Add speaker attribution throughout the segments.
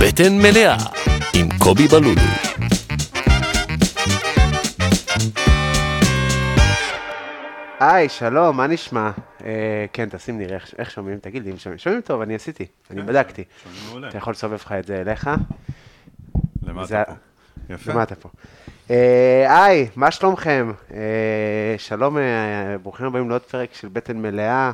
Speaker 1: בטן מלאה עם קובי בלולו.
Speaker 2: היי, שלום, מה נשמע? אה, כן, תשים נראה איך- איך שומעים, תגיד לי אם שומעים. שומעים טוב, אני עשיתי, אני
Speaker 3: כן,
Speaker 2: בדקתי.
Speaker 3: שומעים מעולה.
Speaker 2: אתה יכול לסובב לך את זה אליך?
Speaker 3: למה
Speaker 2: זה-
Speaker 3: אתה פה? יפה.
Speaker 2: ומה אתה פה? אה, היי, מה שלומכם? אה, שלום, אה, ברוכים הבאים לעוד פרק של בטן מלאה.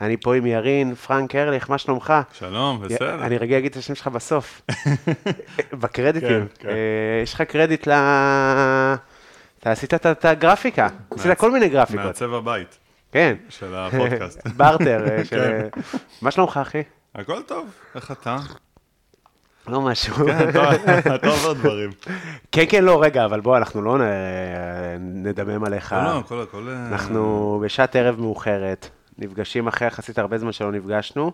Speaker 2: אני פה עם ירין, פרנק ארליך, מה שלומך?
Speaker 3: שלום, בסדר.
Speaker 2: אני לא רגע אגיד את השם שלך בסוף, בקרדיטים.
Speaker 3: כן, כן.
Speaker 2: אה, יש לך קרדיט ל... אתה עשית את- את הגרפיקה, עשית כל מיני גרפיקות.
Speaker 3: מעצב הבית
Speaker 2: כן.
Speaker 3: של הפודקאסט.
Speaker 2: בארטר. אה, של-
Speaker 3: כן.
Speaker 2: מה שלומך, אחי?
Speaker 3: הכל טוב, איך אתה?
Speaker 2: לא משהו.
Speaker 3: כן, אתה- אתה עובר דברים.
Speaker 2: כן, כן, לא, רגע, אבל בוא, אנחנו לא נ- נדמם עליך.
Speaker 3: לא, לא, הכל, הכל... אה,
Speaker 2: אנחנו בשעת ערב מאוחרת, נפגשים אחרי יחסית הרבה זמן שלא נפגשנו.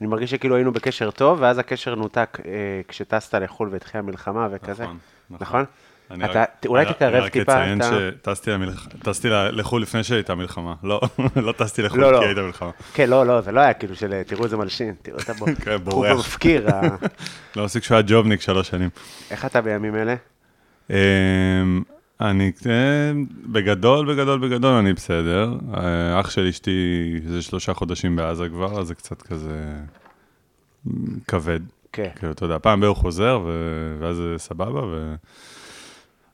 Speaker 2: אני מרגיש שכאילו היינו בקשר טוב, ואז הקשר נותק אה, כשטסת לחו"ל והתחילה המלחמה וכזה.
Speaker 3: נכון, נכון.
Speaker 2: נכון?
Speaker 3: אני
Speaker 2: אתה-
Speaker 3: רק-
Speaker 2: אולי
Speaker 3: אני-
Speaker 2: תקרב טיפה,
Speaker 3: אני רק
Speaker 2: אתה-
Speaker 3: אציין שטסתי למלח- טסתי ל- לחו"ל לפני שהייתה מלחמה. לא, לא טסתי
Speaker 2: לא,
Speaker 3: לחו"ל
Speaker 2: לא.
Speaker 3: כי הייתה מלחמה.
Speaker 2: כן, לא, לא, זה לא היה כאילו של אה, תראו איזה מלשין, תראו אתה בו.
Speaker 3: כן,
Speaker 2: הוא
Speaker 3: בורח.
Speaker 2: מפקיר. ה-
Speaker 3: לא מפסיק שהוא היה ג'ובניק שלוש שנים.
Speaker 2: איך אתה בימים אלה?
Speaker 3: אמ, אני אה, בגדול, בגדול, בגדול אני בסדר. אה, אח של אשתי זה שלושה חודשים בעזה כבר, אז זה קצת כזה מ, כבד.
Speaker 2: כן.
Speaker 3: כאילו, אתה יודע, פעם בערך חוזר, ו- ואז זה סבבה, ו...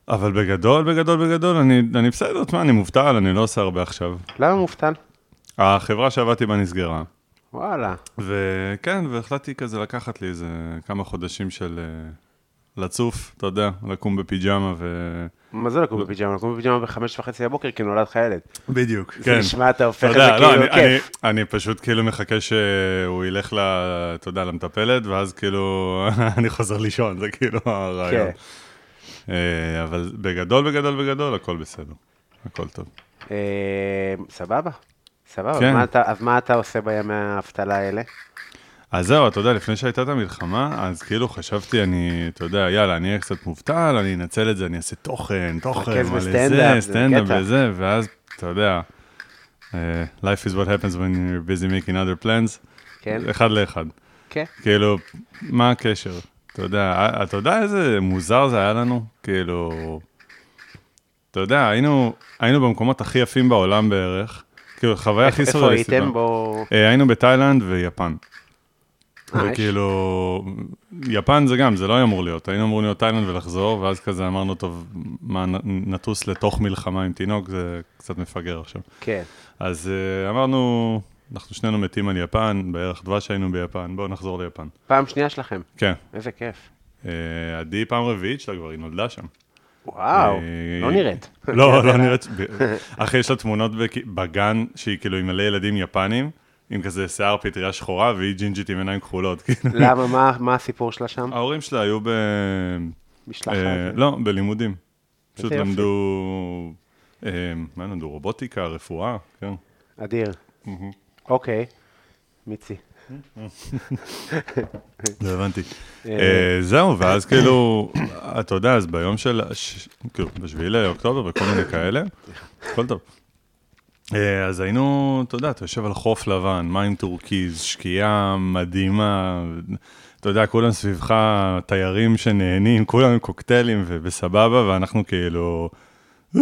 Speaker 3: אבל בגדול, בגדול, בגדול, אני, אני בסדר, תשמע, אני מובטל, אני לא עושה הרבה עכשיו.
Speaker 2: למה מובטל?
Speaker 3: החברה שעבדתי בה נסגרה,
Speaker 2: וואלה.
Speaker 3: וכן, והחלטתי כזה לקחת לי איזה כמה חודשים של אה, לצוף, אתה יודע, לקום בפיג'מה ו...
Speaker 2: מה זה לקום בפיג'מה? לקום בפיג'מה בחמש וחצי בבוקר כי נולד לך ילד.
Speaker 3: בדיוק, כן.
Speaker 2: זה נשמע, אתה הופך את
Speaker 3: יודע,
Speaker 2: זה
Speaker 3: לא,
Speaker 2: כאילו,
Speaker 3: אני-
Speaker 2: כן.
Speaker 3: אני- אני פשוט כאילו מחכה שהוא ילך ל... אתה יודע, למטפלת, ואז כאילו אני חוזר לישון, זה כאילו הרעיון.
Speaker 2: כן.
Speaker 3: אה, אבל בגדול, בגדול, בגדול, הכל בסדר. הכל טוב.
Speaker 2: אה, סבבה, סבבה.
Speaker 3: כן.
Speaker 2: אז מה אתה- אז מה אתה עושה בימי האבטלה האלה?
Speaker 3: אז זהו, אתה יודע, לפני שהייתה את המלחמה, אז כאילו חשבתי, אני, אתה יודע, יאללה, אני אהיה קצת מובטל, אני אנצל את זה, אני אעשה תוכן, תוכן,
Speaker 2: תרכז
Speaker 3: מלא
Speaker 2: בסטנדאפ, זה
Speaker 3: זה, סטנדאפ
Speaker 2: קטע.
Speaker 3: וזה, ואז, אתה יודע, אה, life is what happens when you're busy making other plans,
Speaker 2: כן,
Speaker 3: אחד לאחד.
Speaker 2: כן.
Speaker 3: כאילו, מה הקשר? אתה יודע, אתה יודע איזה מוזר זה היה לנו? כאילו, אתה יודע, היינו, היינו במקומות הכי יפים בעולם בערך, כאילו, חוויה הכי
Speaker 2: איפה
Speaker 3: סוריאליסטית.
Speaker 2: הייתם? בואו...
Speaker 3: אה, היינו בתאילנד ויפן.
Speaker 2: אה,
Speaker 3: וכאילו, יפן זה גם, זה לא היה אמור להיות, היינו אמורים להיות תאילנד ולחזור, ואז כזה אמרנו, טוב, מה, נ- נטוס לתוך מלחמה עם תינוק, זה קצת מפגר עכשיו.
Speaker 2: כן.
Speaker 3: אז אה, אמרנו, אנחנו שנינו מתים על יפן, בערך דבש היינו ביפן, בואו נחזור ליפן.
Speaker 2: פעם שנייה שלכם,
Speaker 3: כן,
Speaker 2: איזה כיף.
Speaker 3: אה, עדי פעם רביעית שלה כבר, היא נולדה שם.
Speaker 2: וואו,
Speaker 3: אה,
Speaker 2: לא נראית.
Speaker 3: לא, לא נראית. ש- ב- אחי, יש לה תמונות בק- בגן, שהיא כאילו עם מלא ילדים יפנים, עם כזה שיער פטריה שחורה, והיא ג'ינג'ית עם עיניים כחולות. כאילו.
Speaker 2: למה, מה- מה הסיפור שלה שם?
Speaker 3: ההורים שלה היו ב...
Speaker 2: משלחת.
Speaker 3: אה, לא, בלימודים. פשוט
Speaker 2: יופי.
Speaker 3: למדו... אה, מה הם למדו? רובוטיקה, רפואה, כן.
Speaker 2: אדיר. אוקיי, מיצי.
Speaker 3: לא הבנתי.
Speaker 2: אה.
Speaker 3: אה, זהו, ואז כאילו, אתה יודע, אז ביום של, ש- כאילו, בשביעי לאוקטובר וכל מיני כאלה, הכל טוב. אה, אז היינו, אתה יודע, אתה יושב על חוף לבן, מים טורקיז, שקיעה מדהימה, אתה יודע, כולם סביבך, תיירים שנהנים, כולם עם קוקטיילים ובסבבה, ואנחנו כאילו...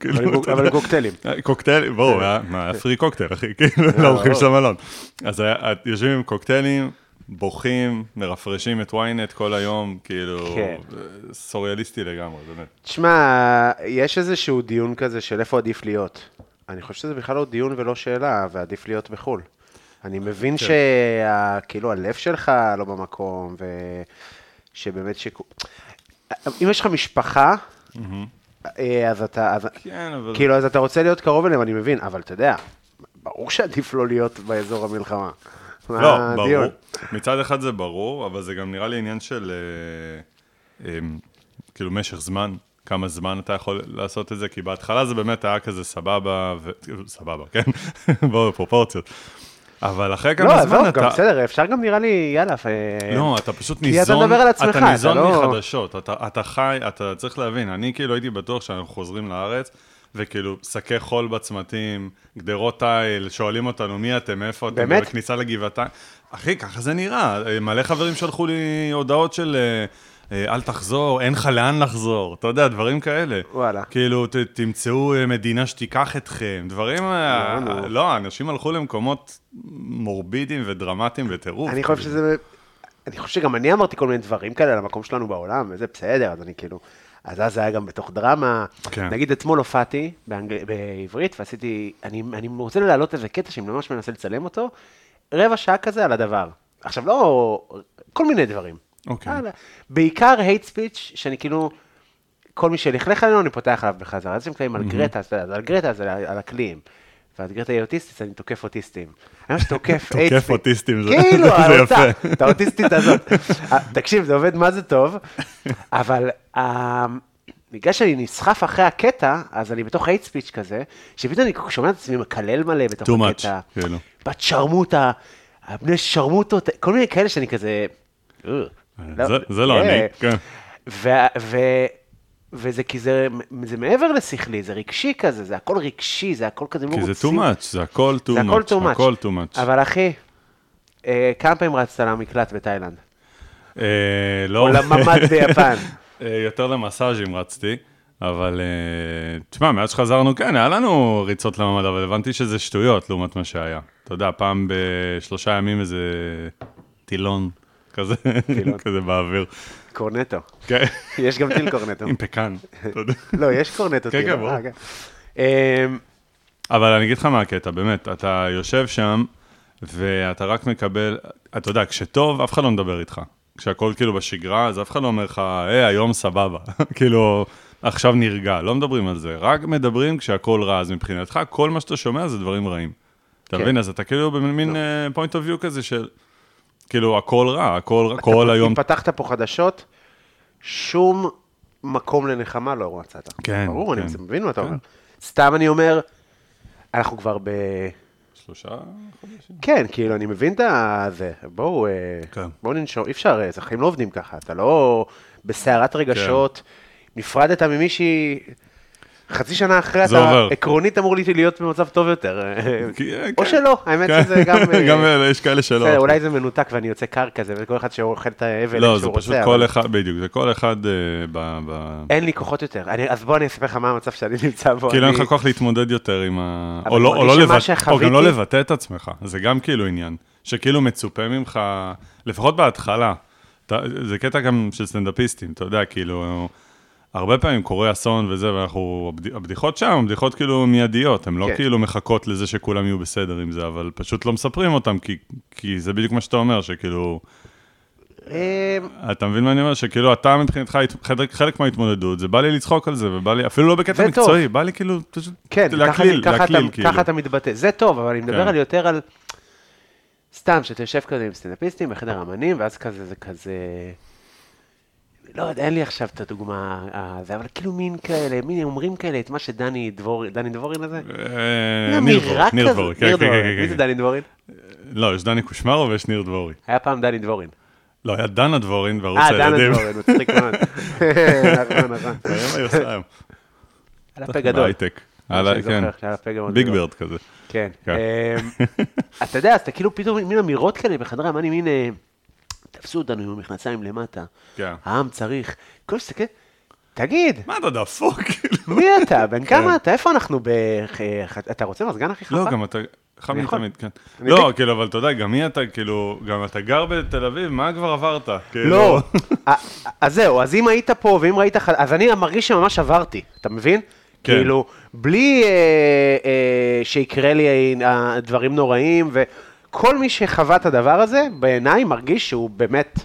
Speaker 3: כאילו,
Speaker 2: אבל עם
Speaker 3: אתה
Speaker 2: קוק- אבל
Speaker 3: יודע.
Speaker 2: עם קוקטיילים.
Speaker 3: קוקטייל,
Speaker 2: כן.
Speaker 3: בואו, היה- מה, היה פרי קוקטייל, אחי, כאילו,
Speaker 2: אה, לא.
Speaker 3: לאורחים של המלון. אז היה- את- יושבים עם קוקטיילים, בוכים, מרפרשים את ynet כל היום, כאילו,
Speaker 2: כן.
Speaker 3: אה, סוריאליסטי לגמרי, באמת.
Speaker 2: תשמע, יש איזשהו דיון כזה של איפה עדיף להיות. אני חושב שזה בכלל לא דיון ולא שאלה, ועדיף להיות בחו"ל. אני מבין כן. שכאילו הלב שלך לא במקום, ושבאמת ש... אם יש לך משפחה, אה, אז אתה, אז...
Speaker 3: כן, אבל...
Speaker 2: כאילו, אז אתה רוצה להיות קרוב אליהם, אני מבין, אבל אתה יודע, ברור שעדיף לא להיות באזור המלחמה. מה
Speaker 3: לא,
Speaker 2: הדיון?
Speaker 3: ברור. מצד אחד זה ברור, אבל זה גם נראה לי עניין של, אה, אה, כאילו, משך זמן. כמה זמן אתה יכול לעשות את זה, כי בהתחלה זה באמת היה כזה סבבה, ו... סבבה, כן? בואו, בפרופורציות. אבל אחרי כמה
Speaker 2: לא,
Speaker 3: זמן
Speaker 2: עזוב,
Speaker 3: אתה...
Speaker 2: גם בסדר, אפשר גם נראה לי, יאללה. אה,
Speaker 3: לא, אתה פשוט
Speaker 2: כי אתה
Speaker 3: ניזון,
Speaker 2: מדבר על עצמך, אתה
Speaker 3: אתה ניזון
Speaker 2: לא-
Speaker 3: מחדשות, אתה, אתה חי, אתה צריך להבין, אני כאילו הייתי בטוח שאנחנו חוזרים לארץ, וכאילו, שקי חול בצמתים, גדרות תיל, שואלים אותנו מי אתם, מאיפה אתם,
Speaker 2: באמת?
Speaker 3: בכניסה לגבעתיים. אחי, ככה זה נראה. אה, מלא חברים שלחו לי הודעות של אה, אה, אל תחזור, אין לך לאן לחזור, אתה יודע, דברים כאלה.
Speaker 2: וואלה.
Speaker 3: כאילו, ת, תמצאו אה, מדינה שתיקח אתכם, דברים... אה,
Speaker 2: לא, נו.
Speaker 3: לא, אנשים הלכו למקומות מורבידיים ודרמטיים וטירוף.
Speaker 2: אני חושב שזה... אני חושב שגם אני אמרתי כל מיני דברים כאלה על המקום שלנו בעולם, וזה בסדר, אז אני כאילו... אז אז זה היה גם בתוך דרמה.
Speaker 3: כן.
Speaker 2: נגיד, אתמול הופעתי באנגל... בעברית, ועשיתי... אני, אני רוצה להעלות איזה קטע שאני ממש מנסה לצלם אותו, רבע שעה כזה על הדבר. עכשיו, לא... כל מיני דברים.
Speaker 3: אוקיי.
Speaker 2: הלאה. אה, בעיקר hate speech, שאני כאילו... כל מי שלכלך עלינו, אני פותח עליו בחזרה. אז יש שם קטעים על גרטה, אז אתה יודע, אז על גרטה, אז על, על הקליעים. ואת גרטה היא אוטיסטית, אני תוקף אוטיסטים. אני ממש תוקף
Speaker 3: תוקף
Speaker 2: HP.
Speaker 3: אוטיסטים, זה-
Speaker 2: כאילו,
Speaker 3: זה
Speaker 2: על אותה,
Speaker 3: יפה.
Speaker 2: את האוטיסטית הזאת. אה, תקשיב, זה עובד מה זה טוב, אבל אה, בגלל שאני נסחף אחרי הקטע, אז אני בתוך hate speech כזה, שפתאום אני שומע את עצמי מקלל מלא בתוך
Speaker 3: Too much,
Speaker 2: הקטע.
Speaker 3: כאילו.
Speaker 2: בת שרמוטה, הבני שרמוטות, כל מיני כאלה שאני כזה... אה,
Speaker 3: זה- זה לא
Speaker 2: אה.
Speaker 3: אני, כן.
Speaker 2: ו... ו... וזה כי זה, זה מעבר לשכלי, זה רגשי כזה, זה הכל רגשי, זה הכל כזה
Speaker 3: כי זה too
Speaker 2: מרוצים.
Speaker 3: much, זה הכל too much,
Speaker 2: זה הכל too much.
Speaker 3: הכל too much.
Speaker 2: אבל אחי, אה, כמה פעמים רצת למקלט בתאילנד?
Speaker 3: אה, לא.
Speaker 2: או לממ"ד ביפן?
Speaker 3: אה, יותר למסאז'ים רצתי, אבל אה, תשמע, מאז שחזרנו, כן, היה לנו ריצות לממ"ד, אבל הבנתי שזה שטויות לעומת מה שהיה. אתה יודע, פעם בשלושה ימים איזה טילון כזה,
Speaker 2: טילון.
Speaker 3: כזה באוויר.
Speaker 2: קורנטו.
Speaker 3: כן,
Speaker 2: יש גם טיל קורנטו.
Speaker 3: עם פקן, אתה יודע.
Speaker 2: לא, יש קורנטו.
Speaker 3: כן,
Speaker 2: טיל,
Speaker 3: כן,
Speaker 2: אה,
Speaker 3: ברור.
Speaker 2: אמ,
Speaker 3: אבל אני אגיד לך מה הקטע, באמת, אתה יושב שם, ואתה רק מקבל, אתה יודע, כשטוב, אף אחד לא מדבר איתך. כשהכול כאילו בשגרה, אז אף אחד לא אומר לך, היי, היום סבבה. כאילו, עכשיו נרגע, לא מדברים על זה, רק מדברים כשהכול רע, אז מבחינתך, כל מה שאתה שומע זה דברים רעים. אתה
Speaker 2: כן.
Speaker 3: מבין? אז אתה כאילו במין אה, point of view כזה של, כאילו, הכל רע, הכל רע, כל
Speaker 2: אתה-
Speaker 3: היום.
Speaker 2: אם פתחת פה חדשות, שום מקום לנחמה לא מצאת.
Speaker 3: כן,
Speaker 2: ברור, אני
Speaker 3: כן.
Speaker 2: זה מבין מה אתה
Speaker 3: כן.
Speaker 2: אומר. סתם אני אומר, אנחנו כבר ב...
Speaker 3: שלושה חודשים.
Speaker 2: כן, כאילו, אני מבין את ה- זה. בואו, אה,
Speaker 3: כן.
Speaker 2: בואו ננשום. אי אפשר, אה, זה חיים לא עובדים ככה. אתה לא בסערת רגשות, נפרדת ממישהי... חצי שנה אחרי
Speaker 3: כן. זה
Speaker 2: אתה
Speaker 3: עובר.
Speaker 2: עקרונית אמור להיות במצב טוב יותר. אה,
Speaker 3: כי- אה,
Speaker 2: או
Speaker 3: כן.
Speaker 2: שלא, האמת
Speaker 3: כן.
Speaker 2: שזה גם... אה,
Speaker 3: גם אה, יש כאלה שלא.
Speaker 2: בסדר, אולי זה מנותק ואני יוצא קר כזה, וכל אחד שאוכל את האבל איך שהוא
Speaker 3: לא,
Speaker 2: רוצה.
Speaker 3: זה פשוט
Speaker 2: אבל-
Speaker 3: כל אחד, בדיוק, זה כל אחד אה, ב... ב-
Speaker 2: אין לי כוחות יותר. אני, אז בוא אני אספר לך מה המצב שאני נמצא בו.
Speaker 3: כאילו אין
Speaker 2: אני-
Speaker 3: לך כוח להתמודד יותר עם ה...
Speaker 2: אבל
Speaker 3: או לא-
Speaker 2: אני
Speaker 3: או לא
Speaker 2: מרגיש שמה
Speaker 3: לבטא- או גם לא
Speaker 2: שחוויתי-
Speaker 3: לבטא את עצמך, זה גם כאילו עניין. שכאילו מצופה ממך, לפחות בהתחלה, אתה- זה קטע גם של סטנדאפיסטים, אתה יודע, כאילו, הרבה פעמים קורה אסון וזה, ואנחנו, הבד- הבדיחות שם, הבדיחות כאילו מיידיות, הן לא
Speaker 2: כן.
Speaker 3: כאילו מחכות לזה שכולם יהיו בסדר עם זה, אבל פשוט לא מספרים אותם, כי- כי זה בדיוק מה שאתה אומר, שכאילו...
Speaker 2: אמ,
Speaker 3: אתה מבין מה אני אומר? שכאילו אתה מבחינתך הת- חלק- חלק מההתמודדות, זה בא לי לצחוק על זה, ובא לי, אפילו לא בקטע
Speaker 2: זה טוב.
Speaker 3: מקצועי, בא לי כאילו פשוט
Speaker 2: כן, ככה-
Speaker 3: להקליל,
Speaker 2: ככה אתה-
Speaker 3: להקליל כאילו.
Speaker 2: ככה אתה מתבטא. זה טוב, אבל אני
Speaker 3: כן.
Speaker 2: מדבר על יותר על... סתם, שאתה יושב כזה עם סטנדאפיסטים בחדר אמנים, ואז כזה, זה כזה... לא יודע, אין לי עכשיו את הדוגמה הזה, אבל כאילו מין כאלה, מין אומרים כאלה את מה שדני דבורין, דני דבורין הזה?
Speaker 3: אה, ניר דבורי,
Speaker 2: אמירה
Speaker 3: ניר
Speaker 2: לא, כזה-
Speaker 3: דבורי, כן,
Speaker 2: ניר
Speaker 3: כן,
Speaker 2: דבורין.
Speaker 3: כן,
Speaker 2: מי
Speaker 3: כן,
Speaker 2: זה
Speaker 3: כן.
Speaker 2: דני דבורין?
Speaker 3: לא, יש דני קושמרו ויש ניר דבורי.
Speaker 2: היה פעם דני דבורין.
Speaker 3: לא, היה דנה דבורין בערוץ
Speaker 2: אה, דני
Speaker 3: הילדים.
Speaker 2: דבורין, מצחיק מאוד. נכון, נכון.
Speaker 3: היום היא עושה היום.
Speaker 2: על הפה גדול.
Speaker 3: בהייטק.
Speaker 2: שאני
Speaker 3: עלה-
Speaker 2: זוכר,
Speaker 3: כן,
Speaker 2: שהיה לה פה גם עוד
Speaker 3: ביג
Speaker 2: גדול.
Speaker 3: ברד כזה.
Speaker 2: כן.
Speaker 3: כן.
Speaker 2: אמ, אתה יודע, אז אתה כאילו פתאום מין אמירות כאלה בחדרי אמנים, מין אה, תפסו אותנו עם המכנסיים למטה.
Speaker 3: כן.
Speaker 2: העם צריך. כל מסתכל, תגיד,
Speaker 3: מה אתה דפוק? כאילו?
Speaker 2: מי אתה? בן כמה אתה? איפה אנחנו? בח- אה, ח- אתה רוצה מזגן הכי
Speaker 3: לא,
Speaker 2: חפה?
Speaker 3: גם אתה... חם
Speaker 2: אני
Speaker 3: לי
Speaker 2: יכול.
Speaker 3: תמיד, כן.
Speaker 2: אני
Speaker 3: לא,
Speaker 2: יודע.
Speaker 3: כאילו, אבל אתה יודע, גם מי אתה, כאילו, גם אתה גר בתל אביב, מה כבר עברת?
Speaker 2: לא.
Speaker 3: כאילו,
Speaker 2: אה, אז זהו, אז אם היית פה ואם ראית, ח- אז אני מרגיש שממש עברתי, אתה מבין?
Speaker 3: כן.
Speaker 2: כאילו, בלי אה, אה, שיקרה לי אה, דברים נוראים, וכל מי שחווה את הדבר הזה, בעיניי מרגיש שהוא באמת...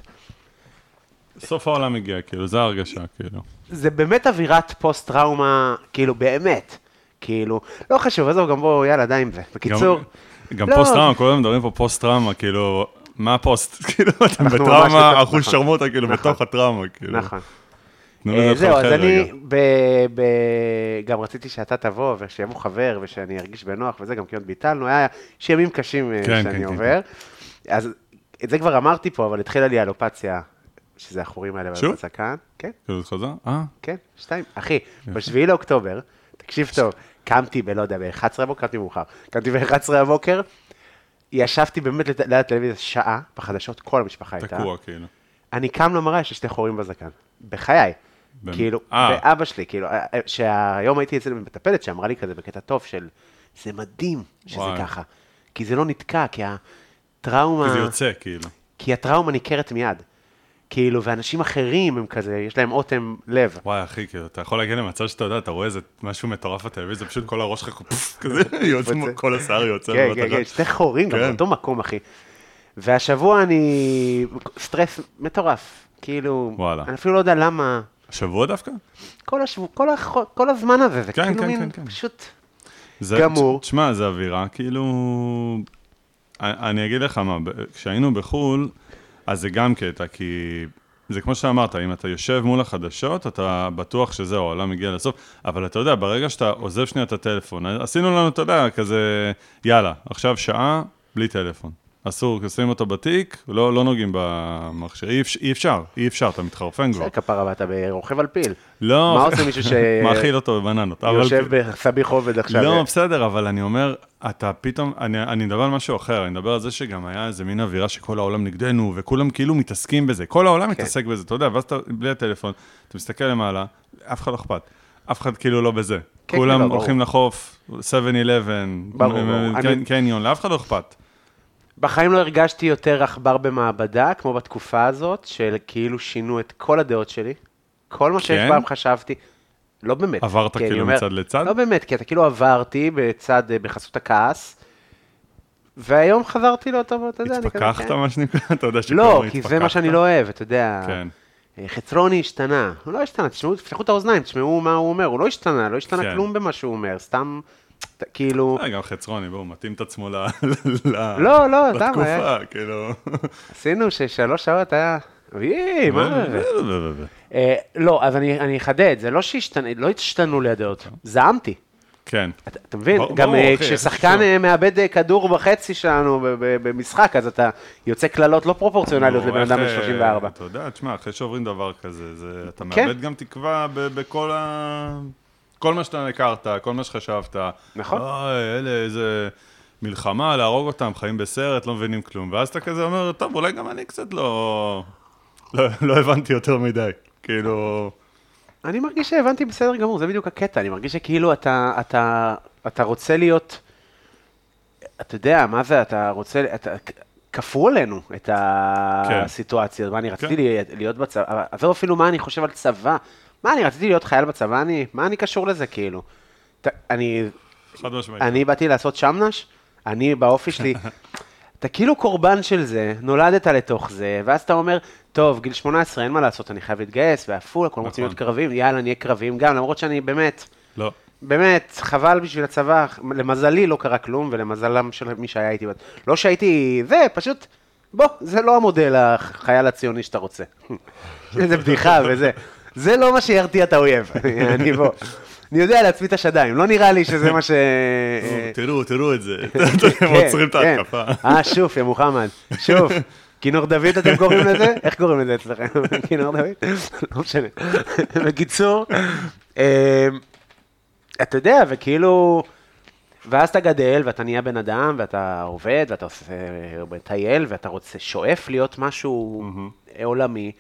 Speaker 3: סוף העולם הגיע, כאילו, זה ההרגשה, כאילו.
Speaker 2: זה באמת אווירת פוסט-טראומה, כאילו, באמת. כאילו, לא חשוב, עזוב, גם בואו, יאללה, די עם זה. בקיצור,
Speaker 3: גם, גם
Speaker 2: לא.
Speaker 3: פוסט-טראומה, כל הזמן מדברים פה פוסט-טראומה, כאילו, מה הפוסט? כאילו, אתם
Speaker 2: ממש
Speaker 3: בטראומה,
Speaker 2: בתוך-
Speaker 3: אחוז
Speaker 2: נכון.
Speaker 3: שרמוטה, כאילו,
Speaker 2: נכון.
Speaker 3: בתוך הטראומה, כאילו.
Speaker 2: נכון.
Speaker 3: תנו
Speaker 2: אה,
Speaker 3: לזה
Speaker 2: זהו, אז
Speaker 3: לחלחל
Speaker 2: אני
Speaker 3: רגע.
Speaker 2: ב, ב, גם רציתי שאתה תבוא, ושיבוא חבר, ושאני ארגיש בנוח וזה, גם כמעט ביטלנו, היה יש ימים קשים אה, שאני
Speaker 3: כן, כן, כן,
Speaker 2: עובר. אז את זה כבר אמרתי פה, אבל התחילה לי אלופציה, שזה החורים האלה
Speaker 3: שוב?
Speaker 2: בצקן. כן,
Speaker 3: כאילו, זה חזר? אה,
Speaker 2: כן, שתיים. אחי, בשביעי לאוקטובר, תקשיב טוב, קמתי ב... לא יודע, ב-11 הבוקר, קמתי מאוחר. קמתי ב-11 הבוקר, ישבתי באמת לת- ליד הטלוויזיה שעה בחדשות, כל המשפחה הייתה.
Speaker 3: תקוע כאילו.
Speaker 2: אני קם למראה, יש לי שתי חורים בזקן. בחיי.
Speaker 3: באמת?
Speaker 2: כאילו,
Speaker 3: אה.
Speaker 2: ואבא שלי, כאילו, אה, אה, שהיום הייתי אצל מטפלת שאמרה לי כזה בקטע טוב של, זה מדהים שזה
Speaker 3: וואי.
Speaker 2: ככה. כי זה לא נתקע, כי הטראומה...
Speaker 3: כי זה יוצא כאילו.
Speaker 2: כי הטראומה ניכרת מיד. כאילו, ואנשים אחרים הם כזה, יש להם אוטם לב.
Speaker 3: וואי, אחי, כאילו, אתה יכול להגיע למצב שאתה יודע, אתה רואה איזה משהו מטורף בטלוויזיה, פשוט כל הראש שלך פפפ, כזה, יוצא,
Speaker 2: יוצא.
Speaker 3: כל השיער יוצא.
Speaker 2: כן,
Speaker 3: ואתה
Speaker 2: כן,
Speaker 3: גם-
Speaker 2: כן, שתי חורים גם
Speaker 3: כן.
Speaker 2: באותו מקום, אחי. והשבוע אני... סטרס מטורף. כאילו,
Speaker 3: וואלה.
Speaker 2: אני אפילו לא יודע למה.
Speaker 3: שבוע דווקא?
Speaker 2: כל, השבוע, כל, הח... כל הזמן הזה, זה
Speaker 3: כן,
Speaker 2: כאילו
Speaker 3: כן,
Speaker 2: מין
Speaker 3: כן, כן.
Speaker 2: פשוט...
Speaker 3: זה,
Speaker 2: גמור.
Speaker 3: ת- תשמע, זה אווירה, כאילו... אני- אני אגיד לך מה, ב- כשהיינו בחו"ל, אז זה גם קטע, כי... זה כמו שאמרת, אם אתה יושב מול החדשות, אתה בטוח שזהו, העולם הגיע לסוף, אבל אתה יודע, ברגע שאתה עוזב שנייה את הטלפון, עשינו לנו, אתה יודע, כזה, יאללה, עכשיו שעה, בלי טלפון. אסור, שמים אותו בתיק, לא, לא נוגעים במכשיר, אי, אפ- אי אפשר, אי אפשר, אתה מתחרפן כבר.
Speaker 2: זה כפרה ואתה רוכב על פיל.
Speaker 3: לא,
Speaker 2: מה עושה מישהו ש-
Speaker 3: מאכיל אותו בבננות. אבל-
Speaker 2: יושב בסבי חובד עכשיו.
Speaker 3: לא,
Speaker 2: אה,
Speaker 3: בסדר, אבל אני אומר, אתה פתאום, אני, אני מדבר על משהו אחר, אני מדבר על זה שגם היה איזה מין אווירה שכל העולם נגדנו, וכולם כאילו מתעסקים בזה, כל
Speaker 2: כן.
Speaker 3: העולם מתעסק בזה, אתה יודע, ואז אתה, בלי הטלפון, אתה מסתכל למעלה, אף אחד לא אכפת, אף אחד כאילו לא בזה.
Speaker 2: כן,
Speaker 3: כולם
Speaker 2: כן, לא,
Speaker 3: הולכים לחוף, 7-11,
Speaker 2: ברור, ברור.
Speaker 3: אה, קן-
Speaker 2: אני-
Speaker 3: קניון, לאף אחד לא אכפת.
Speaker 2: בחיים לא הרגשתי יותר עכבר במעבדה, כמו בתקופה הזאת, של כאילו שינו את כל הדעות שלי. כל מה
Speaker 3: כן?
Speaker 2: שיש פעם חשבתי, לא באמת.
Speaker 3: עברת
Speaker 2: כי אני
Speaker 3: כאילו
Speaker 2: אומר-
Speaker 3: מצד לצד?
Speaker 2: לא באמת, כי אתה כאילו עברתי בצד, אה, בחסות הכעס, והיום חזרתי לאותו, אתה יודע, אני כזה...
Speaker 3: התפכחת,
Speaker 2: כן.
Speaker 3: מה שנקרא, אתה יודע שכל
Speaker 2: לא,
Speaker 3: הזמן
Speaker 2: כי זה מה שאני
Speaker 3: התפכחת.
Speaker 2: לא אוהב, אתה יודע.
Speaker 3: כאילו, כן.
Speaker 2: אה, חצרוני השתנה. הוא לא השתנה, תשמעו, תפתחו את האוזניים, תשמעו מה הוא אומר. הוא לא השתנה, לא
Speaker 3: כן.
Speaker 2: השתנה כלום במה שהוא אומר, סתם, ת- כאילו...
Speaker 3: אה, גם חצרוני, בואו, מתאים את עצמו ל... ל- ל-
Speaker 2: לא, לא, אתה-
Speaker 3: לתקופה, כאילו.
Speaker 2: עשינו ששלוש שעות היה... יאי, מה זה? אה, לא, אז אני אני אחדד, זה לא שהשתנה, לא השתנו לי הדעות, זעמתי.
Speaker 3: כן.
Speaker 2: אתה אתה מבין?
Speaker 3: ברור,
Speaker 2: גם
Speaker 3: ברור,
Speaker 2: אה,
Speaker 3: אחי, איך
Speaker 2: כששחקן
Speaker 3: זה
Speaker 2: אה, מאבד אה, כדור בחצי שלנו ב- ב- במשחק, אז אתה יוצא קללות לא פרופורציונליות לבן
Speaker 3: איך,
Speaker 2: אדם בן
Speaker 3: אה,
Speaker 2: 34.
Speaker 3: אתה יודע, תשמע, אחרי שעוברים דבר כזה, זה- אתה
Speaker 2: כן.
Speaker 3: מאבד גם תקווה ב- בכל ה... כל מה שאתה הכרת, כל מה שחשבת.
Speaker 2: נכון.
Speaker 3: אוי, אלה איזה מלחמה, להרוג אותם, חיים בסרט, לא מבינים כלום. ואז אתה כזה אומר, טוב, אולי גם אני קצת לא... לא- לא הבנתי יותר מדי. כאילו...
Speaker 2: אני מרגיש שהבנתי בסדר גמור, זה בדיוק הקטע, אני מרגיש שכאילו אתה, אתה, אתה רוצה להיות, אתה יודע, מה זה, אתה רוצה, אתה, כפו עלינו את
Speaker 3: כן.
Speaker 2: הסיטואציה, מה אני רציתי כן. להיות בצבא, עזוב אפילו מה אני חושב על צבא, מה אני רציתי להיות חייל בצבא, אני, מה אני קשור לזה כאילו, ת, אני,
Speaker 3: חד משמעית.
Speaker 2: אני באתי לעשות שמנש, אני באופי שלי, אתה כאילו קורבן של זה, נולדת לתוך זה, ואז אתה אומר, טוב, גיל 18, אין מה לעשות, אני חייב להתגייס, ועפולה, כולם רוצים
Speaker 3: נכון.
Speaker 2: להיות קרביים, יאללה, נהיה קרביים גם, למרות שאני באמת,
Speaker 3: לא.
Speaker 2: באמת, חבל בשביל הצבא, למזלי לא קרה כלום, ולמזלם של מי שהיה איתי, לא שהייתי, זה, פשוט, בוא, זה לא המודל החייל הציוני שאתה רוצה. איזה בדיחה וזה. זה לא מה שירתיע את האויב, אני בוא. אני יודע להצמיד את השדיים, לא נראה לי שזה מה ש...
Speaker 3: תראו, תראו את זה.
Speaker 2: אה, כן,
Speaker 3: הם עוצרים את
Speaker 2: כן.
Speaker 3: ההתקפה.
Speaker 2: אה, שוף, יא מוחמד, שוף. כינור דוד אתם קוראים לזה? איך קוראים לזה אצלכם? כינור דוד? לא משנה. בקיצור, אה, אתה יודע, וכאילו, ואז אתה גדל, ואתה נהיה בן אדם, ואתה עובד, ואתה עושה, אה, מטייל, ואתה רוצה, שואף להיות משהו עולמי,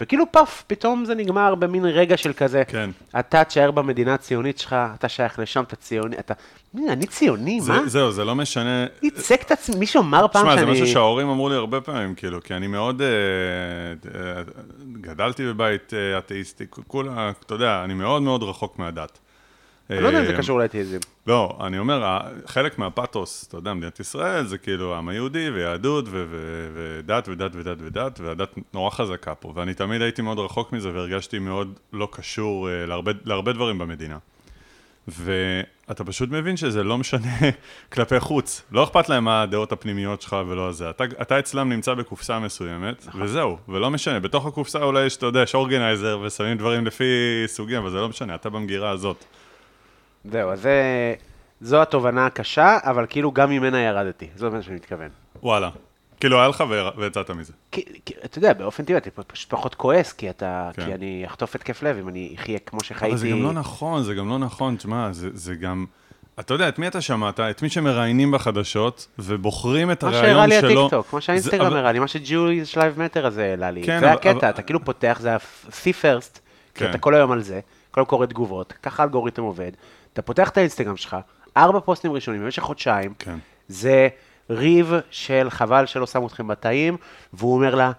Speaker 2: וכאילו פאף, פתאום זה נגמר במין רגע של כזה.
Speaker 3: כן.
Speaker 2: אתה תשאר במדינה הציונית שלך, אתה שייך לשם, אתה ציוני, אתה... מי, אני ציוני,
Speaker 3: זה-
Speaker 2: מה?
Speaker 3: זהו, זה לא משנה
Speaker 2: ייצג את עצמי, מישהו אמר פעם שאני...
Speaker 3: תשמע, זה משהו שההורים אמרו לי הרבה פעמים, כאילו, כי אני מאוד... אה, אה, גדלתי בבית אה, אתאיסטי, כולה, אתה יודע, אני מאוד מאוד רחוק מהדת.
Speaker 2: אני לא יודע אם זה
Speaker 3: אה,
Speaker 2: קשור לאתאיזם.
Speaker 3: לא, אני אומר, ה- חלק מהפאתוס, אתה יודע, מדינת ישראל, זה כאילו העם היהודי ויהדות ו- ו- ודת ודת ודת ודת, והדת נורא חזקה פה, ואני תמיד הייתי מאוד רחוק מזה והרגשתי מאוד לא קשור אה, להרבה, להרבה דברים במדינה. ואתה פשוט מבין שזה לא משנה כלפי חוץ. לא אכפת להם מה הדעות הפנימיות שלך ולא הזה. אתה, אתה אצלם נמצא בקופסה מסוימת, וזהו, ולא משנה. בתוך הקופסה אולי יש, אתה יודע, יש אורגנייזר ושמים דברים לפי סוגים, אבל זה לא משנה, אתה במגירה הזאת.
Speaker 2: זהו, אז זה... זו התובנה הקשה, אבל כאילו גם ממנה ירדתי. זו מה שאני מתכוון.
Speaker 3: וואלה. כאילו, היה לך ו- ויצאת מזה.
Speaker 2: כי, כי, אתה יודע, באופן טבעי, אתה פשוט פחות כועס, כי, אתה,
Speaker 3: כן.
Speaker 2: כי אני אחטוף התקף לב אם אני אחיה כמו שחייתי.
Speaker 3: אבל זה גם לא נכון, זה גם לא נכון, תשמע, זה, זה גם... אתה יודע, את מי אתה שמעת? את מי שמראיינים בחדשות ובוחרים את
Speaker 2: מה
Speaker 3: הראיון שלו.
Speaker 2: שהראה לי הטיקטוק, כמו שהאינסטגרם
Speaker 3: זה-
Speaker 2: הראה לי, מה שג'וליס לייב מטר הזה העלה לי.
Speaker 3: כן,
Speaker 2: זה
Speaker 3: אבל- אבל-
Speaker 2: הקטע, אתה כאילו פותח, זה ה-see first, כי
Speaker 3: כן.
Speaker 2: אתה כל היום על זה, כל היום קורא תגובות, ככה האלגוריתם עובד, אתה פותח את האינסטגרם שלך, ארבע פוסטים ראשונים במשך חודשיים,
Speaker 3: כן.
Speaker 2: זה ריב של חבל שלא שמו אתכם בתאים, והוא אומר לה,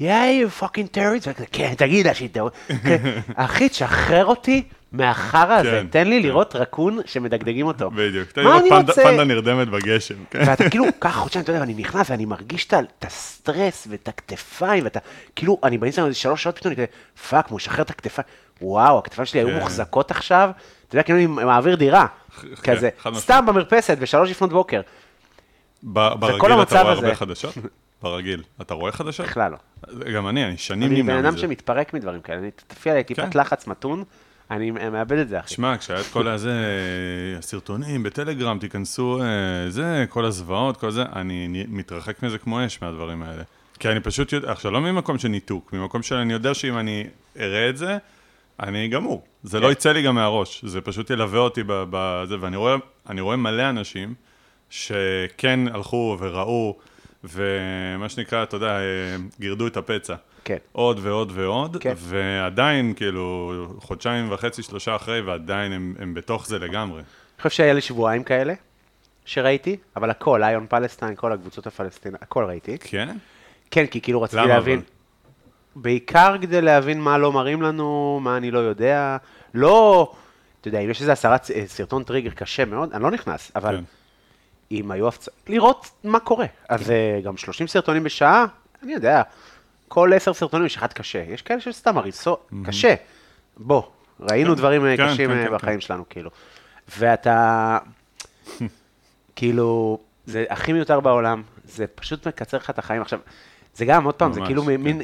Speaker 2: יאי, you fucking terrorist, וכזה, כן, תגיד לה שהיא terrorist. כן, אחי, תשחרר אותי. מהחרא הזה,
Speaker 3: כן,
Speaker 2: תן לי
Speaker 3: כן.
Speaker 2: לראות רקון שמדגדגים אותו.
Speaker 3: בדיוק. תן לי
Speaker 2: מה
Speaker 3: לראות
Speaker 2: אני
Speaker 3: פנדה-
Speaker 2: רוצה?
Speaker 3: פנדה נרדמת בגשם. כן.
Speaker 2: ואתה כאילו, ככה חודשיים, אתה יודע, ואני נכנס ואני מרגיש את ה- את הסטרס ואת הכתפיים, ואתה, כאילו, אני באינסטגרם איזה שלוש שעות פתאום, אני כזה, פאק, הוא משחרר את הכתפיים, וואו, הכתפיים שלי היו
Speaker 3: כן.
Speaker 2: מוחזקות עכשיו, אתה יודע, כאילו אני מעביר דירה,
Speaker 3: כן,
Speaker 2: כזה,
Speaker 3: חד משמעית.
Speaker 2: סתם במרפסת בשלוש לפנות בוקר,
Speaker 3: ב-
Speaker 2: כל
Speaker 3: ברגיל
Speaker 2: המצב
Speaker 3: אתה רואה
Speaker 2: הזה.
Speaker 3: הרבה חדשות? ברגיל. אתה רואה חדשות?
Speaker 2: בכלל לא.
Speaker 3: גם אני, אני שנים
Speaker 2: אני
Speaker 3: נמנע מזה.
Speaker 2: בן אדם שמתפרק מדברים כאלה, אני תופיע לי טיפת
Speaker 3: כן.
Speaker 2: לחץ מתון, אני מאבד את זה, אחי.
Speaker 3: תשמע, כשהיה את כל הזה, הסרטונים בטלגרם, תיכנסו, אה, זה, כל הזוועות, כל זה, אני נ- מתרחק מזה כמו אש מהדברים האלה. כי אני פשוט יודע, עכשיו, לא ממקום של ניתוק, ממקום של אני יודע שאם אני אראה את זה, אני גמור. זה לא יצא לי גם מהראש, זה פשוט ילווה אותי ב- בזה, ואני רואה, אני רואה מלא אנשים שכן הלכו וראו, ומה שנקרא, אתה יודע, אה, גירדו את הפצע.
Speaker 2: כן.
Speaker 3: עוד ועוד ועוד,
Speaker 2: כן.
Speaker 3: כן. ועדיין, כאילו, חודשיים וחצי, שלושה אחרי, ועדיין הם, הם בתוך זה לגמרי.
Speaker 2: אני חושב שהיה לי שבועיים כאלה, שראיתי, אבל הכל, איון פלסטיין, כל הקבוצות הפלסטיניות, הכל ראיתי.
Speaker 3: כן?
Speaker 2: כן, כי כאילו רציתי
Speaker 3: למה
Speaker 2: להבין.
Speaker 3: אבל?
Speaker 2: בעיקר כדי להבין מה לא מראים לנו, מה אני לא יודע. לא, אתה יודע, אם יש איזה עשרה צ- אה, סרטון טריגר קשה מאוד, אני לא נכנס, אבל
Speaker 3: כן.
Speaker 2: אם היו הפצ... לראות מה קורה. אז אה, גם 30 סרטונים בשעה, אני יודע, כל 10 סרטונים יש אחד קשה. יש כאלה שסתם הריסות, קשה. בוא, ראינו דברים אה,
Speaker 3: כן,
Speaker 2: קשים
Speaker 3: כן,
Speaker 2: אה,
Speaker 3: כן,
Speaker 2: בחיים שלנו, כאילו. ואתה, כאילו, זה הכי מיותר בעולם, זה פשוט מקצר לך את החיים. עכשיו, זה גם, עוד פעם, זה
Speaker 3: ממש,
Speaker 2: כאילו
Speaker 3: כן.
Speaker 2: מין,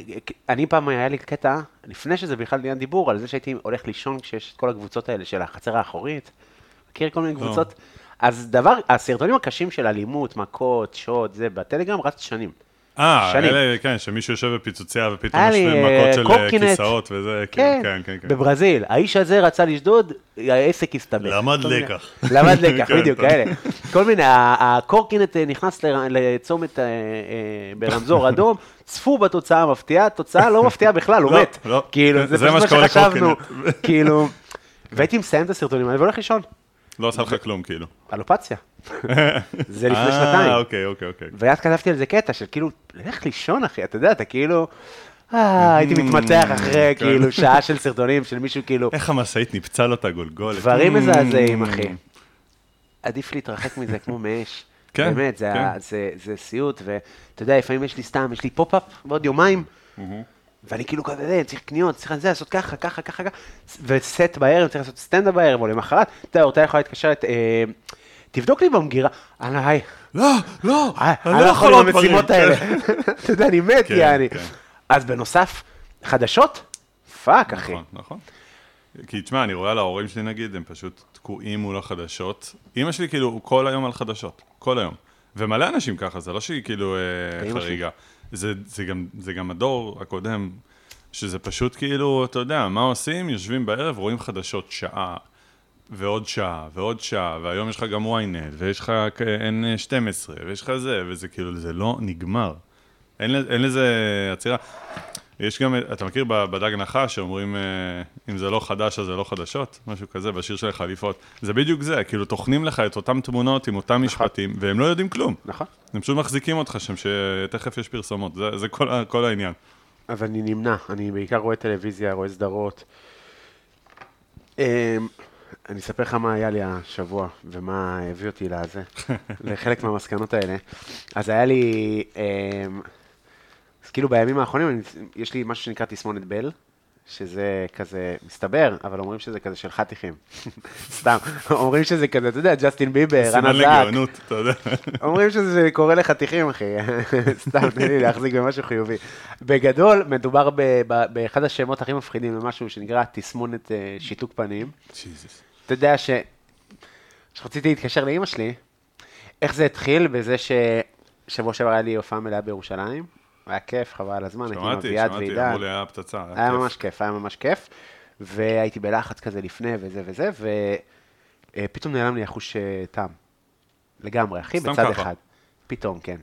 Speaker 2: אני פעם היה לי קטע, לפני שזה בכלל נהיה דיבור, על זה שהייתי הולך לישון כשיש את כל הקבוצות האלה של החצר האחורית, מכיר כל מיני קבוצות? אז דבר, הסרטונים הקשים של אלימות, מכות, שוד, זה, בטלגרם רץ שנים.
Speaker 3: אה,
Speaker 2: שנים.
Speaker 3: אלה, כן, שמישהו יושב בפיצוצייה ופתאום
Speaker 2: היה
Speaker 3: יש
Speaker 2: לי,
Speaker 3: להם
Speaker 2: אה,
Speaker 3: מכות של אה,
Speaker 2: קורקינט.
Speaker 3: כיסאות וזה,
Speaker 2: כן,
Speaker 3: כן, כן, כן. כן.
Speaker 2: בברזיל, האיש הזה רצה לשדוד, העסק הסתבך.
Speaker 3: למד
Speaker 2: כל מיני-
Speaker 3: לקח.
Speaker 2: למד לקח,
Speaker 3: כן,
Speaker 2: בדיוק,
Speaker 3: טוב.
Speaker 2: כאלה. כל מיני, ה- הקורקינט אה, נכנס ל- לצומת אה, אה, ברמזור אדום, צפו בתוצאה המפתיעה, תוצאה לא מפתיעה בכלל, הוא
Speaker 3: לא,
Speaker 2: מת.
Speaker 3: לא.
Speaker 2: כאילו,
Speaker 3: זה
Speaker 2: זה
Speaker 3: מה
Speaker 2: פשוט מה
Speaker 3: שקורה
Speaker 2: שחשבנו,
Speaker 3: לקורקינט.
Speaker 2: כאילו, והייתי מסיים את הסרטונים האלה והולך לישון,
Speaker 3: לא עשה לך כלום, כאילו.
Speaker 2: אלופציה. זה לפני
Speaker 3: אה,
Speaker 2: שנתיים.
Speaker 3: אוקיי, אוקיי, אוקיי.
Speaker 2: ואז כתבתי על זה קטע של כאילו, לך לישון אחי, אתה יודע, אתה כאילו, אה, הייתי מתמתח אחרי
Speaker 3: Mm, כן.
Speaker 2: כאילו שעה של סרטונים של מישהו כאילו,
Speaker 3: איך המשאית ניפצה לו את הגולגולת.
Speaker 2: דברים
Speaker 3: Mm.
Speaker 2: מזעזעים, אחי. עדיף להתרחק מזה כמו מאש.
Speaker 3: כן,
Speaker 2: באמת, זה,
Speaker 3: כן.
Speaker 2: ה- זה, זה סיוט, ואתה יודע, לפעמים יש לי סתם, יש לי פופ-אפ בעוד יומיים,
Speaker 3: Mm-hmm.
Speaker 2: ואני כאילו כזה, "אה, צריך קניות, צריך זה, לעשות ככה, ככה, ככה, ככה, וסט בערב, צריך לעשות סטנדאפ בערב, או למחרת, אתה יודע, אותה יכולה להתקשר, את, אה, תבדוק לי במגירה, אהלן, היי,
Speaker 3: לא, לא,
Speaker 2: אה, אני לא יכול עם המשימות האלה. אתה יודע, אני מת,
Speaker 3: כן,
Speaker 2: יעני.
Speaker 3: כן.
Speaker 2: אז בנוסף, חדשות? פאק, אחי.
Speaker 3: נכון, נכון. כי תשמע, אני רואה על ההורים שלי נגיד, הם פשוט תקועים מול החדשות. אימא שלי כאילו הוא כל היום על חדשות, כל היום. ומלא אנשים ככה, זה לא שהיא כאילו אה,
Speaker 2: ואימא שלי?
Speaker 3: חריגה. זה, זה, גם, זה גם הדור הקודם, שזה פשוט כאילו, אתה יודע, מה עושים? יושבים בערב, רואים חדשות שעה, ועוד שעה, ועוד שעה, והיום יש לך גם ynet, ויש לך כ- N12, ויש לך זה, וזה כאילו, זה לא נגמר. אין, לזה- אין לזה עצירה. יש גם, אתה מכיר ב- בדג נחש שאומרים, אה, אם זה לא חדש אז זה לא חדשות? משהו כזה, בשיר של החליפות. זה בדיוק זה, כאילו טוחנים לך את אותם תמונות עם אותם משפטים, והם לא יודעים כלום.
Speaker 2: נכון.
Speaker 3: הם פשוט מחזיקים אותך שם, שתכף יש פרסומות, זה, זה כל, ה- כל העניין.
Speaker 2: אז אני נמנע, אני בעיקר רואה טלוויזיה, רואה סדרות. אמ, אני אספר לך מה היה לי השבוע, ומה הביא אותי לזה, לחלק מהמסקנות האלה. אז היה לי, אמ, אז כאילו בימים האחרונים, אני- יש לי משהו שנקרא תסמונת בל, שזה כזה, מסתבר, אבל אומרים שזה כזה של חתיכים. סתם, אומרים שזה כזה, אתה יודע, ג'סטין ביבר, רנה
Speaker 3: סימן
Speaker 2: זק,
Speaker 3: לגאונות, אתה יודע.
Speaker 2: אומרים שזה קורה לחתיכים, אחי. סתם, תן לי להחזיק במשהו חיובי. בגדול, מדובר ב- ב- באחד השמות הכי מפחידים למשהו שנקרא תסמונת אה, שיתוק פנים.
Speaker 3: Jesus.
Speaker 2: אתה יודע ש... כשרציתי להתקשר לאימא שלי, איך זה התחיל בזה ש... שבוע שעבר היה לי הופעה מלאה בירושלים, היה כיף, חבל על הזמן, הייתי עם
Speaker 3: שמעתי,
Speaker 2: אביעד
Speaker 3: שמעתי,
Speaker 2: ועידן.
Speaker 3: אמרו לי, היה פצצה.
Speaker 2: היה
Speaker 3: כיף."
Speaker 2: ממש כיף, היה ממש כיף. והייתי בלחץ כזה לפני וזה וזה, ופתאום נעלם לי החוש אה, טעם. לגמרי, אחי,
Speaker 3: סתם
Speaker 2: בצד
Speaker 3: ככה.
Speaker 2: אחד. פתאום, כן.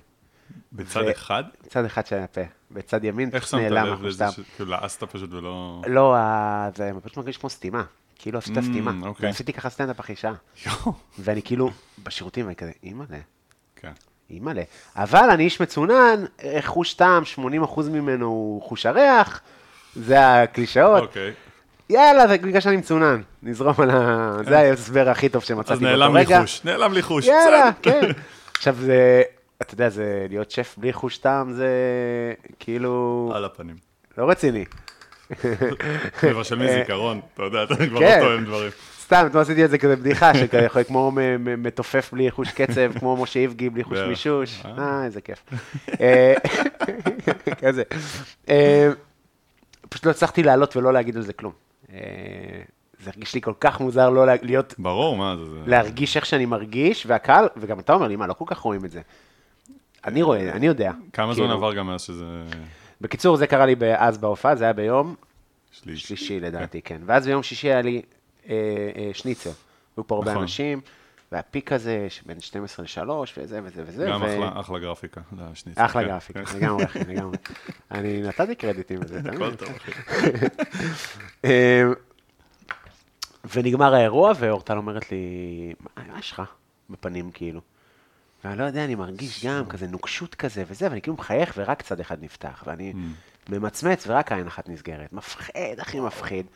Speaker 3: בצד
Speaker 2: ו-
Speaker 3: אחד?
Speaker 2: בצד אחד של הפה. בצד ימין,
Speaker 3: איך
Speaker 2: פשוט
Speaker 3: שמת
Speaker 2: נעלם
Speaker 3: לב
Speaker 2: החוש
Speaker 3: לזה
Speaker 2: טעם.
Speaker 3: שכאילו לעסת פשוט ולא...
Speaker 2: לא, ה- זה פשוט מרגיש כמו סתימה. כאילו עשית
Speaker 3: Mm,
Speaker 2: סתימה.
Speaker 3: אוקיי.
Speaker 2: ועשיתי ככה סטנדאפ אחרי שעה.
Speaker 3: יואו.
Speaker 2: ואני כאילו, בשירותים, ואני כזה, אימא'לה,
Speaker 3: כן.
Speaker 2: אימא'לה. אבל אני איש מצונן, אה, חוש טעם, 80% ממנו הוא חוש הריח, זה הקלישאות.
Speaker 3: אוקיי.
Speaker 2: יאללה, זה בגלל שאני מצונן, נזרום על ה... זה ההסבר הכי טוב שמצאתי
Speaker 3: כן. אז
Speaker 2: באותו רגע.
Speaker 3: נעלם לי חוש, נעלם לי חוש.
Speaker 2: יאללה,
Speaker 3: בסדר.
Speaker 2: כן. עכשיו זה, אתה יודע, זה להיות שף בלי חוש טעם זה כאילו
Speaker 3: על הפנים.
Speaker 2: לא רציני.
Speaker 3: מבשל מזיכרון, אתה יודע, אתה כבר
Speaker 2: אה, כן.
Speaker 3: לא טוען דברים.
Speaker 2: סתם, אתמול עשיתי את זה כזה בדיחה, שכזה כמו מ- מ- מתופף בלי חוש קצב, כמו משה איבגי בלי חוש
Speaker 3: בערך.
Speaker 2: מישוש.
Speaker 3: אה.
Speaker 2: אה, איזה כיף. אה, כזה. אה, פשוט לא הצלחתי לעלות ולא להגיד על זה כלום. אה, זה הרגיש לי כל כך מוזר לא לה- להיות
Speaker 3: ברור, מה זה? זה-
Speaker 2: להרגיש איך שאני מרגיש, והקהל, וגם אתה אומר לי, מה, לא כל כך רואים את זה. אני רואה, אני יודע.
Speaker 3: כמה זמן
Speaker 2: כאילו,
Speaker 3: עבר גם מאז שזה...
Speaker 2: בקיצור, זה קרה לי ב- אז בהופעה, זה היה ביום
Speaker 3: שליש.
Speaker 2: שלישי לדעתי, כן. ואז ביום שישי היה לי אה, אה, שניצל. היו פה הרבה
Speaker 3: נכון.
Speaker 2: אנשים, והפיק הזה שבין 12 ל-3, וזה וזה וזה.
Speaker 3: גם
Speaker 2: ו-
Speaker 3: אחלה- אחלה גרפיקה. לשניצל,
Speaker 2: אחלה
Speaker 3: כן.
Speaker 2: גרפיקה,
Speaker 3: כן.
Speaker 2: לגמרי, אחי, לגמרי. אני נתתי קרדיטים לזה, תאמין לי.
Speaker 3: הכל טוב, אחי.
Speaker 2: אמ, ונגמר האירוע, ואורטל אומרת לי, "מה- מה יש לך? בפנים, כאילו. ואני לא יודע, אני מרגיש גם כזה נוקשות כזה וזה, ואני כאילו מחייך ורק צד אחד נפתח, ואני ממצמץ ורק עין אחת נסגרת. מפחיד, הכי מפחיד.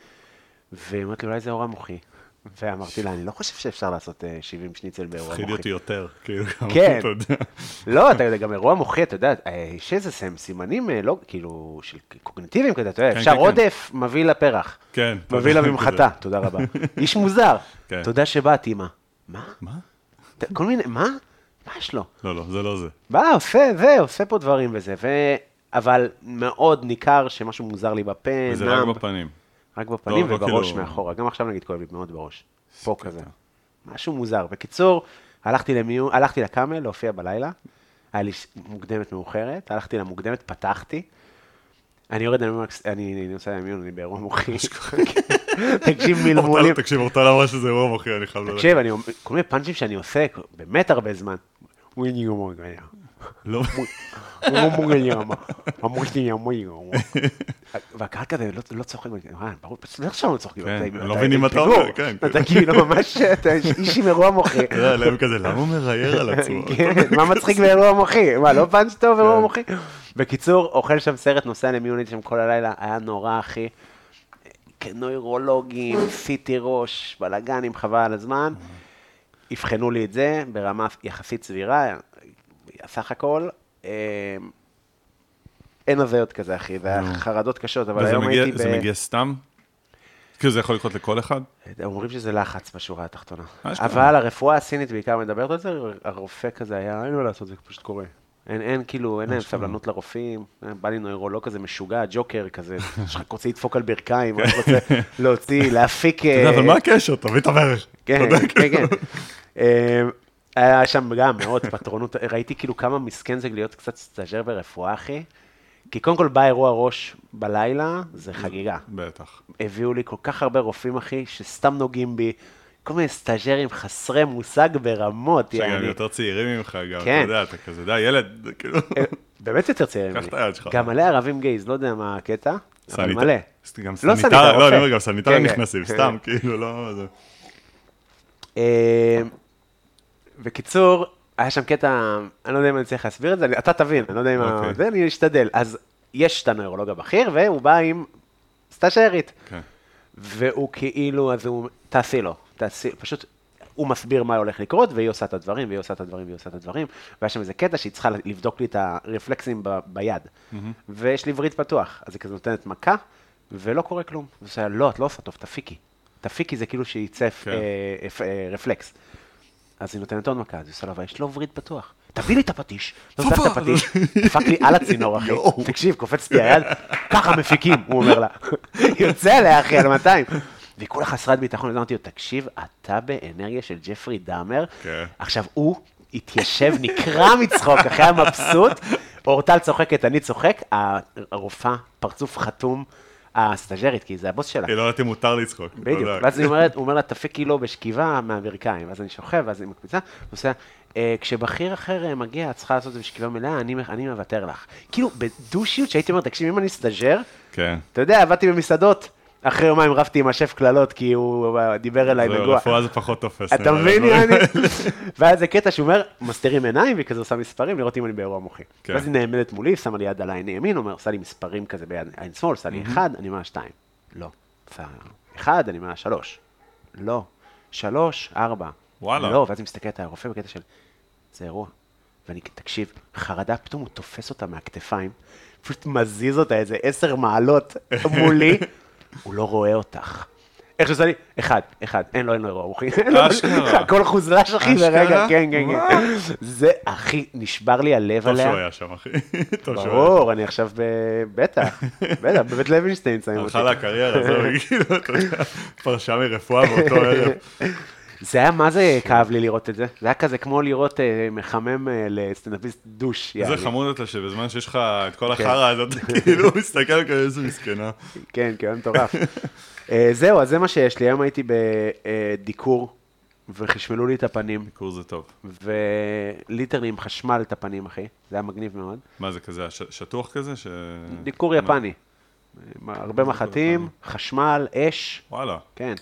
Speaker 2: והיא אומרת לי, אולי זה אור המוחי. ואמרתי לה, אני לא חושב שאפשר לעשות אה, 70 שניצל באירוע מוחי.
Speaker 3: הפחיד אותי יותר, כאילו, כמה
Speaker 2: כן.
Speaker 3: אתה יודע.
Speaker 2: לא, אתה יודע, גם אירוע מוחי, אתה יודע, אה, יש איזה סם- סימנים, אה, לא, כאילו, של קוגניטיביים כזה, אתה יודע,
Speaker 3: כן,
Speaker 2: אפשר
Speaker 3: כן, כן.
Speaker 2: עודף, מביא לפרח.
Speaker 3: כן,
Speaker 2: מביא
Speaker 3: אתה
Speaker 2: לה
Speaker 3: יודע,
Speaker 2: ממחטה, תודה רבה. איש מוזר.
Speaker 3: כן.
Speaker 2: תודה שבאת, אמא. מה?
Speaker 3: מה?
Speaker 2: ת- כל מיני, מה? מה יש לו?
Speaker 3: לא, לא, זה לא זה.
Speaker 2: בא, עושה זה, עושה פה דברים וזה, ו... אבל מאוד ניכר שמשהו מוזר לי בפה,
Speaker 3: וזה רק
Speaker 2: נם,
Speaker 3: בפנים.
Speaker 2: רק בפנים
Speaker 3: לא, לא
Speaker 2: ובראש
Speaker 3: כאילו-
Speaker 2: מאחורה. גם עכשיו נגיד כואב לי מאוד בראש. פה כזה. משהו מוזר. בקיצור, הלכתי למיון, הלכתי לקאמל להופיע בלילה, היה לי ש- מוקדמת מאוחרת, הלכתי למוקדמת, פתחתי. אני יורד למיון, אני אני נוסע למיון, אני באירוע מוחי. תקשיב מלמולים.
Speaker 3: אורטל, כן. לא תקשיב, לא אורטל אמרה שזה אירוע מוחי, אני חייב ללכת.
Speaker 2: תקשיב, אני אומר, כל מיני פאנצ'ים שאני עושה באמת הרבה זמן. וויניו מורגניה.
Speaker 3: לא,
Speaker 2: אמרתי אמרו והקהל כזה לא- לא צוחק, ואני כזה, "אה, ברור, פשוט איך שם לא צוחקים,
Speaker 3: כן,
Speaker 2: אתה-
Speaker 3: הם לא
Speaker 2: אתה-
Speaker 3: מבינים
Speaker 2: הם
Speaker 3: מה אתה
Speaker 2: פיגור.
Speaker 3: אומר, כן,
Speaker 2: אתה כאילו ממש, אתה איש עם אירוע מוחי.
Speaker 3: אתה יודע, להם כזה, למה הוא מראייר על עצמו? כן.
Speaker 2: כן, מה מצחיק באירוע מוחי? מה, לא פאנץ' טוב באירוע מוחי? בקיצור, אוכל שם סרט, נוסע למיונית שם כל הלילה, היה נורא, אחי. כנוירולוגים, סיטי ראש, בלאגנים, חבל על הזמן. אבחנו לי את זה ברמה יחסית סבירה, סך הכל. אה, אין הזיות כזה, אחי, זה היה
Speaker 3: נו.
Speaker 2: חרדות קשות, אבל
Speaker 3: אה. וזה
Speaker 2: היום
Speaker 3: מגיע-
Speaker 2: הייתי ב... אה,
Speaker 3: זה מגיע סתם? כאילו, זה יכול לקרות לכל אחד?
Speaker 2: אומרים שזה לחץ בשורה התחתונה.
Speaker 3: אשכרה.
Speaker 2: אבל הרפואה הסינית בעיקר מדברת על זה, הרופא כזה היה, אין מה לעשות, זה פשוט קורה. אין, אין כאילו, אין להם סבלנות לרופאים, אה, בא לי נוירולוג לא כזה משוגע, ג'וקר כזה, יש לך רוצה לדפוק על ברכיים, רק רוצה להוציא, להפיק... אה,
Speaker 3: אתה יודע, אבל מה הקשר? תביא את הברך. אתה
Speaker 2: כן,
Speaker 3: יודע,
Speaker 2: כן,
Speaker 3: כאילו.
Speaker 2: כן. אמ, היה שם גם מאוד פטרונות, ראיתי כאילו כמה מסכן זה להיות קצת סטאז'ר ברפואה, אחי. כי קודם כל בא אירוע ראש בלילה, זה חגיגה.
Speaker 3: בטח.
Speaker 2: הביאו לי כל כך הרבה רופאים, אחי, שסתם נוגעים בי, כל מיני סטאז'רים חסרי מושג ברמות,
Speaker 3: שגם
Speaker 2: יעני.
Speaker 3: יותר צעירים ממך, גם, אתה
Speaker 2: כן.
Speaker 3: יודע, אתה כזה, די, ילד, זה כאילו,
Speaker 2: אה, באמת יותר צעירים.
Speaker 3: קח את היד שלך.
Speaker 2: גם מלא ערבים גייז, לא יודע מה הקטע, אבל
Speaker 3: סניט-
Speaker 2: מלא.
Speaker 3: גם
Speaker 2: לא
Speaker 3: סניטר,
Speaker 2: סניטר,
Speaker 3: לא,
Speaker 2: רופא.
Speaker 3: אני אומר, גם סניטרים
Speaker 2: כן, כן.
Speaker 3: נכנסים, סתם, כאילו, לא... זה-
Speaker 2: אה, בקיצור, היה שם קטע, אני לא יודע אם אני צריך להסביר את זה, אני- אתה תבין, אני לא יודע אם... ה-
Speaker 3: אוקיי.
Speaker 2: זה, אני אשתדל. אז יש את הנוירולוג הבכיר, והוא בא עם סטאז'רית.
Speaker 3: כן.
Speaker 2: והוא כאילו, אז הוא, תעשי לו, תעשי, פשוט, הוא מסביר מה הולך לקרות, והיא עושה את הדברים, והיא עושה את הדברים, והיא עושה את הדברים, והיה שם איזה קטע שהיא צריכה לבדוק לי את הרפלקסים ב, ביד, ויש לי וריד פתוח, אז היא כזה נותנת מכה, ולא קורה כלום. אז היא עושה, לא, את לא עושה טוב, תפיקי. תפיקי זה כאילו שייצף
Speaker 3: כן.
Speaker 2: אה, אה, אה, רפלקס. אז היא נותנת עוד מכה, אז היא עושה לה, אבל יש לו וריד פתוח. תביא לי את הפטיש. לא צריך את הפטיש, דפק לי על הצינור, אחי. תקשיב, קופצת לי היד, ככה מפיקים, הוא אומר לה. יוצא עליה, אחי, על 200. והיא כולה חסרת ביטחון, אז אמרתי לו, תקשיב, אתה באנרגיה של ג'פרי דאמר,
Speaker 3: כן.
Speaker 2: עכשיו הוא התיישב, נקרע מצחוק, אחי היה מבסוט. אורטל צוחקת, אני צוחק, הרופאה, פרצוף חתום, הסטאג'רית, כי זה הבוס שלה.
Speaker 3: היא לא יודעת אם מותר לצחוק.
Speaker 2: בדיוק,
Speaker 3: אתה יודע.
Speaker 2: ואז היא אומרת, הוא אומר לה, תפיקי לו בשכיבה מהברכיים, ואז אני שוכב, ואז היא מקפיצה, הוא עושה, "אה, כשבכיר אחר אה, מגיע, את צריכה לעשות את זה בשכיבה מלאה, אני- אני מוותר לך. כאילו, בדו-שיות שהייתי אומר, תקשיב, אם אני סטאג'ר,
Speaker 3: כן.
Speaker 2: אתה יודע, עבדתי במסעדות, אחרי יומיים רבתי עם השף קללות, כי הוא אה, דיבר אליי
Speaker 3: זהו,
Speaker 2: נגוע.
Speaker 3: רפואה זה פחות תופס.
Speaker 2: אתה
Speaker 3: נראה לי,
Speaker 2: מבין,
Speaker 3: הדברים
Speaker 2: יעני?
Speaker 3: האלה.
Speaker 2: והיה איזה קטע שהוא אומר, מסתירים עיניים, והיא כזה עושה מספרים, לראות אם אני באירוע מוחי.
Speaker 3: כן.
Speaker 2: ואז היא נעמדת מולי, שמה לי יד על העין ימין, אומר, עושה לי מספרים כזה ביד עין שמאל, עושה לי אחד, אני מעל שתיים. לא. עושה אחד, אני מעל שלוש. לא. שלוש, ארבע.
Speaker 3: וואלה.
Speaker 2: לא, ואז היא מסתכלת על הרופא בקטע של, זה אירוע. ואני, תקשיב, חרדה, פתאום הוא תופס אותה מהכתפיים, פשוט מזיז אותה איזה עשר מעלות מולי, הוא לא רואה אותך. איך שזה לי, אחד, אחד, אין לו, אין לו אירוע מוחי.
Speaker 3: אה, אשכרה.
Speaker 2: הכל חוזל"ש, אחי,
Speaker 3: אשכרה?
Speaker 2: ורגע, כן, כן, כן. זה, אחי, נשבר לי הלב
Speaker 3: טוב
Speaker 2: עליה.
Speaker 3: שהוא היה שם, אחי. טוב שהוא היה.
Speaker 2: ברור, אני עכשיו ב... בטח, בטח, בבית לוינשטיין שמים אותי.
Speaker 3: הלכה לה הקריירה, זהו, היא כאילו, אתה יודע, פרשה מרפואה באותו ערב.
Speaker 2: זה היה, מה זה כאב לי לראות את זה? זה היה כזה כמו לראות אה, מחמם אה, לסטנדאפיסט דוש.
Speaker 3: איזה
Speaker 2: יעני.
Speaker 3: חמוד אתה שבזמן שיש לך את כל
Speaker 2: כן.
Speaker 3: החרא הזאת, כאילו, מסתכל כזה, איזה מסכנה.
Speaker 2: כן, כן, מטורף. אה, זהו, אז זה מה שיש לי. היום הייתי בדיקור, וחשמלו לי את הפנים,
Speaker 3: ביקור זה טוב.
Speaker 2: וליטרלי עם חשמל את הפנים, אחי. זה היה מגניב מאוד.
Speaker 3: מה זה כזה, הש- שטוח כזה? ש-
Speaker 2: דיקור יפני. אה, הרבה מחטים,
Speaker 3: יפני.
Speaker 2: חשמל, אש,
Speaker 3: וואלה.
Speaker 2: כן.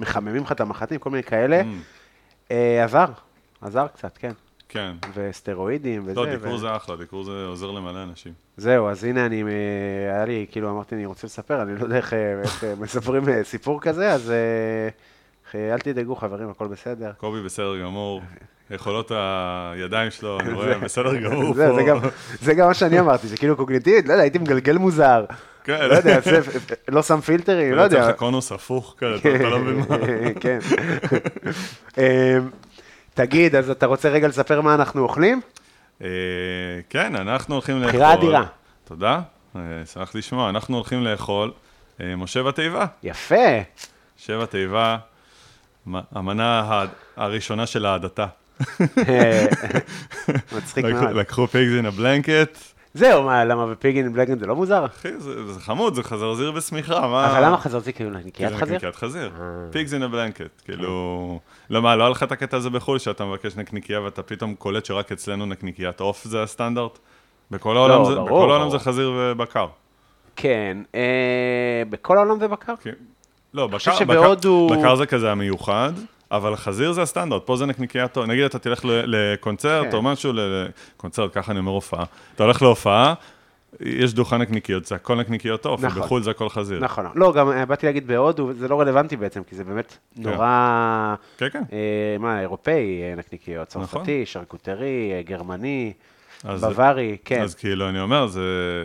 Speaker 2: מחממים לך את המחטים, כל מיני
Speaker 3: Mm.
Speaker 2: כאלה. אה, עזר, עזר קצת, כן.
Speaker 3: כן.
Speaker 2: וסטרואידים וזה.
Speaker 3: לא, דיקור
Speaker 2: ו-
Speaker 3: זה אחלה, דיקור זה עוזר למלא אנשים.
Speaker 2: זהו, אז הנה אני, אה, היה לי, כאילו, אמרתי, אני רוצה לספר, אני לא יודע איך, אה, איך אה, מספרים אה, סיפור כזה, אז אה, אחי, אל תדאגו, חברים, הכל בסדר.
Speaker 3: קובי בסדר גמור, יכולות הידיים שלו, אני רואה, בסדר גמור
Speaker 2: זה, זה, גם,
Speaker 3: פה.
Speaker 2: זה גם מה שאני אמרתי, שכאילו קוגניטיבית, לא יודע, הייתי מגלגל מוזר.
Speaker 3: כן.
Speaker 2: לא יודע, זה, לא שם פילטרים, לא יודע.
Speaker 3: יוצא לך קונוס הפוך כזה, אתה אתה לא מבין מה.
Speaker 2: כן. אמ, תגיד, אז אתה רוצה רגע לספר מה אנחנו אוכלים?
Speaker 3: אה, כן, אנחנו הולכים לאכול.
Speaker 2: בחירה אדירה.
Speaker 3: תודה, אה, שמח לשמוע. אנחנו הולכים לאכול אה, משה בתיבה.
Speaker 2: יפה.
Speaker 3: שבע תיבה, מ- המנה ה- הראשונה של ההדתה.
Speaker 2: אה, מצחיק
Speaker 3: לקחו-
Speaker 2: מאוד.
Speaker 3: לקחו פיגז אין הבלנקט.
Speaker 2: זהו, מה, למה בפיגין ובלגן זה לא מוזר?
Speaker 3: אחי, זה זה חמוד, זה חזרזיר בשמיכה, מה...
Speaker 2: אבל למה חזרתי כאילו נקיית
Speaker 3: כי זה
Speaker 2: חזיר? אה.
Speaker 3: נקניקיית חזיר, פיגס אין הבלנקט, כאילו... לא, מה, לא היה לך את הקטע הזה בחו"ל, שאתה מבקש נקניקייה ואתה פתאום קולט שרק אצלנו נקניקיית עוף זה הסטנדרט? בכל העולם זה-
Speaker 2: לא, ברור,
Speaker 3: בכל העולם
Speaker 2: ברור.
Speaker 3: זה חזיר ובקר.
Speaker 2: כן, אה, בכל העולם זה בקר?
Speaker 3: כי- לא,
Speaker 2: חושב
Speaker 3: בקר,
Speaker 2: שבהודו-
Speaker 3: בקר- בקר זה כזה המיוחד, אבל חזיר זה הסטנדרט, פה זה נקניקיית, עוף. נגיד אתה תלך ל- לקונצרט
Speaker 2: כן.
Speaker 3: או משהו, ל- לקונצרט, ככה אני אומר הופעה, אתה הולך להופעה, יש דוכן נקניקיות, זה הכל נקניקיות עוף,
Speaker 2: נכון.
Speaker 3: ובחו"ל זה הכל חזיר.
Speaker 2: נכון, לא, גם אה, באתי להגיד בהודו, זה לא רלוונטי בעצם, כי זה באמת נורא,
Speaker 3: כן, כן.
Speaker 2: אה, מה, אירופאי, אה, נקניקיות,
Speaker 3: נכון.
Speaker 2: צרפתי, שרקוטרי, אה, גרמני,
Speaker 3: אז-
Speaker 2: בווארי, כן.
Speaker 3: אז כאילו, אני אומר, זה...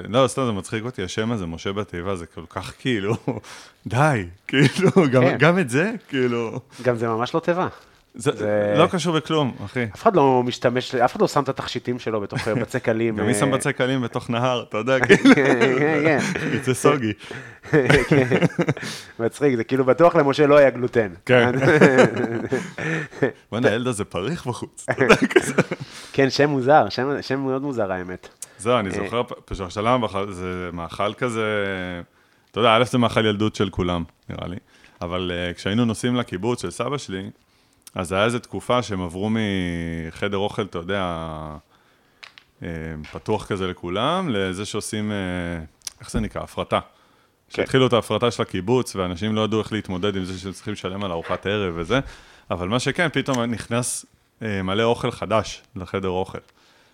Speaker 3: לא, סתם, זה מצחיק אותי, השם הזה, משה בתיבה, זה כל כך כאילו, די, כאילו,
Speaker 2: כן.
Speaker 3: גם, גם את זה, כאילו...
Speaker 2: גם זה ממש לא תיבה.
Speaker 3: זה,
Speaker 2: זה-
Speaker 3: זה... לא קשור בכלום, אחי.
Speaker 2: אף אחד לא משתמש, אף אחד לא שם את התכשיטים שלו בתוך אה, בצק אלים.
Speaker 3: גם מי
Speaker 2: אה,
Speaker 3: שם בצק קלים בתוך נהר, אתה יודע, כאילו,
Speaker 2: כן, כן,
Speaker 3: יצא סוגי.
Speaker 2: כן. מצחיק, זה כאילו בטוח למשה לא היה גלוטן.
Speaker 3: כן. בוא'נה, הילד הזה פריך בחוץ. אתה יודע, כזה.
Speaker 2: כן, שם מוזר, שם- שם מאוד מוזר האמת.
Speaker 3: זהו,
Speaker 2: אה.
Speaker 3: אני זוכר, פשושלם זה מאכל כזה, אתה יודע, א' זה מאכל ילדות של כולם, נראה לי, אבל אה, כשהיינו נוסעים לקיבוץ של סבא שלי, אז היה איזו תקופה שהם עברו מחדר אוכל, אתה יודע, אה, פתוח כזה לכולם, לזה שעושים, אה, איך זה נקרא? הפרטה. כשהתחילו את ההפרטה של הקיבוץ, ואנשים לא ידעו איך להתמודד עם זה שהם צריכים לשלם על ארוחת ערב וזה, אבל מה שכן, פתאום נכנס אה, מלא אוכל חדש לחדר אוכל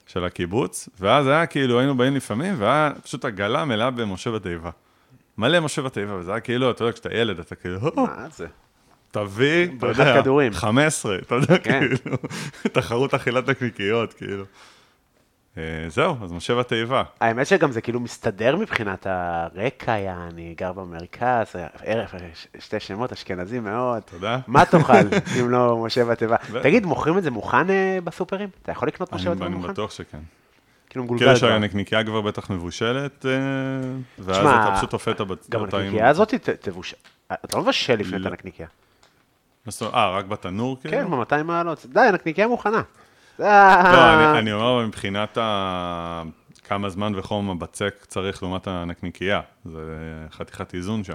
Speaker 3: של הקיבוץ, ואז היה כאילו, היינו באים לפעמים, והיה פשוט עגלה מלאה במשה בתיבה. מלא משה בתיבה, וזה היה כאילו, אתה יודע, כשאתה ילד, אתה כאילו, "הו,
Speaker 2: מה זה?
Speaker 3: תביא, אתה
Speaker 2: בריכת
Speaker 3: יודע,
Speaker 2: כן, כדורים.
Speaker 3: 15, אתה יודע,
Speaker 2: כן.
Speaker 3: כאילו, תחרות אכילת נקניקיות, כאילו. אה, זהו, אז משה בתיבה.
Speaker 2: האמת שגם זה כאילו מסתדר מבחינת הרקע, יא, אני גר במרכז, ערב, ש- שתי שמות, אשכנזים מאוד.
Speaker 3: תודה.
Speaker 2: מה תאכל אם לא משה בתיבה?
Speaker 3: בטח.
Speaker 2: תגיד, מוכרים את זה מוכן אה, בסופרים? אתה יכול לקנות משה
Speaker 3: אני
Speaker 2: בתיבה
Speaker 3: אני
Speaker 2: מוכן?
Speaker 3: בטוח שכן.
Speaker 2: כאילו
Speaker 3: כאילו
Speaker 2: מגולגל כבר.
Speaker 3: שהנקניקיה כבר בטח מבושלת, אה, ואז
Speaker 2: תשמע,
Speaker 3: אתה פשוט אופה את הבת...
Speaker 2: גם
Speaker 3: אותה עם-
Speaker 2: הנקניקייה הזאת ת- תבושל. אתה לא מבשל לפני את
Speaker 3: לא.
Speaker 2: הנקניקייה.
Speaker 3: מה זאת אומרת? אה, רק בתנור כאילו?
Speaker 2: כן, ב-200 מעלות. די, הנקניקייה מוכנה.
Speaker 3: לא, אני- אני אומר, אבל מבחינת ה... כמה זמן וחום הבצק צריך לעומת הנקניקייה. זה חתיכת איזון שם.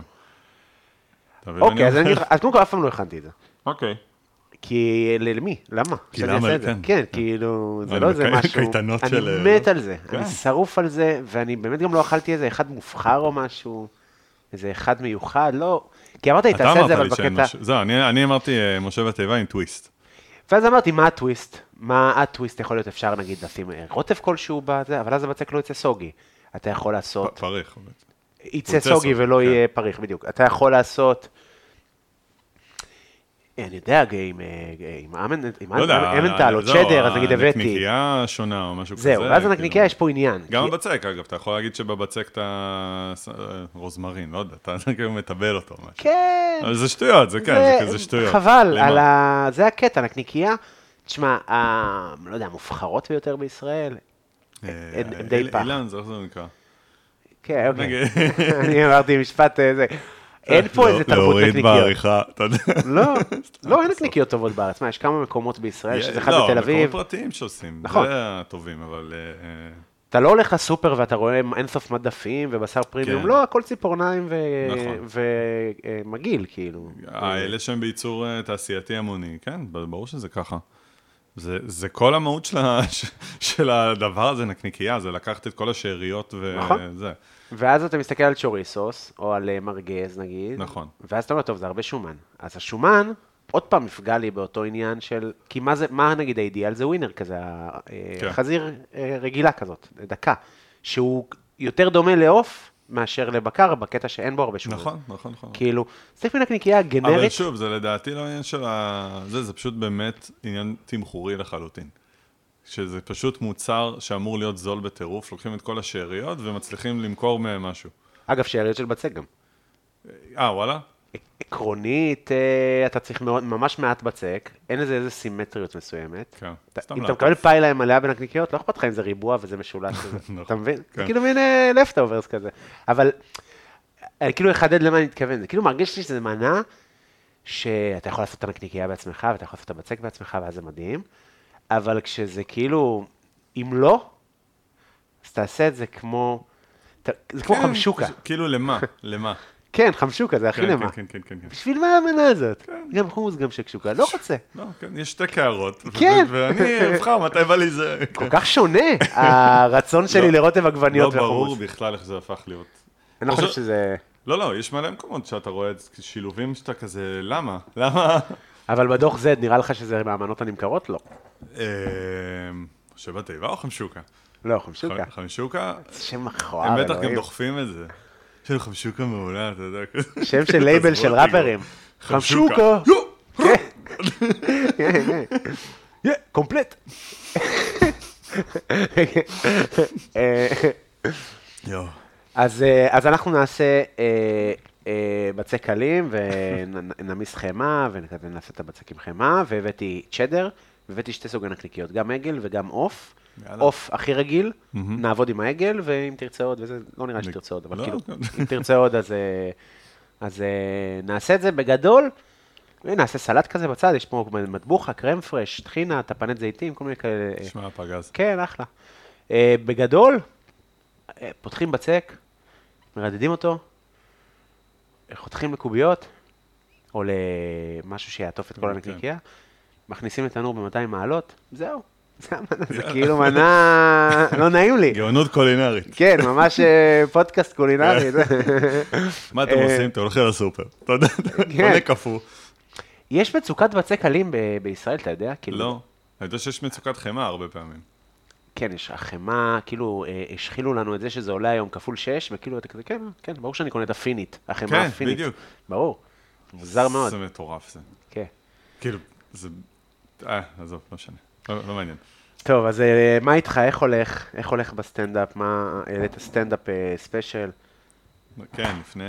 Speaker 3: אתה מבין מה
Speaker 2: אוקיי, אז
Speaker 3: אומר?
Speaker 2: אני- אז קודם כל אף פעם לא הכנתי את זה.
Speaker 3: אוקיי.
Speaker 2: כי למי? למה? שאני
Speaker 3: למה?
Speaker 2: אעשה את זה?
Speaker 3: כן.
Speaker 2: כן, כאילו, זה
Speaker 3: אני
Speaker 2: לא איזה
Speaker 3: בקי-
Speaker 2: משהו.
Speaker 3: קייטנות של-
Speaker 2: אני מת על זה,
Speaker 3: כן.
Speaker 2: אני שרוף על זה, ואני באמת גם לא אכלתי איזה אחד מובחר או משהו, איזה אחד מיוחד, לא... כי אמרת לי,
Speaker 3: אתה
Speaker 2: תעשה את
Speaker 3: אמרת
Speaker 2: זה, אבל
Speaker 3: לי שאין
Speaker 2: בקטע...
Speaker 3: משהו. זהו, אני אני אמרתי אה, משה בתיבה עם טוויסט.
Speaker 2: ואז אמרתי, מה הטוויסט? מה הטוויסט יכול להיות? אפשר נגיד לשים אה, רוטב כלשהו בזה, אבל אז הבצק לא יצא סוגי. אתה יכול לעשות...
Speaker 3: פ- פריך.
Speaker 2: אה, יצא סוגי ולא
Speaker 3: כן.
Speaker 2: יהיה פריך, בדיוק. אתה יכול לעשות... אה, אני יודע, עם אה, עם אמן- עם
Speaker 3: לא יודע. לא,
Speaker 2: אמנטל אה, או
Speaker 3: זהו,
Speaker 2: צ'דר, אז נגיד הבאתי.
Speaker 3: הנקניקייה שונה או משהו כזה.
Speaker 2: זהו, ואז
Speaker 3: כאילו.
Speaker 2: הנקניקייה יש פה עניין.
Speaker 3: גם
Speaker 2: כי-
Speaker 3: הבצק, אגב, אתה יכול להגיד שבבצק אתה... ש- אה, רוזמרין, לא יודע, אתה כאילו מטבל אותו. משהו.
Speaker 2: כן.
Speaker 3: אבל זה שטויות, זה כן, זה כזה שטויות.
Speaker 2: חבל,
Speaker 3: למה?
Speaker 2: על ה... זה הקטע, הנקניקייה. תשמע, ה... לא יודע, המובחרות ביותר בישראל.
Speaker 3: אה,
Speaker 2: אין- הם די
Speaker 3: איל-
Speaker 2: פח.
Speaker 3: אילן, זה איך זה נקרא?
Speaker 2: כן, אוקיי.
Speaker 3: נגיד. לא-
Speaker 2: אני אמרתי משפט אה, זה. אין פה איזה תרבות נקניקיות.
Speaker 3: אתה יודע.
Speaker 2: לא, לא, אין נקניקיות טובות בארץ. מה, יש כמה מקומות בישראל, שזה אחד
Speaker 3: לא,
Speaker 2: בתל
Speaker 3: מקומות
Speaker 2: אביב.
Speaker 3: פרטיים שעושים,
Speaker 2: נכון.
Speaker 3: זה הטובים, אבל... אה, אה,
Speaker 2: אתה לא הולך לסופר ואתה רואה אינסוף מדפים ובשר פרימיום,
Speaker 3: כן.
Speaker 2: לא, הכל ציפורניים ו-
Speaker 3: נכון.
Speaker 2: ו- אה, מגעיל, כאילו.
Speaker 3: האלה אה, שהם בייצור אה, תעשייתי המוני, כן, ב- ברור שזה ככה. זה, זה כל המהות של, ה, ש- של הדבר הזה, נקניקייה, זה לקחת את כל השאריות וזה.
Speaker 2: נכון. ואז אתה מסתכל על צ'וריסוס, או על אה, מרגז נגיד,
Speaker 3: נכון.
Speaker 2: ואז אתה אומר, טוב, זה הרבה שומן. אז השומן, עוד פעם יפגע לי באותו עניין של, כי מה זה, מה נגיד האידיאל זה ווינר כזה, ה- אה,
Speaker 3: כן.
Speaker 2: חזיר אה, רגילה כזאת, דקה, שהוא יותר דומה לעוף מאשר לבקר, בקטע שאין בו הרבה שומן.
Speaker 3: נכון, נכון, נכון.
Speaker 2: כאילו, זה כאילו נקניקייה
Speaker 3: אבל
Speaker 2: גנרית,
Speaker 3: שוב, זה לדעתי לא עניין של ה... זה, זה פשוט באמת עניין תמחורי לחלוטין. שזה פשוט מוצר שאמור להיות זול בטירוף, לוקחים את כל השאריות ומצליחים למכור מהם משהו.
Speaker 2: אגב, שאריות של בצק גם.
Speaker 3: אה, וואלה?
Speaker 2: עקרונית, אה, אתה צריך מאוד, ממש מעט בצק, אין לזה איזה סימטריות מסוימת.
Speaker 3: כן,
Speaker 2: אתה-
Speaker 3: סתם
Speaker 2: אם אתה
Speaker 3: לעקוף.
Speaker 2: מקבל פיילה עם מלאה בנקניקיות, לא אכפת לך אם זה ריבוע וזה משולש כזה,
Speaker 3: נכון,
Speaker 2: אתה מבין? זה
Speaker 3: כן.
Speaker 2: כאילו מין לפט אוברס כזה. אבל אני כאילו אחדד למה אני מתכוון, זה כאילו מרגיש לי שזה מנה שאתה יכול לעשות את הנקניקייה בעצמך, ואתה יכול לעשות את הבצק בעצמך, ואז זה מדהים, אבל כשזה כאילו, אם לא, אז תעשה את זה כמו, ת- זה כמו
Speaker 3: כן,
Speaker 2: חמשוקה.
Speaker 3: זה- כאילו, למה? למה?
Speaker 2: כן, חמשוקה, זה הכי
Speaker 3: כן,
Speaker 2: נמה.
Speaker 3: כן, כן, כן, כן.
Speaker 2: בשביל מה האמנה הזאת? גם חומוס, גם שקשוקה, לא רוצה.
Speaker 3: לא, כן, יש שתי קערות.
Speaker 2: כן.
Speaker 3: ו- ואני אבחר מתי בא לי זה.
Speaker 2: כל כך שונה הרצון שלי
Speaker 3: לא.
Speaker 2: לרוטב עגבניות
Speaker 3: לא ברור
Speaker 2: וחומוס.
Speaker 3: בכלל איך זה הפך להיות.
Speaker 2: אני לא חושב
Speaker 3: פשוט-
Speaker 2: שזה...
Speaker 3: לא, לא, יש מלא מקומות שאתה רואה את זה, שילובים שאתה כזה, למה? למה?
Speaker 2: אבל בדוח Z נראה לך שזה מהמנות הנמכרות? לא.
Speaker 3: אה, משה בתיבה או חמשוקה?
Speaker 2: לא, חמשוקה.
Speaker 3: חמשוקה,
Speaker 2: שם מכוער,
Speaker 3: נכון, הם בטח גם
Speaker 2: אלוהים.
Speaker 3: דוחפים את זה. יש לנו חמשוקה מעולה, אתה יודע. כזה.
Speaker 2: שם של לייבל של
Speaker 3: תזרוק לי
Speaker 2: ראפרים.
Speaker 3: גם.
Speaker 2: חמשוקה.
Speaker 3: יו!
Speaker 2: יא, קומפלט. אה,
Speaker 3: יו.
Speaker 2: אז אה, אז אנחנו נעשה אה, אה, בצק קלים ונמיס חמאה וכזה נעשה את הבצק עם חמאה, והבאתי צ'דר, והבאתי שתי סוגי נקניקיות, גם עגל וגם עוף.
Speaker 3: יאללה.
Speaker 2: עוף הכי רגיל, נעבוד עם העגל, ואם תרצה עוד, וזה לא נראה שתרצה עוד, אבל
Speaker 3: לא,
Speaker 2: כאילו,
Speaker 3: כן.
Speaker 2: אם תרצה עוד, אז, אה, אז אה, נעשה את זה בגדול, ונעשה סלט כזה בצד, יש פה מטבוחה, קרם פרש, טחינה, טפנט זיתים, כל מיני כאלה. אה,
Speaker 3: תשמע, פגז.
Speaker 2: כן, אחלה. אה, בגדול, אה, פותחים בצק, מרדדים אותו, אה, חותכים לקוביות, או למשהו שיעטוף את כל
Speaker 3: כן.
Speaker 2: הנקניקייה, מכניסים לתנור ב-200 מעלות, זהו. זה המנה, זה
Speaker 3: יאללה.
Speaker 2: כאילו מנה, לא נעים לי.
Speaker 3: גאונות קולינרית.
Speaker 2: כן, ממש אה, פודקאסט קולינרי. זה.
Speaker 3: מה אתם
Speaker 2: אה,
Speaker 3: עושים? אתם הולכים לסופר. אתה יודע, אתה
Speaker 2: כן.
Speaker 3: קונה קפוא.
Speaker 2: יש מצוקת בצק אלים ב- בישראל, אתה יודע? כאילו,
Speaker 3: לא. אני יודע שיש מצוקת חמאה הרבה פעמים.
Speaker 2: כן, יש החמאה, כאילו, אה, השחילו לנו את זה שזה עולה היום כפול 6, וכאילו, אתה כזה, כן, כן, ברור שאני קונה את הפינית, החמאה
Speaker 3: כן,
Speaker 2: הפינית.
Speaker 3: בדיוק.
Speaker 2: ברור. מוזר מאוד,
Speaker 3: זה מטורף זה.
Speaker 2: כן.
Speaker 3: כאילו, זה... אה, עזוב, לא משנה. לא לא מעניין.
Speaker 2: טוב, אז אה, מה איתך, איך הולך? איך הולך בסטנדאפ? מה, העלית סטנדאפ אה, ספיישל?
Speaker 3: כן, לפני...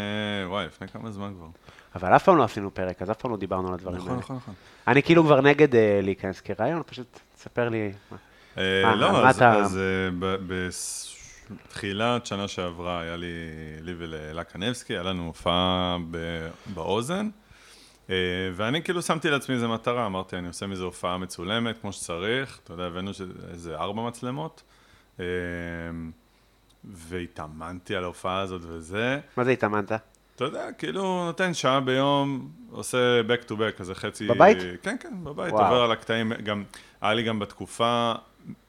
Speaker 3: וואי, לפני כמה זמן כבר.
Speaker 2: אבל אף פעם לא עשינו פרק, אז אף פעם לא דיברנו על הדברים
Speaker 3: נכון,
Speaker 2: האלה.
Speaker 3: נכון, נכון.
Speaker 2: אני כאילו כבר נגד אה, להיכנס כרעיון, פשוט תספר לי. מה-
Speaker 3: אה,
Speaker 2: מה-
Speaker 3: לא,
Speaker 2: מה
Speaker 3: אז,
Speaker 2: אתה-
Speaker 3: אז אה, ב- בתחילת שנה שעברה היה לי, לי ולאלה קנבסקי, היה לנו הופעה ב- באוזן, אה, ואני כאילו שמתי לעצמי איזה מטרה, אמרתי, אני עושה מזה הופעה מצולמת כמו שצריך, אתה יודע, הבאנו ש- איזה ארבע מצלמות, אה, והתאמנתי על ההופעה הזאת וזה.
Speaker 2: מה זה התאמנת?
Speaker 3: אתה יודע, כאילו, נותן שעה ביום, עושה back to back, כזה חצי...
Speaker 2: בבית?
Speaker 3: כן, כן, בבית,
Speaker 2: וואו.
Speaker 3: וואו. עובר על הקטעים, גם, היה לי גם בתקופה,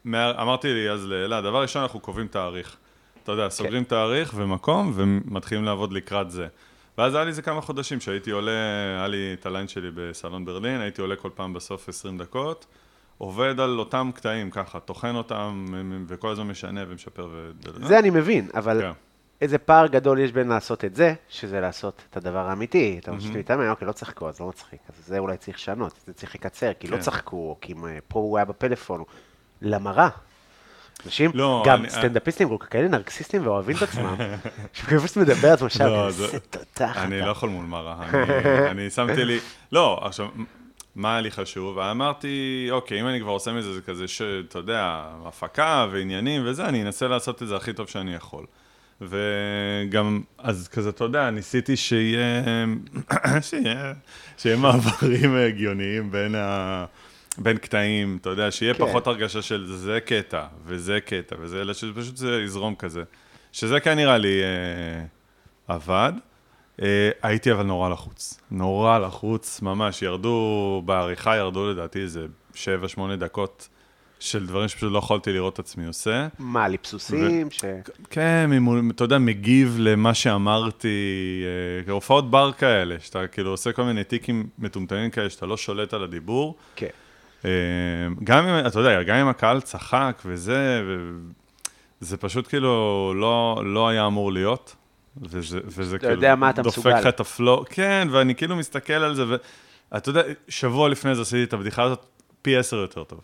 Speaker 3: מה, אמרתי לי אז לאלה, דבר ראשון, אנחנו קובעים תאריך. אתה יודע, סוגרים כן. תאריך ומקום, ומתחילים לעבוד לקראת זה. ואז היה לי זה כמה חודשים, שהייתי עולה, היה לי את הליין שלי בסלון ברלין, הייתי עולה כל פעם בסוף 20 דקות, עובד על אותם קטעים ככה, טוחן אותם, וכל הזמן משנה ומשפר ו...
Speaker 2: זה אני מבין, אבל
Speaker 3: כן.
Speaker 2: איזה פער גדול יש בין לעשות את זה, שזה לעשות את הדבר האמיתי. אתה ממשיך להתאמן, אוקיי, לא צחקו, אז לא מצחיק. אז זה אולי צריך לשנות, זה צריך לקצר, כי לא
Speaker 3: כן.
Speaker 2: צחקו, או כי אם, אה, פה הוא היה בפלאפון. למראה. אנשים,
Speaker 3: לא,
Speaker 2: גם
Speaker 3: אני-
Speaker 2: סטנדאפיסטים כל כך כאלה נרקסיסטים ואוהבים את עצמם, שכאילו מדבר על עצמו שם,
Speaker 3: לא,
Speaker 2: איזה
Speaker 3: זה-
Speaker 2: תותח
Speaker 3: אני
Speaker 2: אתה.
Speaker 3: לא יכול מול מראה, אני- אני שמתי לי, לא, עכשיו, מה היה לי חשוב? אמרתי, אוקיי, אם אני כבר עושה מזה, זה כזה שאתה יודע, הפקה ועניינים וזה, אני אנסה לעשות את זה הכי טוב שאני יכול. וגם, אז כזה, אתה יודע, ניסיתי שיהיה, שיהיה, שיהיה מעברים הגיוניים בין ה... בין קטעים, אתה יודע, שיהיה
Speaker 2: כן.
Speaker 3: כן. פחות הרגשה של זה קטע, וזה קטע, וזה, אלא שפשוט זה יזרום כזה. שזה כן נראה לי אה, עבד. אה, הייתי אבל נורא לחוץ. נורא לחוץ, ממש. ירדו, בעריכה ירדו לדעתי איזה 7-8 דקות של דברים שפשוט לא יכולתי לראות את עצמי עושה.
Speaker 2: מה, ליפסוסים, ש...
Speaker 3: כן, ממול, אתה יודע, מגיב למה שאמרתי, אה, הופעות בר כאלה, שאתה כאילו עושה כל מיני טיקים מטומטמים כאלה, שאתה לא שולט על הדיבור.
Speaker 2: כן.
Speaker 3: אה, גם אם, אתה יודע, גם אם הקהל צחק וזה, ו... זה פשוט כאילו לא, לא היה אמור להיות, וזה, וזה
Speaker 2: אתה
Speaker 3: כאילו
Speaker 2: יודע מה אתה
Speaker 3: דופק
Speaker 2: מסוגל.
Speaker 3: לך את הפלואו, כן, ואני כאילו מסתכל על זה, ואתה יודע, שבוע לפני זה עשיתי את הבדיחה הזאת פי עשר יותר טוב.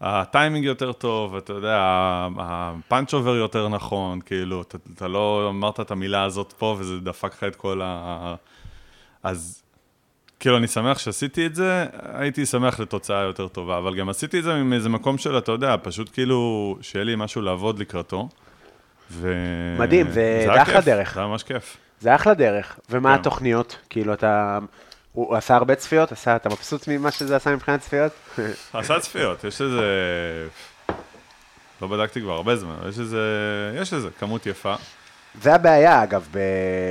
Speaker 3: הטיימינג יותר טוב, אתה יודע, ה- הפאנץ' אובר יותר נכון, כאילו, אתה, אתה לא אמרת את המילה הזאת פה וזה דפק לך את כל ה... אז כאילו, אני שמח שעשיתי את זה, הייתי שמח לתוצאה יותר טובה, אבל גם עשיתי את זה מאיזה מקום של, אתה יודע, פשוט כאילו, שיהיה לי משהו לעבוד לקראתו. ו...
Speaker 2: מדהים, זה-
Speaker 3: היה
Speaker 2: זה אחלה
Speaker 3: כיף,
Speaker 2: דרך.
Speaker 3: זה היה ממש כיף.
Speaker 2: זה אחלה דרך. ומה
Speaker 3: כן.
Speaker 2: התוכניות? כאילו, אתה... הוא הוא עשה הרבה צפיות? עשה, אתה מבסוט ממה שזה עשה מבחינת צפיות?
Speaker 3: עשה צפיות, יש איזה... לא בדקתי כבר הרבה זמן, אבל יש איזה... יש איזה כמות יפה.
Speaker 2: זה הבעיה, אגב,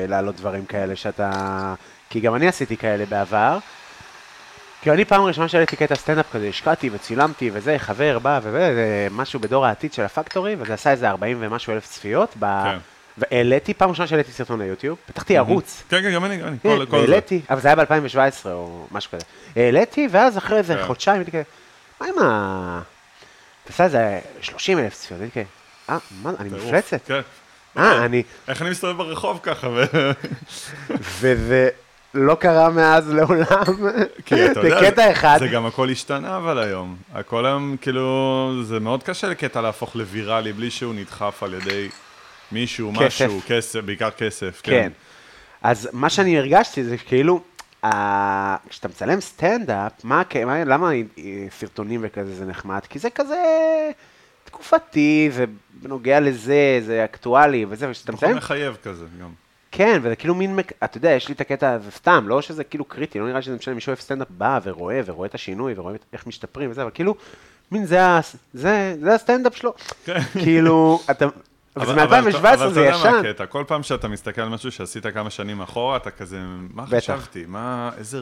Speaker 2: בלהעלות דברים כאלה שאתה... כי גם אני עשיתי כאלה בעבר. כי אני פעם ראשונה שהעליתי קטע סטנדאפ כזה, השקעתי וצילמתי וזה, חבר בא וזה, זה משהו בדור העתיד של הפקטורי, וזה עשה איזה 40 ומשהו אלף צפיות. ב...
Speaker 3: כן.
Speaker 2: והעליתי, פעם ראשונה שהעליתי סרטון ליוטיוב, פתחתי ערוץ.
Speaker 3: כן, כן, גם אני, גם אני.
Speaker 2: כן,
Speaker 3: כל, כל זה.
Speaker 2: העליתי, אבל זה היה ב-2017 או משהו כזה. העליתי, ואז אחרי איזה
Speaker 3: כן.
Speaker 2: חודשיים, הייתי כזה, מה עם ה... אתה עושה איזה 30 אלף צפיות, הייתי כזה, אה, מה, אני
Speaker 3: טירוף.
Speaker 2: מפלצת.
Speaker 3: כן.
Speaker 2: אה, אני...
Speaker 3: איך אני מסתובב ברחוב ככה, ו...
Speaker 2: וזה לא קרה מאז לעולם.
Speaker 3: כי כן, אתה יודע,
Speaker 2: זה קטע אחד.
Speaker 3: זה גם הכל השתנה אבל היום. הכל היום, כאילו, זה מאוד קשה לקטע להפוך לוויראלי בלי שהוא נדחף על ידי מישהו,
Speaker 2: כסף.
Speaker 3: משהו, כסף, בעיקר כסף,
Speaker 2: כן.
Speaker 3: כן.
Speaker 2: אז מה שאני הרגשתי זה כאילו, אה, כשאתה מצלם סטנדאפ, מה, הכ- מה- למה אה, סרטונים וכזה זה נחמד? כי זה כזה תקופתי, זה בנוגע לזה, זה אקטואלי וזה, וכשאתה
Speaker 3: מקום
Speaker 2: מצלם
Speaker 3: מחייב כזה גם.
Speaker 2: כן, וזה כאילו מין, מק- אתה יודע, יש לי את הקטע הזה סתם, לא שזה כאילו קריטי, לא נראה לי שזה משנה, מי שאוהב סטנדאפ בא ורואה, ורואה את השינוי, ורואה את- איך משתפרים וזה, אבל כאילו, מין זה, ה- זה, זה הסטנדאפ שלו. כאילו, אתה, אבל זה מ-2017, זה
Speaker 3: אבל כן. אתה יודע
Speaker 2: ישן.
Speaker 3: מה הקטע, כל פעם שאתה מסתכל על משהו שעשית כמה שנים אחורה, אתה כזה, מה
Speaker 2: בטח.
Speaker 3: חשבתי? מה, איזה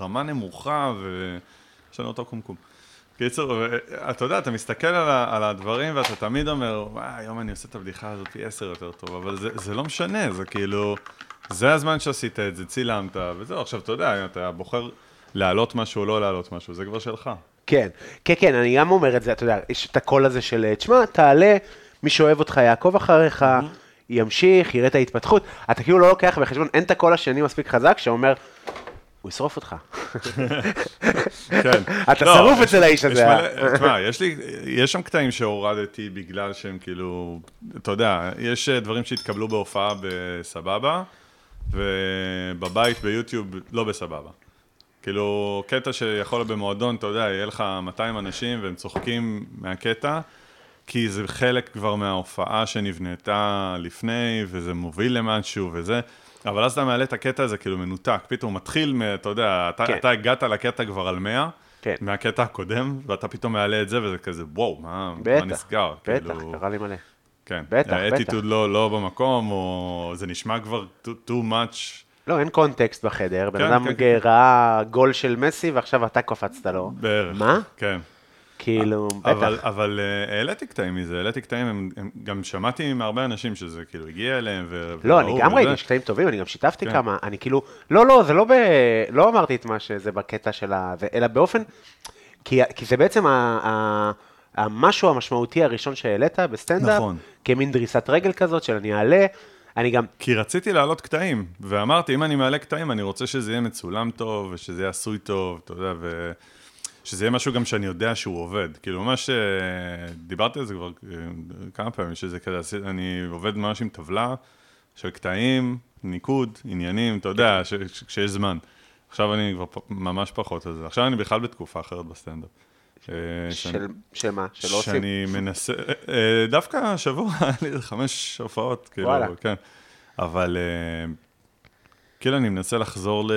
Speaker 3: רמה נמוכה, ויש לנו אותו קומקום. קיצור, ו- אתה יודע, אתה מסתכל על, ה- על הדברים ואתה תמיד אומר, וואה, היום אני עושה את הבדיחה הזאת פי עשר יותר טוב, אבל זה, זה לא משנה, זה כאילו, זה הזמן שעשית את זה, צילמת, וזהו, עכשיו, אתה יודע, אם אתה בוחר להעלות משהו או לא להעלות משהו, זה כבר שלך.
Speaker 2: כן, כן, כן, אני גם אומר את זה, אתה יודע, יש את הקול הזה של, אה, תשמע, תעלה, מי שאוהב אותך יעקוב אחריך,
Speaker 3: Mm-hmm.
Speaker 2: ימשיך, יראה את ההתפתחות. אתה כאילו לא לוקח בחשבון, אין את הקול השני מספיק חזק שאומר, הוא ישרוף אותך.
Speaker 3: כן.
Speaker 2: אתה שרוף
Speaker 3: יש-
Speaker 2: אצל האיש
Speaker 3: יש
Speaker 2: הזה, אה?
Speaker 3: מלא- תשמע, יש לי, יש שם קטעים שהורדתי בגלל שהם כאילו, אתה יודע, יש אה, דברים שהתקבלו בהופעה בסבבה, ובבית ביוטיוב לא בסבבה. כאילו, קטע שיכול להיות במועדון, אתה יודע, יהיה לך 200 אנשים והם צוחקים מהקטע. כי זה חלק כבר מההופעה שנבנתה לפני, וזה מוביל למשהו וזה, אבל אז אתה מעלה את הקטע הזה כאילו מנותק, פתאום מתחיל, מ- אתה יודע, אתה,
Speaker 2: כן.
Speaker 3: אתה הגעת לקטע כבר על 100,
Speaker 2: כן.
Speaker 3: מהקטע הקודם, ואתה פתאום מעלה את זה, וזה כזה, וואו, מה, מה
Speaker 2: בטח,
Speaker 3: נסגר? כאילו,
Speaker 2: בטח, קרה לי מלא.
Speaker 3: כן.
Speaker 2: בטח, בטח.
Speaker 3: האטיטוד לא, לא במקום, או זה נשמע כבר too, too much.
Speaker 2: לא, אין קונטקסט בחדר, בן
Speaker 3: כן,
Speaker 2: אדם
Speaker 3: כן, כן.
Speaker 2: ראה גול של מסי ועכשיו אתה קפצת לו.
Speaker 3: בערך.
Speaker 2: מה?
Speaker 3: כן.
Speaker 2: כאילו, בטח.
Speaker 3: אבל, אבל אה, העליתי קטעים מזה, העליתי קטעים, הם, הם, גם שמעתי מהרבה אנשים שזה כאילו הגיע אליהם, ו...
Speaker 2: לא,
Speaker 3: וראו
Speaker 2: אני גם
Speaker 3: וזה.
Speaker 2: ראיתי שקטעים טובים, אני גם שיתפתי
Speaker 3: כן.
Speaker 2: כמה, אני כאילו, לא, לא, זה לא ב... לא אמרתי את מה שזה בקטע של ה... זה, אלא באופן... כי, כי זה בעצם ה, ה, המשהו המשמעותי הראשון שהעלית בסטנדאפ,
Speaker 3: נכון.
Speaker 2: כמין דריסת רגל כזאת של אני אעלה, אני גם...
Speaker 3: כי רציתי להעלות קטעים, ואמרתי, אם אני מעלה קטעים, אני רוצה שזה יהיה מצולם טוב, ושזה יהיה עשוי טוב, אתה יודע, ו... שזה יהיה משהו גם שאני יודע שהוא עובד. כאילו, ממש אה, דיברתי על זה כבר אה, כמה פעמים, שזה כזה, עשי- אני עובד ממש עם טבלה של קטעים, ניקוד, עניינים, אתה יודע, ש- ש- כשיש זמן. עכשיו אני כבר פ- ממש פחות על זה. עכשיו אני בכלל בתקופה אחרת בסטנדאפ. אה, שאני-
Speaker 2: של, של מה? שלא עושים?
Speaker 3: שאני מנסה, אה, אה, דווקא השבוע היה לי איזה חמש הופעות, כאילו,
Speaker 2: וואלה.
Speaker 3: כן. אבל אה, כאילו אני מנסה לחזור ל-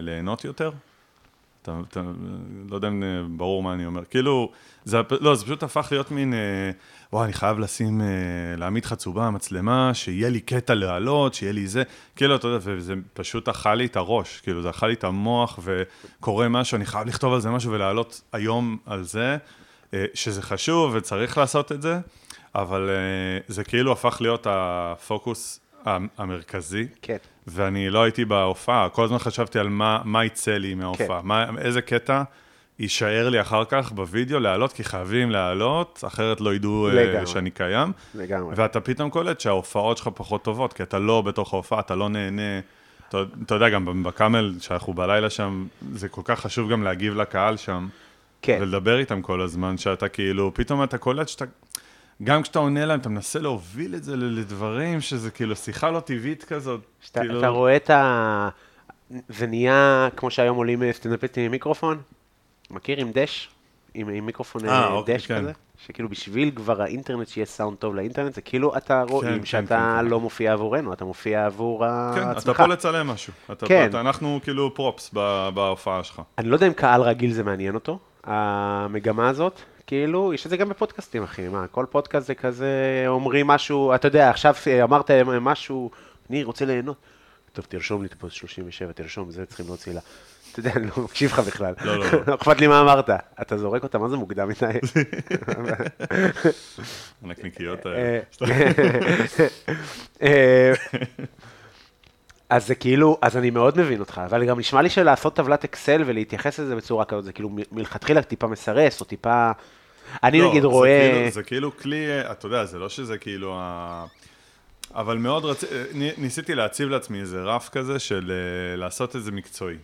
Speaker 3: ליהנות יותר. אתה, אתה, לא יודע אם אה, ברור מה אני אומר. כאילו, זה, הפ- לא, זה פשוט הפך להיות מין, אה, וואי, אני חייב לשים, אה, להעמיד חצובה, מצלמה, שיהיה לי קטע לעלות, שיהיה לי זה. כאילו, אתה יודע, וזה פשוט אכל לי את הראש, כאילו, זה אכל לי את המוח, וקורה משהו, אני חייב לכתוב על זה משהו ולהעלות היום על זה, אה, שזה חשוב וצריך לעשות את זה, אבל אה, זה כאילו הפך להיות הפוקוס המ- המרכזי.
Speaker 2: כן.
Speaker 3: ואני לא הייתי בהופעה, כל הזמן חשבתי על מה, מה יצא לי מההופעה, כן. מה, איזה קטע יישאר לי אחר כך בווידאו להעלות, כי חייבים להעלות, אחרת לא ידעו
Speaker 2: לגמרי.
Speaker 3: אה, שאני קיים.
Speaker 2: לגמרי.
Speaker 3: ואתה פתאום קולט שההופעות שלך פחות טובות, כי אתה לא בתוך ההופעה, אתה לא נהנה. אתה, אתה יודע, גם בקאמל, שאנחנו בלילה שם, זה כל כך חשוב גם להגיב לקהל שם.
Speaker 2: כן.
Speaker 3: ולדבר איתם כל הזמן, שאתה כאילו, פתאום אתה קולט שאתה, גם כשאתה עונה להם, אתה מנסה להוביל את זה ל- לדברים, שזה כאילו שיחה לא טבעית כזאת.
Speaker 2: שאתה
Speaker 3: כאילו,
Speaker 2: אתה רואה את ה... זה נהיה כמו שהיום עולים אה, סטנדאפיסטים עם מיקרופון, מכיר? עם דש? עם, עם מיקרופון
Speaker 3: אה,
Speaker 2: אה,
Speaker 3: אוקיי,
Speaker 2: דש
Speaker 3: כן.
Speaker 2: כזה? שכאילו בשביל כבר האינטרנט, שיהיה סאונד טוב לאינטרנט, זה כאילו אתה רואים
Speaker 3: כן,
Speaker 2: שאתה
Speaker 3: כן, כן.
Speaker 2: לא מופיע עבורנו, אתה מופיע עבור
Speaker 3: כן, אתה
Speaker 2: עצמך.
Speaker 3: פה לצלם משהו. אתה
Speaker 2: כן.
Speaker 3: פה, אתה- אנחנו כאילו פרופס ב- בהופעה שלך.
Speaker 2: אני לא יודע אם קהל רגיל זה מעניין אותו, המגמה הזאת. כאילו, יש את זה גם בפודקאסטים, אחי, מה, כל פודקאסט זה כזה, אומרים משהו, אתה יודע, עכשיו אה, אמרת משהו, אני רוצה ליהנות. טוב, תרשום לי פה 37, תרשום, זה צריכים להוציא לה. אתה יודע, אני לא מקשיב לך בכלל.
Speaker 3: לא, לא, לא.
Speaker 2: לא אכפת לי מה אמרת. אתה זורק אותה, מה זה מוקדם מדי?
Speaker 3: הנקניקיות
Speaker 2: אה,
Speaker 3: האלה.
Speaker 2: אה, אז זה כאילו, אז אני מאוד מבין אותך, אבל גם נשמע לי שלעשות טבלת אקסל ולהתייחס לזה בצורה כזאת, זה כאילו מ- מלכתחילה טיפה מסרס, או טיפה... אני
Speaker 3: לא,
Speaker 2: נגיד
Speaker 3: זה
Speaker 2: רואה...
Speaker 3: כאילו- זה כאילו כלי, אה, אתה יודע, זה לא שזה כאילו ה... אבל מאוד רציתי, ניסיתי להציב לעצמי איזה רף כזה של אה, לעשות את זה מקצועי.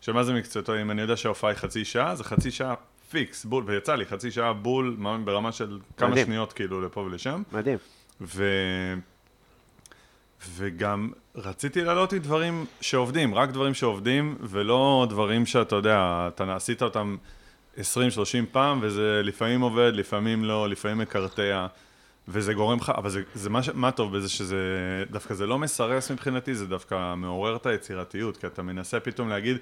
Speaker 3: שמה זה מקצועי? אם אני יודע שההופעה היא חצי שעה, זה חצי שעה פיקס, בול, ויצא לי חצי שעה בול, מה- ברמה של כמה
Speaker 2: מדהים.
Speaker 3: שניות כאילו לפה ולשם.
Speaker 2: מדהים.
Speaker 3: ו... וגם רציתי לעלות עם דברים שעובדים, רק דברים שעובדים, ולא דברים שאתה יודע, אתה עשית אותם 20-30 פעם, וזה לפעמים עובד, לפעמים לא, לפעמים מקרטע, וזה גורם לך, אבל זה, זה מה, ש- מה טוב בזה שזה, דווקא זה לא מסרס מבחינתי, זה דווקא מעורר את היצירתיות, כי אתה מנסה פתאום להגיד,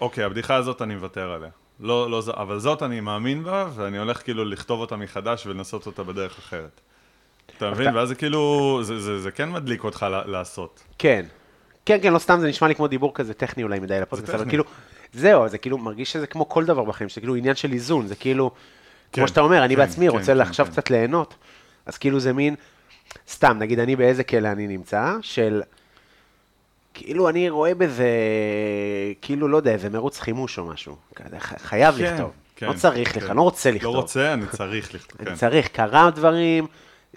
Speaker 3: אוקיי, הבדיחה הזאת אני מוותר עליה. לא, לא, זו- אבל זאת אני מאמין בה, ואני הולך כאילו לכתוב אותה מחדש ולנסות אותה בדרך אחרת. אתה מבין? ואז זה כאילו, זה, זה, זה כן מדליק אותך ל- לעשות.
Speaker 2: כן. כן, כן, לא סתם, זה נשמע לי כמו דיבור כזה טכני אולי מדי לפודקאסט, אבל
Speaker 3: טכני.
Speaker 2: כאילו, זהו, זה כאילו מרגיש שזה כמו כל דבר בחיים, שזה כאילו עניין של איזון, זה כאילו,
Speaker 3: כן,
Speaker 2: כמו שאתה אומר, אני
Speaker 3: כן,
Speaker 2: בעצמי
Speaker 3: כן,
Speaker 2: רוצה
Speaker 3: כן,
Speaker 2: עכשיו
Speaker 3: כן.
Speaker 2: קצת ליהנות, אז כאילו זה מין, סתם, נגיד אני באיזה כלא אני נמצא, של, כאילו אני רואה בזה, כאילו, לא יודע, איזה מרוץ חימוש או משהו, כזה, ח- חייב
Speaker 3: כן,
Speaker 2: לכתוב,
Speaker 3: כן,
Speaker 2: לא צריך
Speaker 3: כן.
Speaker 2: לכתוב, לא רוצה
Speaker 3: לא
Speaker 2: לכתוב,
Speaker 3: רוצה, אני צריך לכתוב.
Speaker 2: אני
Speaker 3: כן.
Speaker 2: צריך, קרה דברים,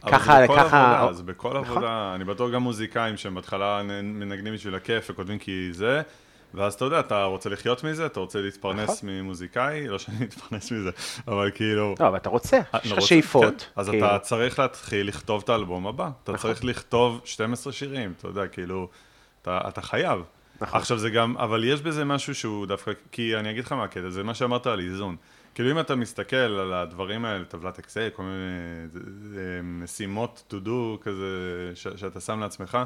Speaker 3: אבל
Speaker 2: ככה,
Speaker 3: זה בכל
Speaker 2: ככה,
Speaker 3: עבודה, זה בכל
Speaker 2: נכון.
Speaker 3: עבודה, אני בטוח גם מוזיקאים שהם בהתחלה נ- מנגנים בשביל הכיף וכותבים כי זה, ואז אתה יודע, אתה רוצה לחיות מזה, אתה רוצה להתפרנס
Speaker 2: נכון.
Speaker 3: ממוזיקאי, לא שאני מתפרנס מזה, אבל כאילו...
Speaker 2: לא, אבל אתה רוצה, יש
Speaker 3: אני
Speaker 2: לך
Speaker 3: רוצה-
Speaker 2: שאיפות,
Speaker 3: כן, אז
Speaker 2: כאילו. נכון.
Speaker 3: אתה צריך להתחיל לכתוב את האלבום הבא. אתה צריך לכתוב 12 שירים, אתה יודע, כאילו, אתה אתה חייב.
Speaker 2: נכון.
Speaker 3: עכשיו זה גם, אבל יש בזה משהו שהוא דווקא, כי אני אגיד לך מה הקטע, זה מה שאמרת על איזון. כאילו אם אתה מסתכל על הדברים האלה, טבלת אקסל, כל מיני זה- זה משימות to do כזה ש, שאתה שם לעצמך,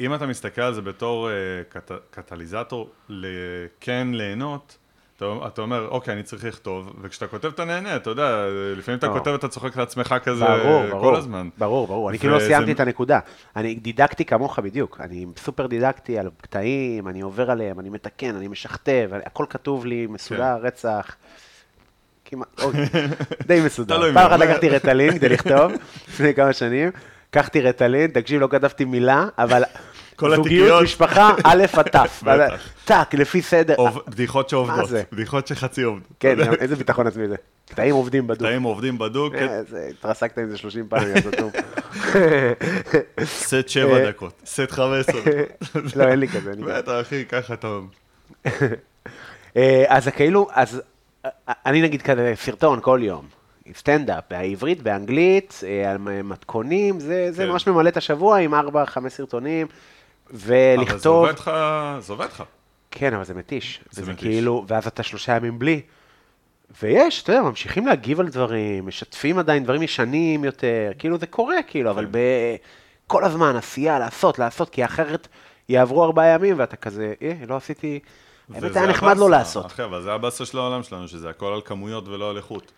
Speaker 3: אם אתה מסתכל על זה בתור אה, קט, קטליזטור לכן ליהנות, אתה, אתה אומר, אוקיי, אני צריך לכתוב, וכשאתה כותב אתה נהנה, אתה יודע, לפעמים אתה
Speaker 2: ברור.
Speaker 3: כותב אתה צוחק לעצמך כזה
Speaker 2: ברור, ברור,
Speaker 3: כל הזמן.
Speaker 2: ברור, ברור, אני כאילו לא
Speaker 3: וזה-
Speaker 2: סיימתי את הנקודה. אני דידקטי כמוך בדיוק, אני סופר דידקטי על קטעים, אני עובר עליהם, אני מתקן, אני משכתב, אני- הכל כתוב לי,
Speaker 3: כן.
Speaker 2: מסודר, רצח. כמעט, אוי, די
Speaker 3: אתה לא
Speaker 2: מסודר. פעם אחת
Speaker 3: מבין.
Speaker 2: לקחתי רטלין כדי לכתוב, לפני כמה שנים, לקחתי רטלין, תקשיב, לא כתבתי מילה, אבל
Speaker 3: כל
Speaker 2: זוגיות,
Speaker 3: התיקיות.
Speaker 2: משפחה, א' עד ת',
Speaker 3: בטח.
Speaker 2: טאק, לפי סדר.
Speaker 3: עוב- בדיחות שעובדות,
Speaker 2: זה?
Speaker 3: בדיחות שחצי עובדות.
Speaker 2: כן, גם איזה ביטחון עצמי זה. קטעים עובדים בדוק.
Speaker 3: קטעים עובדים בדוק,
Speaker 2: אה, זה- התרסקת עם זה 30 פעם, אז זה טוב.
Speaker 3: סט
Speaker 2: אה.
Speaker 3: 7 דקות, סט 15.
Speaker 2: לא, אין לי כזה, אין לי כזה.
Speaker 3: בטח, אחי, ככה אתה...
Speaker 2: אה, אז כאילו, אז אה, אני נגיד כזה סרטון כל יום, סטנדאפ, בעברית, באנגלית, אה, על מ- מתכונים, זה, זה
Speaker 3: כן.
Speaker 2: ממש ממלא את השבוע עם 4-5 סרטונים,
Speaker 3: אבל זה
Speaker 2: ולכתוב,
Speaker 3: עובד לך, זה עובד לך.
Speaker 2: כן, אבל זה מתיש,
Speaker 3: זה
Speaker 2: וזה
Speaker 3: מתיש.
Speaker 2: כאילו, ואז אתה שלושה ימים בלי. ויש, אתה יודע, ממשיכים להגיב על דברים, משתפים עדיין דברים ישנים יותר, כאילו זה קורה, כאילו,
Speaker 3: כן.
Speaker 2: אבל ב... כל הזמן עשייה, לעשות, לעשות, כי אחרת יעברו ארבעה ימים ואתה כזה, אה, לא עשיתי, האמת
Speaker 3: וזה
Speaker 2: היה נחמד לא
Speaker 3: הבאסה,
Speaker 2: לעשות.
Speaker 3: אחי, אבל זה הבאסה של העולם שלנו, שזה הכל על כמויות ולא על איכות.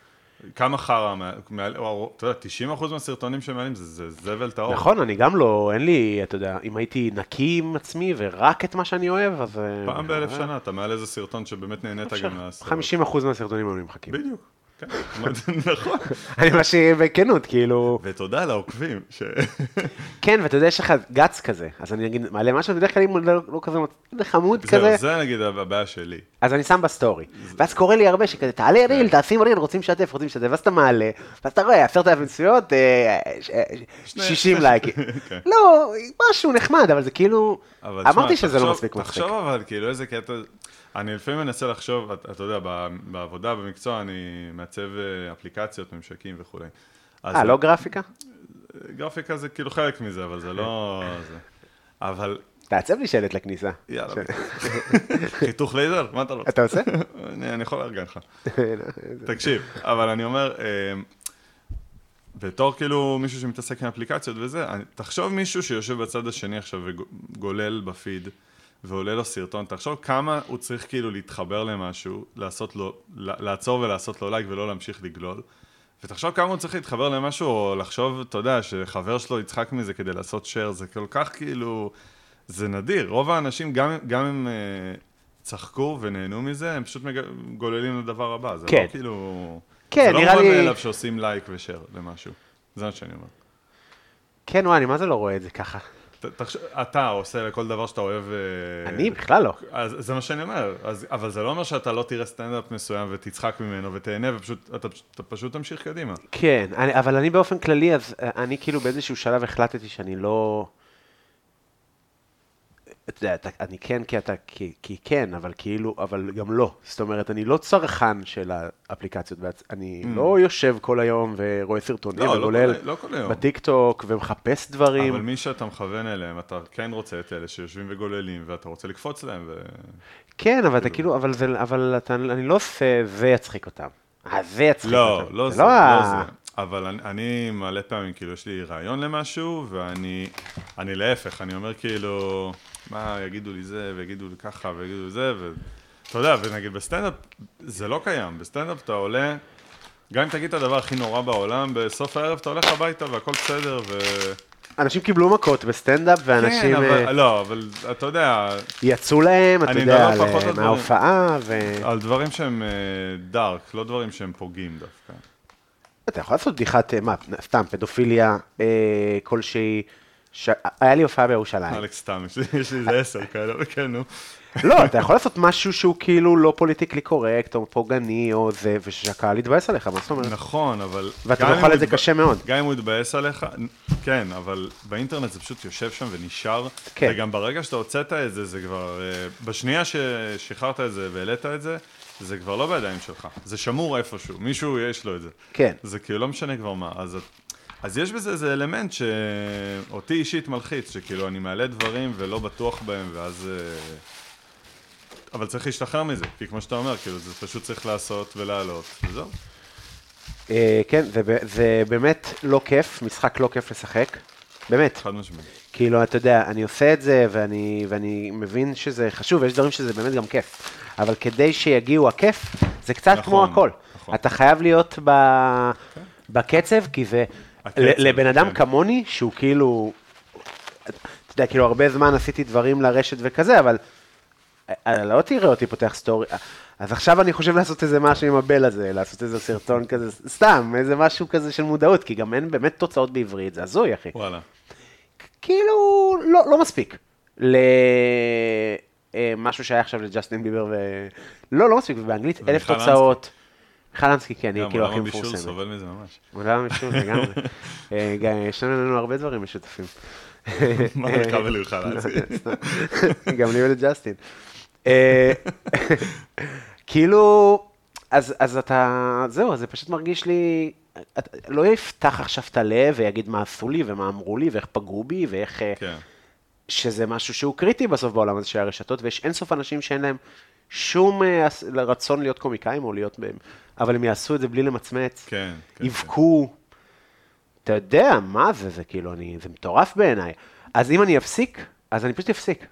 Speaker 3: כמה חרא, מה- מעל- או- אתה יודע, 90% מהסרטונים שמעלים זה- זה זבל טהור.
Speaker 2: נכון, אני גם לא, אין לי, אתה יודע, אם הייתי נקי עם עצמי ורק את מה שאני אוהב, אז... אה,
Speaker 3: פעם באלף
Speaker 2: אה,
Speaker 3: שנה אתה מעלה איזה סרטון שבאמת נהנית
Speaker 2: אפשר.
Speaker 3: גם לעשות.
Speaker 2: 50% מהסרטונים היו נמחקים.
Speaker 3: בדיוק, כן, נכון.
Speaker 2: אני משאיר בכנות, כאילו...
Speaker 3: ותודה לעוקבים, ש...
Speaker 2: כן, ואתה יודע, יש לך גץ כזה, אז אני נגיד, מעלה משהו, בדרך כלל אם הוא לא לא כזה, מצ- זה חמוד כזה,
Speaker 3: זהו, זה נגיד הבעיה שלי.
Speaker 2: אז אני שם בסטורי. ואז קורה לי הרבה שכזה, תעלה
Speaker 3: כן.
Speaker 2: ריל, תשים ריל, רוצים לשתף, רוצים לשתף, ואז אתה מעלה, ואז אתה רואה, עשרת אלפים צפיות, אה, ש- אה,
Speaker 3: שני-
Speaker 2: 60
Speaker 3: שני-
Speaker 2: לייקים.
Speaker 3: כן.
Speaker 2: לא, משהו נחמד, אבל זה כאילו,
Speaker 3: אבל
Speaker 2: אמרתי
Speaker 3: תשמע,
Speaker 2: שזה לא
Speaker 3: תחשוב-
Speaker 2: מספיק מצחיק.
Speaker 3: תחשוב אבל, כאילו, איזה קטע... אני לפעמים מנסה לחשוב, אתה, אתה יודע, ב- בעבודה, במקצוע, אני מעצב אה, אפליקציות, ממשקים וכולי. אז
Speaker 2: אה, לא גרפיקה?
Speaker 3: גרפיקה זה כאילו חלק מזה, אבל זה לא... זה. אבל,
Speaker 2: תעצב לי שלט לכניסה.
Speaker 3: יאללה,
Speaker 2: ש-
Speaker 3: חיתוך לייזר? מה אתה רוצה?
Speaker 2: אתה עושה?
Speaker 3: אני, אני יכול לארגן לך. תקשיב, אבל אני אומר, אה, בתור כאילו מישהו שמתעסק עם אפליקציות וזה, אני- תחשוב מישהו שיושב בצד השני עכשיו וגולל בפיד ועולה לו סרטון, תחשוב כמה הוא צריך כאילו להתחבר למשהו, לעשות לו, לעצור ולעשות לו לייק ולא להמשיך לגלול. ותחשוב כמה הוא צריך להתחבר למשהו, או לחשוב, אתה יודע, שחבר שלו יצחק מזה כדי לעשות שייר, זה כל כך כאילו, זה נדיר. רוב האנשים, גם, גם אם אה, צחקו ונהנו מזה, הם פשוט מג... גוללים לדבר הבא. זה
Speaker 2: כן.
Speaker 3: לא כאילו...
Speaker 2: כן,
Speaker 3: זה לא
Speaker 2: נראה
Speaker 3: מובן
Speaker 2: לי-
Speaker 3: מאליו שעושים לייק ושייר למשהו. זה מה שאני אומר.
Speaker 2: כן, וואי, אני מה זה לא רואה את זה ככה?
Speaker 3: ת- תחשוב, אתה עושה לכל דבר שאתה אוהב... אה,
Speaker 2: אני בכלל לא.
Speaker 3: אז זה מה שאני אומר, אז, אבל זה לא אומר שאתה לא תראה סטנדאפ מסוים ותצחק ממנו ותהנה ופשוט, אתה, פשוט- אתה פשוט תמשיך קדימה.
Speaker 2: כן, אני, אבל אני באופן כללי, אז אה, אני כאילו באיזשהו שלב החלטתי שאני לא... אתה יודע, אתה, אני כן כי אתה, כי, כי כן, אבל כאילו, אבל גם לא. זאת אומרת, אני לא צרכן של האפליקציות, בעצ- אני לא יושב כל היום ורואה סרטונים,
Speaker 3: Mm. לא, לא
Speaker 2: וגולל
Speaker 3: כל- לא כל היום.
Speaker 2: בטיקטוק ומחפש דברים.
Speaker 3: אבל מי שאתה מכוון אליהם, אתה כן רוצה את אלה שיושבים וגוללים, ואתה רוצה לקפוץ להם, ו...
Speaker 2: כן, אבל אתה כאילו, אבל, זה, אבל אתה, אני לא עושה, זה יצחיק אותם. אה, זה יצחיק
Speaker 3: לא,
Speaker 2: אותם.
Speaker 3: לא זה,
Speaker 2: ה-
Speaker 3: לא זה. אבל אני, אני מלא פעמים, כאילו, יש לי רעיון למשהו, ואני, אני להפך, אני אומר כאילו, מה, יגידו לי זה, ויגידו לי ככה, ויגידו לי זה, ו... אתה יודע, ונגיד בסטנדאפ, זה לא קיים, בסטנדאפ אתה עולה, גם אם תגיד את הדבר הכי נורא בעולם, בסוף הערב אתה הולך הביתה והכל בסדר, ו...
Speaker 2: אנשים קיבלו מכות בסטנדאפ, ואנשים...
Speaker 3: כן,
Speaker 2: אה,
Speaker 3: אבל, לא, אבל אתה יודע,
Speaker 2: יצאו להם, אתה
Speaker 3: אני
Speaker 2: יודע,
Speaker 3: מדבר פחות
Speaker 2: על-
Speaker 3: על דברים.
Speaker 2: מההופעה, ו...
Speaker 3: על דברים שהם דארק, לא דברים שהם פוגעים דווקא.
Speaker 2: אתה יכול לעשות בדיחת, אה, מה, סתם, פדופיליה אה, כלשהי. ש... היה לי הופעה בירושלים.
Speaker 3: אלכס סתם, יש לי- יש לי איזה עשר כאלה, אבל כן, נו.
Speaker 2: לא, אתה יכול לעשות משהו שהוא כאילו לא פוליטיקלי קורקט, או פוגעני, או זה, ושהקהל יתבאס עליך, מה זאת אומרת?
Speaker 3: נכון, אבל...
Speaker 2: ואתה
Speaker 3: גם אם
Speaker 2: תאכל
Speaker 3: הוא
Speaker 2: את זה
Speaker 3: יתב-
Speaker 2: קשה מאוד.
Speaker 3: גם אם הוא יתבאס עליך, כן, אבל באינטרנט זה פשוט יושב שם ונשאר.
Speaker 2: כן.
Speaker 3: כן. וגם ברגע שאתה הוצאת את זה, זה כבר... אה, בשנייה ששחררת את זה והעלית את זה, זה כבר לא בידיים שלך. זה שמור איפשהו, מישהו יש לו את זה.
Speaker 2: כן.
Speaker 3: זה כאילו לא משנה כבר מה. אז, את- אז יש בזה איזה אלמנט שאותי אישית מלחיץ, שכאילו אני מעלה דברים ולא בטוח בהם, ואז... אה, אבל צריך להשתחרר מזה, כי כמו שאתה אומר, כאילו, זה פשוט צריך לעשות ולעלות, וזהו.
Speaker 2: אה, כן, זה ב- זה באמת לא כיף, משחק לא כיף לשחק. באמת.
Speaker 3: חד משמעית.
Speaker 2: כאילו, אתה יודע, אני עושה את זה, ואני, ואני מבין שזה חשוב, ויש דברים שזה באמת גם כיף. אבל כדי שיגיעו הכיף, זה קצת
Speaker 3: נכון,
Speaker 2: נכון, כמו הכל.
Speaker 3: נכון.
Speaker 2: נכון. כן. אתה חייב להיות ב... בקצב, כי זה...
Speaker 3: הקצב,
Speaker 2: ל- לבן אדם
Speaker 3: כן.
Speaker 2: כמוני, שהוא כאילו... אתה יודע, כאילו, הרבה זמן עשיתי דברים לרשת וכזה, אבל... אה, לא תראה אותי פותח סטורי. אה, אז עכשיו אני חושב לעשות איזה משהו עם הבל הזה, לעשות איזה סרטון כזה, סתם, איזה משהו כזה של מודעות, כי גם אין באמת תוצאות בעברית, זה הזוי, אחי.
Speaker 3: וואלה.
Speaker 2: כאילו, לא, לא מספיק. למשהו שהיה עכשיו לג'סטין ביבר ו... לא, לא מספיק, ובאנגלית אלף
Speaker 3: ומיכל
Speaker 2: תוצאות. מיכל אנסקי, כן, היא
Speaker 3: גם
Speaker 2: כאילו הכי
Speaker 3: עולם הבישול
Speaker 2: מפורסמת.
Speaker 3: סובל מזה ממש.
Speaker 2: עולם הבישול, לא לגמרי. אה, גם יש לנו הרבה דברים משותפים. אה, לא,
Speaker 3: מה לך ולמיכל אנסקי?
Speaker 2: גם לי ולג'סטין. אה, כאילו, אז, אז אתה, זהו, אז זה פשוט מרגיש לי, את, לא יפתח עכשיו את הלב ויגיד מה עשו לי ומה אמרו לי ואיך פגעו בי ואיך... אה,
Speaker 3: כן.
Speaker 2: שזה משהו שהוא קריטי בסוף בעולם הזה של הרשתות, ויש אינסוף אנשים שאין להם שום אה, הס- רצון להיות קומיקאים או להיות בהם, אבל הם יעשו את זה בלי למצמץ,
Speaker 3: כן, כן,
Speaker 2: יבכו. אתה יודע, מה זה, זה כאילו, אני, זה מטורף בעיניי. אז אם אני אפסיק, אז אני פשוט אפסיק.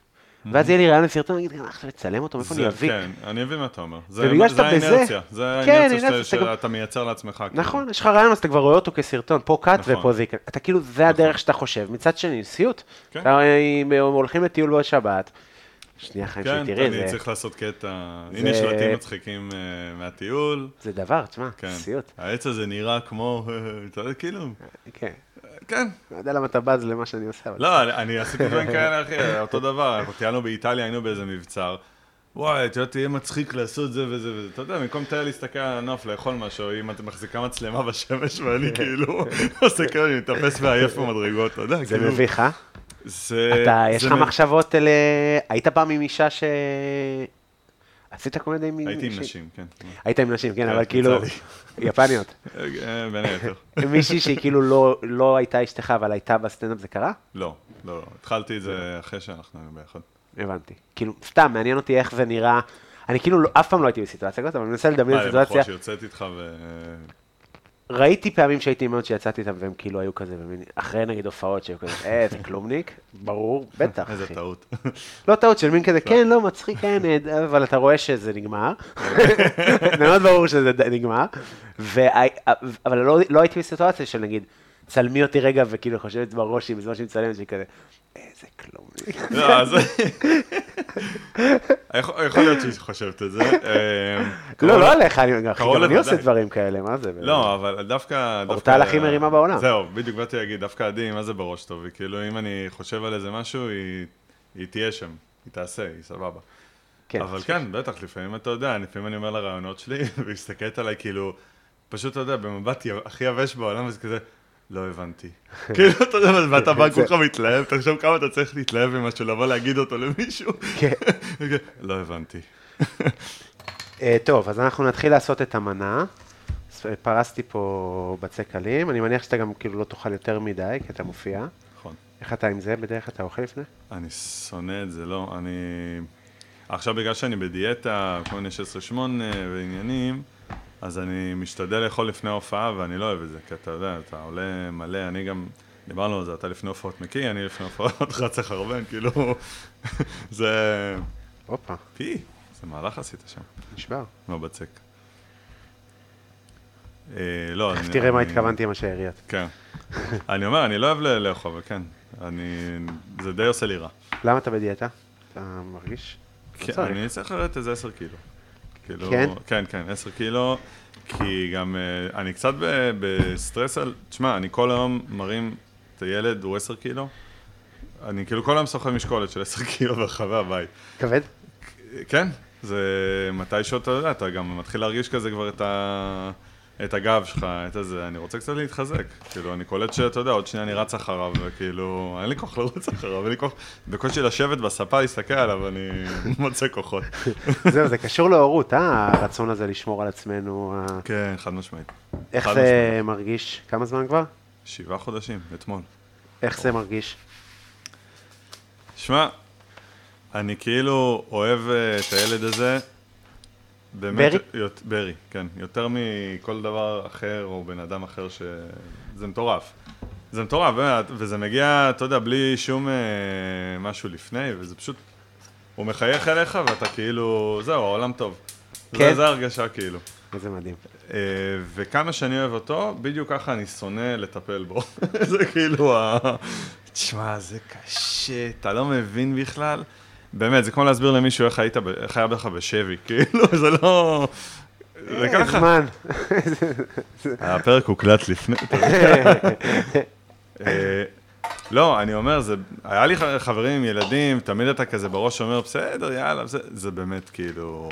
Speaker 2: ואז יהיה לי רעיון לסרטון, אני אגיד, "אה, עכשיו לצלם אותו, מאיפה אני
Speaker 3: זה-
Speaker 2: אביא?
Speaker 3: כן, אני מבין מה אתה אומר. זה
Speaker 2: ובגלל
Speaker 3: זה
Speaker 2: שאתה בזה-
Speaker 3: האינרציה, זה
Speaker 2: כן,
Speaker 3: האינרציה
Speaker 2: אינרציה,
Speaker 3: שאתה-
Speaker 2: אתה גם-
Speaker 3: שאתה מייצר לעצמך. כאילו.
Speaker 2: נכון, יש לך רעיון, אז אתה כבר רואה אותו כסרטון, פה קאט
Speaker 3: נכון.
Speaker 2: ופה זה יקרה. אתה כאילו, זה הדרך שאתה חושב. מצד שני, סיוט.
Speaker 3: כן.
Speaker 2: אתה רואה, אם אה, הולכים לטיול בשבת, שנייה חיים
Speaker 3: כן,
Speaker 2: שתראי,
Speaker 3: אני
Speaker 2: זה...
Speaker 3: צריך לעשות קטע.
Speaker 2: זה-
Speaker 3: הנה שלטים מצחיקים אה, מהטיול.
Speaker 2: זה דבר, תשמע,
Speaker 3: כן.
Speaker 2: סיוט.
Speaker 3: העץ הזה נראה כמו, אה, אתה יודע, כאילו,
Speaker 2: כן.
Speaker 3: כן.
Speaker 2: לא יודע למה אתה בז למה שאני עושה, אבל...
Speaker 3: לא, אני- אני עשיתי דברים כאלה, אחי, אותו דבר. אנחנו טיילנו באיטליה, היינו באיזה מבצר. וואי, אתה יודע, תהיה מצחיק לעשות זה וזה וזה. אתה יודע, במקום תהיה להסתכל על הנוף, לאכול משהו, אם את מחזיקה מצלמה בשמש, ואני כאילו עושה כאילו, אני מתאפס ועייף במדרגות, אתה יודע,
Speaker 2: זה
Speaker 3: כאילו.
Speaker 2: מביך, אה?
Speaker 3: זה...
Speaker 2: אתה, יש
Speaker 3: זה
Speaker 2: לך
Speaker 3: מ-
Speaker 2: מחשבות אל... אה, היית פעם עם אישה ש... עשית קומדיה עם...
Speaker 3: הייתי עם
Speaker 2: מישהי?
Speaker 3: נשים, כן.
Speaker 2: היית עם נשים, כן,
Speaker 3: כן,
Speaker 2: אבל כאילו...
Speaker 3: יצא
Speaker 2: יפניות.
Speaker 3: אה, בין היתר.
Speaker 2: מישהי שהיא כאילו לא- לא הייתה אשתך, אבל הייתה בסטנדאפ, זה קרה?
Speaker 3: לא, לא, לא. התחלתי את זה אחרי שאנחנו היינו ביחד.
Speaker 2: הבנתי. כאילו, סתם, מעניין אותי איך זה נראה. אני כאילו לא- אף פעם לא הייתי בסיטואציה כזאת, אבל אני מנסה לדמיין
Speaker 3: מה, לבחור
Speaker 2: סיטואציה.
Speaker 3: שיוצאת איתך ו...
Speaker 2: ראיתי פעמים שהייתי עם בנות שיצאתי איתם, והם כאילו היו כזה, במין- אחרי נגיד הופעות שהיו כזה, אה, זה כלומניק? ברור, בטח,
Speaker 3: איזה
Speaker 2: אחי.
Speaker 3: טעות.
Speaker 2: לא טעות של מין כזה, כן, לא, מצחיק, כן, אה, אבל אתה רואה שזה נגמר. זה מאוד ברור שזה ד- נגמר. והי- אבל לא- לא הייתי בסיטואציה של נגיד, צלמי אותי רגע, וכאילו חושבת בראש, היא בזמן שהיא מצלמת, שהיא כזה, איזה כלום.
Speaker 3: לא, אז... יכול יכול להיות שהיא חושבת את זה. אה,
Speaker 2: לא,
Speaker 3: קרוב
Speaker 2: לא
Speaker 3: ל-
Speaker 2: עליך, אני- גם
Speaker 3: קרוב
Speaker 2: אני עושה
Speaker 3: לוודאי.
Speaker 2: דברים כאלה, מה זה?
Speaker 3: לא, אבל דווקא...
Speaker 2: אורטל
Speaker 3: דווקא-
Speaker 2: הכי מרימה בעולם.
Speaker 3: זהו, בדיוק באתי להגיד, דווקא עדי, מה זה בראש טוב? היא כאילו, אם אני חושב על איזה משהו, היא- היא תהיה שם, היא תעשה, היא סבבה.
Speaker 2: כן.
Speaker 3: אבל כן, בטח, לפעמים אתה יודע, לפעמים אני אומר לרעיונות שלי, והיא מסתכלת עליי כאילו, פשוט, אתה יודע, במבט י- הכי יבש בעולם, וזה כזה, לא הבנתי. כאילו, אתה יודע, ואתה
Speaker 2: כן,
Speaker 3: בא כולך מתלהב, תחשוב כמה אתה צריך להתלהב ממשהו, לבוא להגיד אותו למישהו.
Speaker 2: כן.
Speaker 3: לא הבנתי.
Speaker 2: אה, טוב, אז אנחנו נתחיל לעשות את המנה. אז פרסתי פה בצקלים, אני מניח שאתה גם כאילו לא תאכל יותר מדי, כי אתה מופיע.
Speaker 3: נכון.
Speaker 2: איך אתה עם זה? בדרך כלל אתה אוכל לפני?
Speaker 3: אני שונא את זה, לא, אני... עכשיו בגלל שאני בדיאטה, כל מיני 16-8 ועניינים, אז אני משתדל לאכול לפני ההופעה, ואני לא אוהב את זה, כי אתה יודע, אתה עולה מלא, אני גם... דיברנו על זה, אתה לפני הופעות מקיא, אני לפני הופעות רץ החרבן, כאילו... זה...
Speaker 2: הופה,
Speaker 3: פי, איזה מהלך עשית שם, לא
Speaker 2: נשבר.
Speaker 3: מהבצק. אה, לא, אני...
Speaker 2: תכף תראה מה
Speaker 3: אני-
Speaker 2: התכוונתי עם השאריות.
Speaker 3: כן. אני אומר, אני לא אוהב ל- לאכול, אבל כן, אני... זה די עושה לי רע.
Speaker 2: למה אתה בדיאטה? אתה מרגיש? לא
Speaker 3: כן,
Speaker 2: צריך.
Speaker 3: אני צריך לרדת איזה 10 קילו. כאילו,
Speaker 2: כן?
Speaker 3: כן, כן, 10 קילו, כי גם אה, אני קצת ב- בסטרס על... תשמע, אני כל היום מרים את הילד, הוא 10 קילו. אני כאילו כל היום סוחב משקולת של 10 קילו ברחבי הבית.
Speaker 2: כבד?
Speaker 3: כן, זה מתישהו אתה יודע, אתה גם מתחיל להרגיש כזה כבר את ה... את הגב שלך, את הזה, אני רוצה קצת להתחזק. כאילו, אני קולט שאתה יודע, עוד שנייה אני רץ אחריו, וכאילו, אין לי כוח לרוץ אחריו, אין לי כוח, בקושי לשבת בספה, להסתכל עליו, אני מוצא כוחות.
Speaker 2: זהו, זה קשור להורות, אה? הרצון הזה לשמור על עצמנו. ה-
Speaker 3: כן, חד משמעית.
Speaker 2: איך
Speaker 3: חד
Speaker 2: זה
Speaker 3: משמעית.
Speaker 2: מרגיש? כמה זמן כבר?
Speaker 3: שבעה חודשים, אתמול.
Speaker 2: איך זה מרגיש?
Speaker 3: שמע, אני כאילו אוהב אה, את הילד הזה. באמת,
Speaker 2: ברי?
Speaker 3: יות- ברי, כן. יותר מכל דבר אחר או בן אדם אחר ש... זה מטורף. זה מטורף, באמת, וזה מגיע, אתה יודע, בלי שום אה, משהו לפני, וזה פשוט... הוא מחייך אליך ואתה כאילו, זהו, העולם טוב.
Speaker 2: כן.
Speaker 3: כן. זו ההרגשה כאילו.
Speaker 2: איזה מדהים.
Speaker 3: אה, וכמה שאני אוהב אותו, בדיוק ככה אני שונא לטפל בו. זה כאילו ה... תשמע, זה קשה, אתה לא מבין בכלל. באמת, זה כמו להסביר למישהו איך היית, ב- איך היה בך בשבי, כאילו, זה לא... זה
Speaker 2: אה,
Speaker 3: ככה.
Speaker 2: זמן.
Speaker 3: הפרק הוקלט לפני. אה, לא, אני אומר, זה... היה לי ח- חברים עם ילדים, תמיד אתה כזה בראש אומר, בסדר, יאללה, זה, זה באמת כאילו...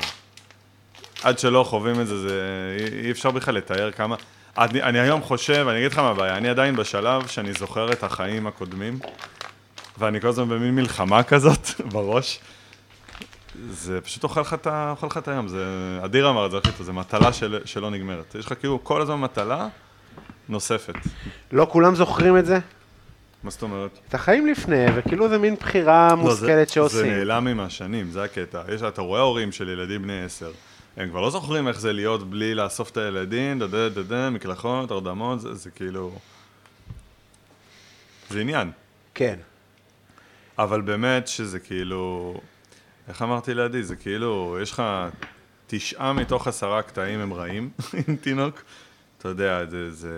Speaker 3: עד שלא חווים את זה, זה... אי- אי אפשר בכלל לתאר כמה... אני, אני היום חושב, אני אגיד לך מה הבעיה, אני עדיין בשלב שאני זוכר את החיים הקודמים, ואני כל הזמן במין מלחמה כזאת בראש. זה פשוט אוכל לך את ה- אוכל לך את היום, זה... אדיר אמר את זה הכי טוב, זה מטלה של, שלא נגמרת. יש לך כאילו כל הזמן מטלה נוספת.
Speaker 2: לא כולם זוכרים את זה?
Speaker 3: מה זאת אומרת?
Speaker 2: את החיים לפני, וכאילו זה מין בחירה
Speaker 3: לא, זה-
Speaker 2: מושכלת
Speaker 3: זה
Speaker 2: שעושים.
Speaker 3: נעלם עם השנים, זה הקטע. יש, אתה רואה הורים של ילדים בני עשר, הם כבר לא זוכרים איך זה להיות בלי לאסוף את הילדים, דה דה דה דה, מקלחות, הרדמות, זה, זה כאילו... זה עניין.
Speaker 2: כן.
Speaker 3: אבל באמת שזה כאילו... איך אמרתי לידי? זה כאילו, יש לך תשעה מתוך עשרה קטעים הם רעים עם תינוק. אתה יודע, זה, זה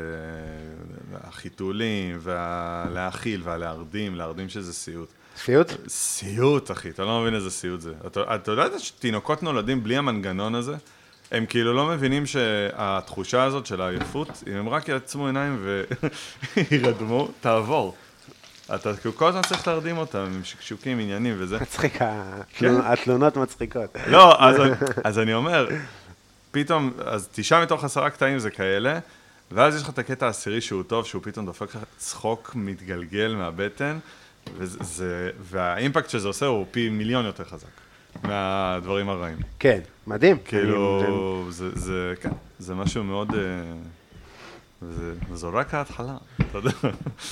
Speaker 3: החיתולים, והלהאכיל, והלהרדים, להרדים שזה סיוט.
Speaker 2: סיוט?
Speaker 3: סיוט, אחי, אתה לא מבין איזה סיוט זה. אתה, אתה יודע שתינוקות נולדים בלי המנגנון הזה? הם כאילו לא מבינים שהתחושה הזאת של העייפות, אם הם רק יעצמו עיניים וירדמו, תעבור. אתה כאילו כל הזמן צריך להרדים אותם עם שקשוקים, עניינים וזה.
Speaker 2: מצחיק, התלונ- התלונות מצחיקות.
Speaker 3: לא, אז, אז אני אומר, פתאום, אז תשעה מתוך עשרה קטעים זה כאלה, ואז יש לך את הקטע העשירי שהוא טוב, שהוא פתאום דופק לך צחוק מתגלגל מהבטן, וזה, זה- והאימפקט שזה עושה הוא פי מיליון יותר חזק מהדברים הרעים.
Speaker 2: כן, מדהים. אני-
Speaker 3: כאילו, זה, זה, כן, זה משהו מאוד... אה, וזה, וזו רק ההתחלה, אתה יודע.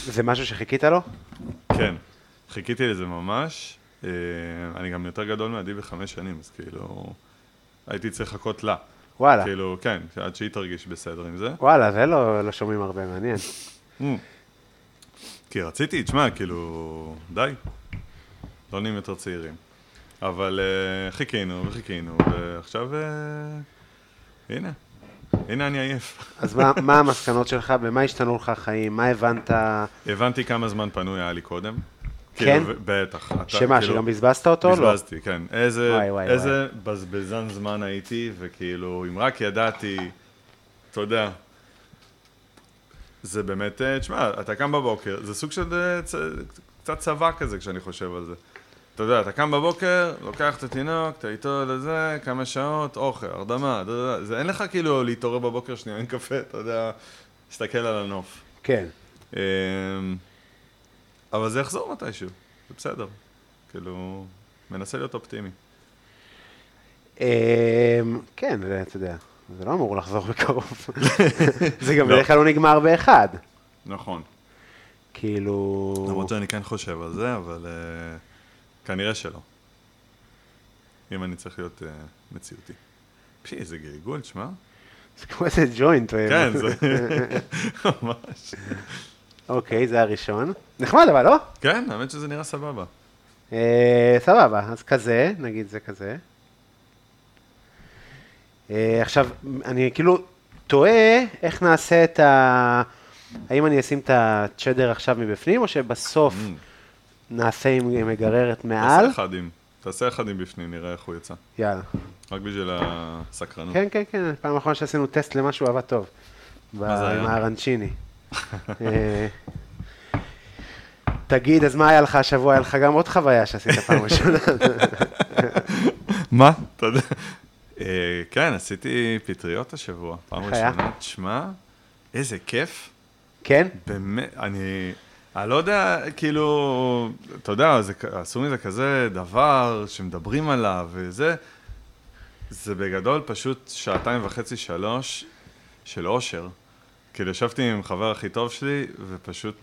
Speaker 2: זה משהו שחיכית לו?
Speaker 3: כן, חיכיתי לזה ממש. אה, אני גם יותר גדול מעדי בחמש שנים, אז כאילו, הייתי צריך לחכות לה.
Speaker 2: וואלה.
Speaker 3: כאילו, כן, עד שהיא תרגיש בסדר עם זה. Mm.
Speaker 2: וואלה, זה לא לא שומעים הרבה, מעניין.
Speaker 3: כי רציתי, תשמע, כאילו, די. לא נהיים יותר צעירים. אבל אה, חיכינו וחיכינו, ועכשיו, אה, הנה. הנה אני עייף.
Speaker 2: אז מה- מה המסקנות שלך? במה השתנו לך החיים? מה הבנת?
Speaker 3: הבנתי כמה זמן פנוי היה לי קודם.
Speaker 2: כן?
Speaker 3: כאילו, ו- בטח. אתה,
Speaker 2: שמה,
Speaker 3: כאילו,
Speaker 2: שגם בזבזת אותו? לא.
Speaker 3: בזבזתי, כן. איזה,
Speaker 2: וואי, וואי,
Speaker 3: איזה בזבזן זמן הייתי, וכאילו, אם רק ידעתי, אתה יודע, זה באמת, אה, תשמע, אתה קם בבוקר, זה סוג של אה, צ... קצת צבא כזה כשאני חושב על זה. אתה יודע, אתה קם בבוקר, לוקח את התינוק, אתה איתו לזה, כמה שעות, אוכל, הרדמה, אתה יודע, זה אין לך כאילו להתעורר בבוקר שנייה, אין קפה, אתה יודע, להסתכל על הנוף.
Speaker 2: כן.
Speaker 3: אמ, אבל זה יחזור מתישהו, זה בסדר. כאילו, מנסה להיות אופטימי.
Speaker 2: אמ, כן, זה, אתה יודע, זה לא אמור לחזור בקרוב. זה גם
Speaker 3: לא.
Speaker 2: בדרך כלל לא נגמר באחד.
Speaker 3: נכון.
Speaker 2: כאילו...
Speaker 3: למרות שאני כן חושב על זה, אבל אה, כנראה שלא. אם אני צריך להיות אה, מציאותי. פשי, איזה גלגול, שמע?
Speaker 2: זה כמו איזה אה, ג'וינט.
Speaker 3: כן, זה... ממש.
Speaker 2: אוקיי, זה הראשון. נחמד אבל, לא?
Speaker 3: כן, האמת שזה נראה סבבה.
Speaker 2: אה, סבבה, אז כזה, נגיד זה כזה. אה, עכשיו, אני כאילו תוהה איך נעשה את ה... האם אני אשים את הצ'דר עכשיו מבפנים, או שבסוף
Speaker 3: אמ,
Speaker 2: נעשה עם מגררת מעל?
Speaker 3: תעשה אחד עם, תעשה אחד עם בפנים, נראה איך הוא יצא.
Speaker 2: יאללה.
Speaker 3: רק בשביל הסקרנות.
Speaker 2: כן, כן, כן, פעם אחרונה שעשינו טסט למשהו עבד טוב.
Speaker 3: מה זה
Speaker 2: ב-
Speaker 3: היה?
Speaker 2: עם הארנצ'יני. אה, תגיד, אז מה היה לך השבוע? היה לך גם עוד חוויה שעשית פעם ראשונה.
Speaker 3: מה? תודה. אה, כן, עשיתי פטריות השבוע, פעם
Speaker 2: איך היה?
Speaker 3: ראשונה. תשמע, איזה כיף.
Speaker 2: כן?
Speaker 3: באמת, אני... אני לא יודע, כאילו, אתה יודע, זה, כ- עשו מזה כזה דבר שמדברים עליו וזה. זה בגדול פשוט שעתיים וחצי, שלוש של אושר. כאילו, ישבתי עם חבר הכי טוב שלי, ופשוט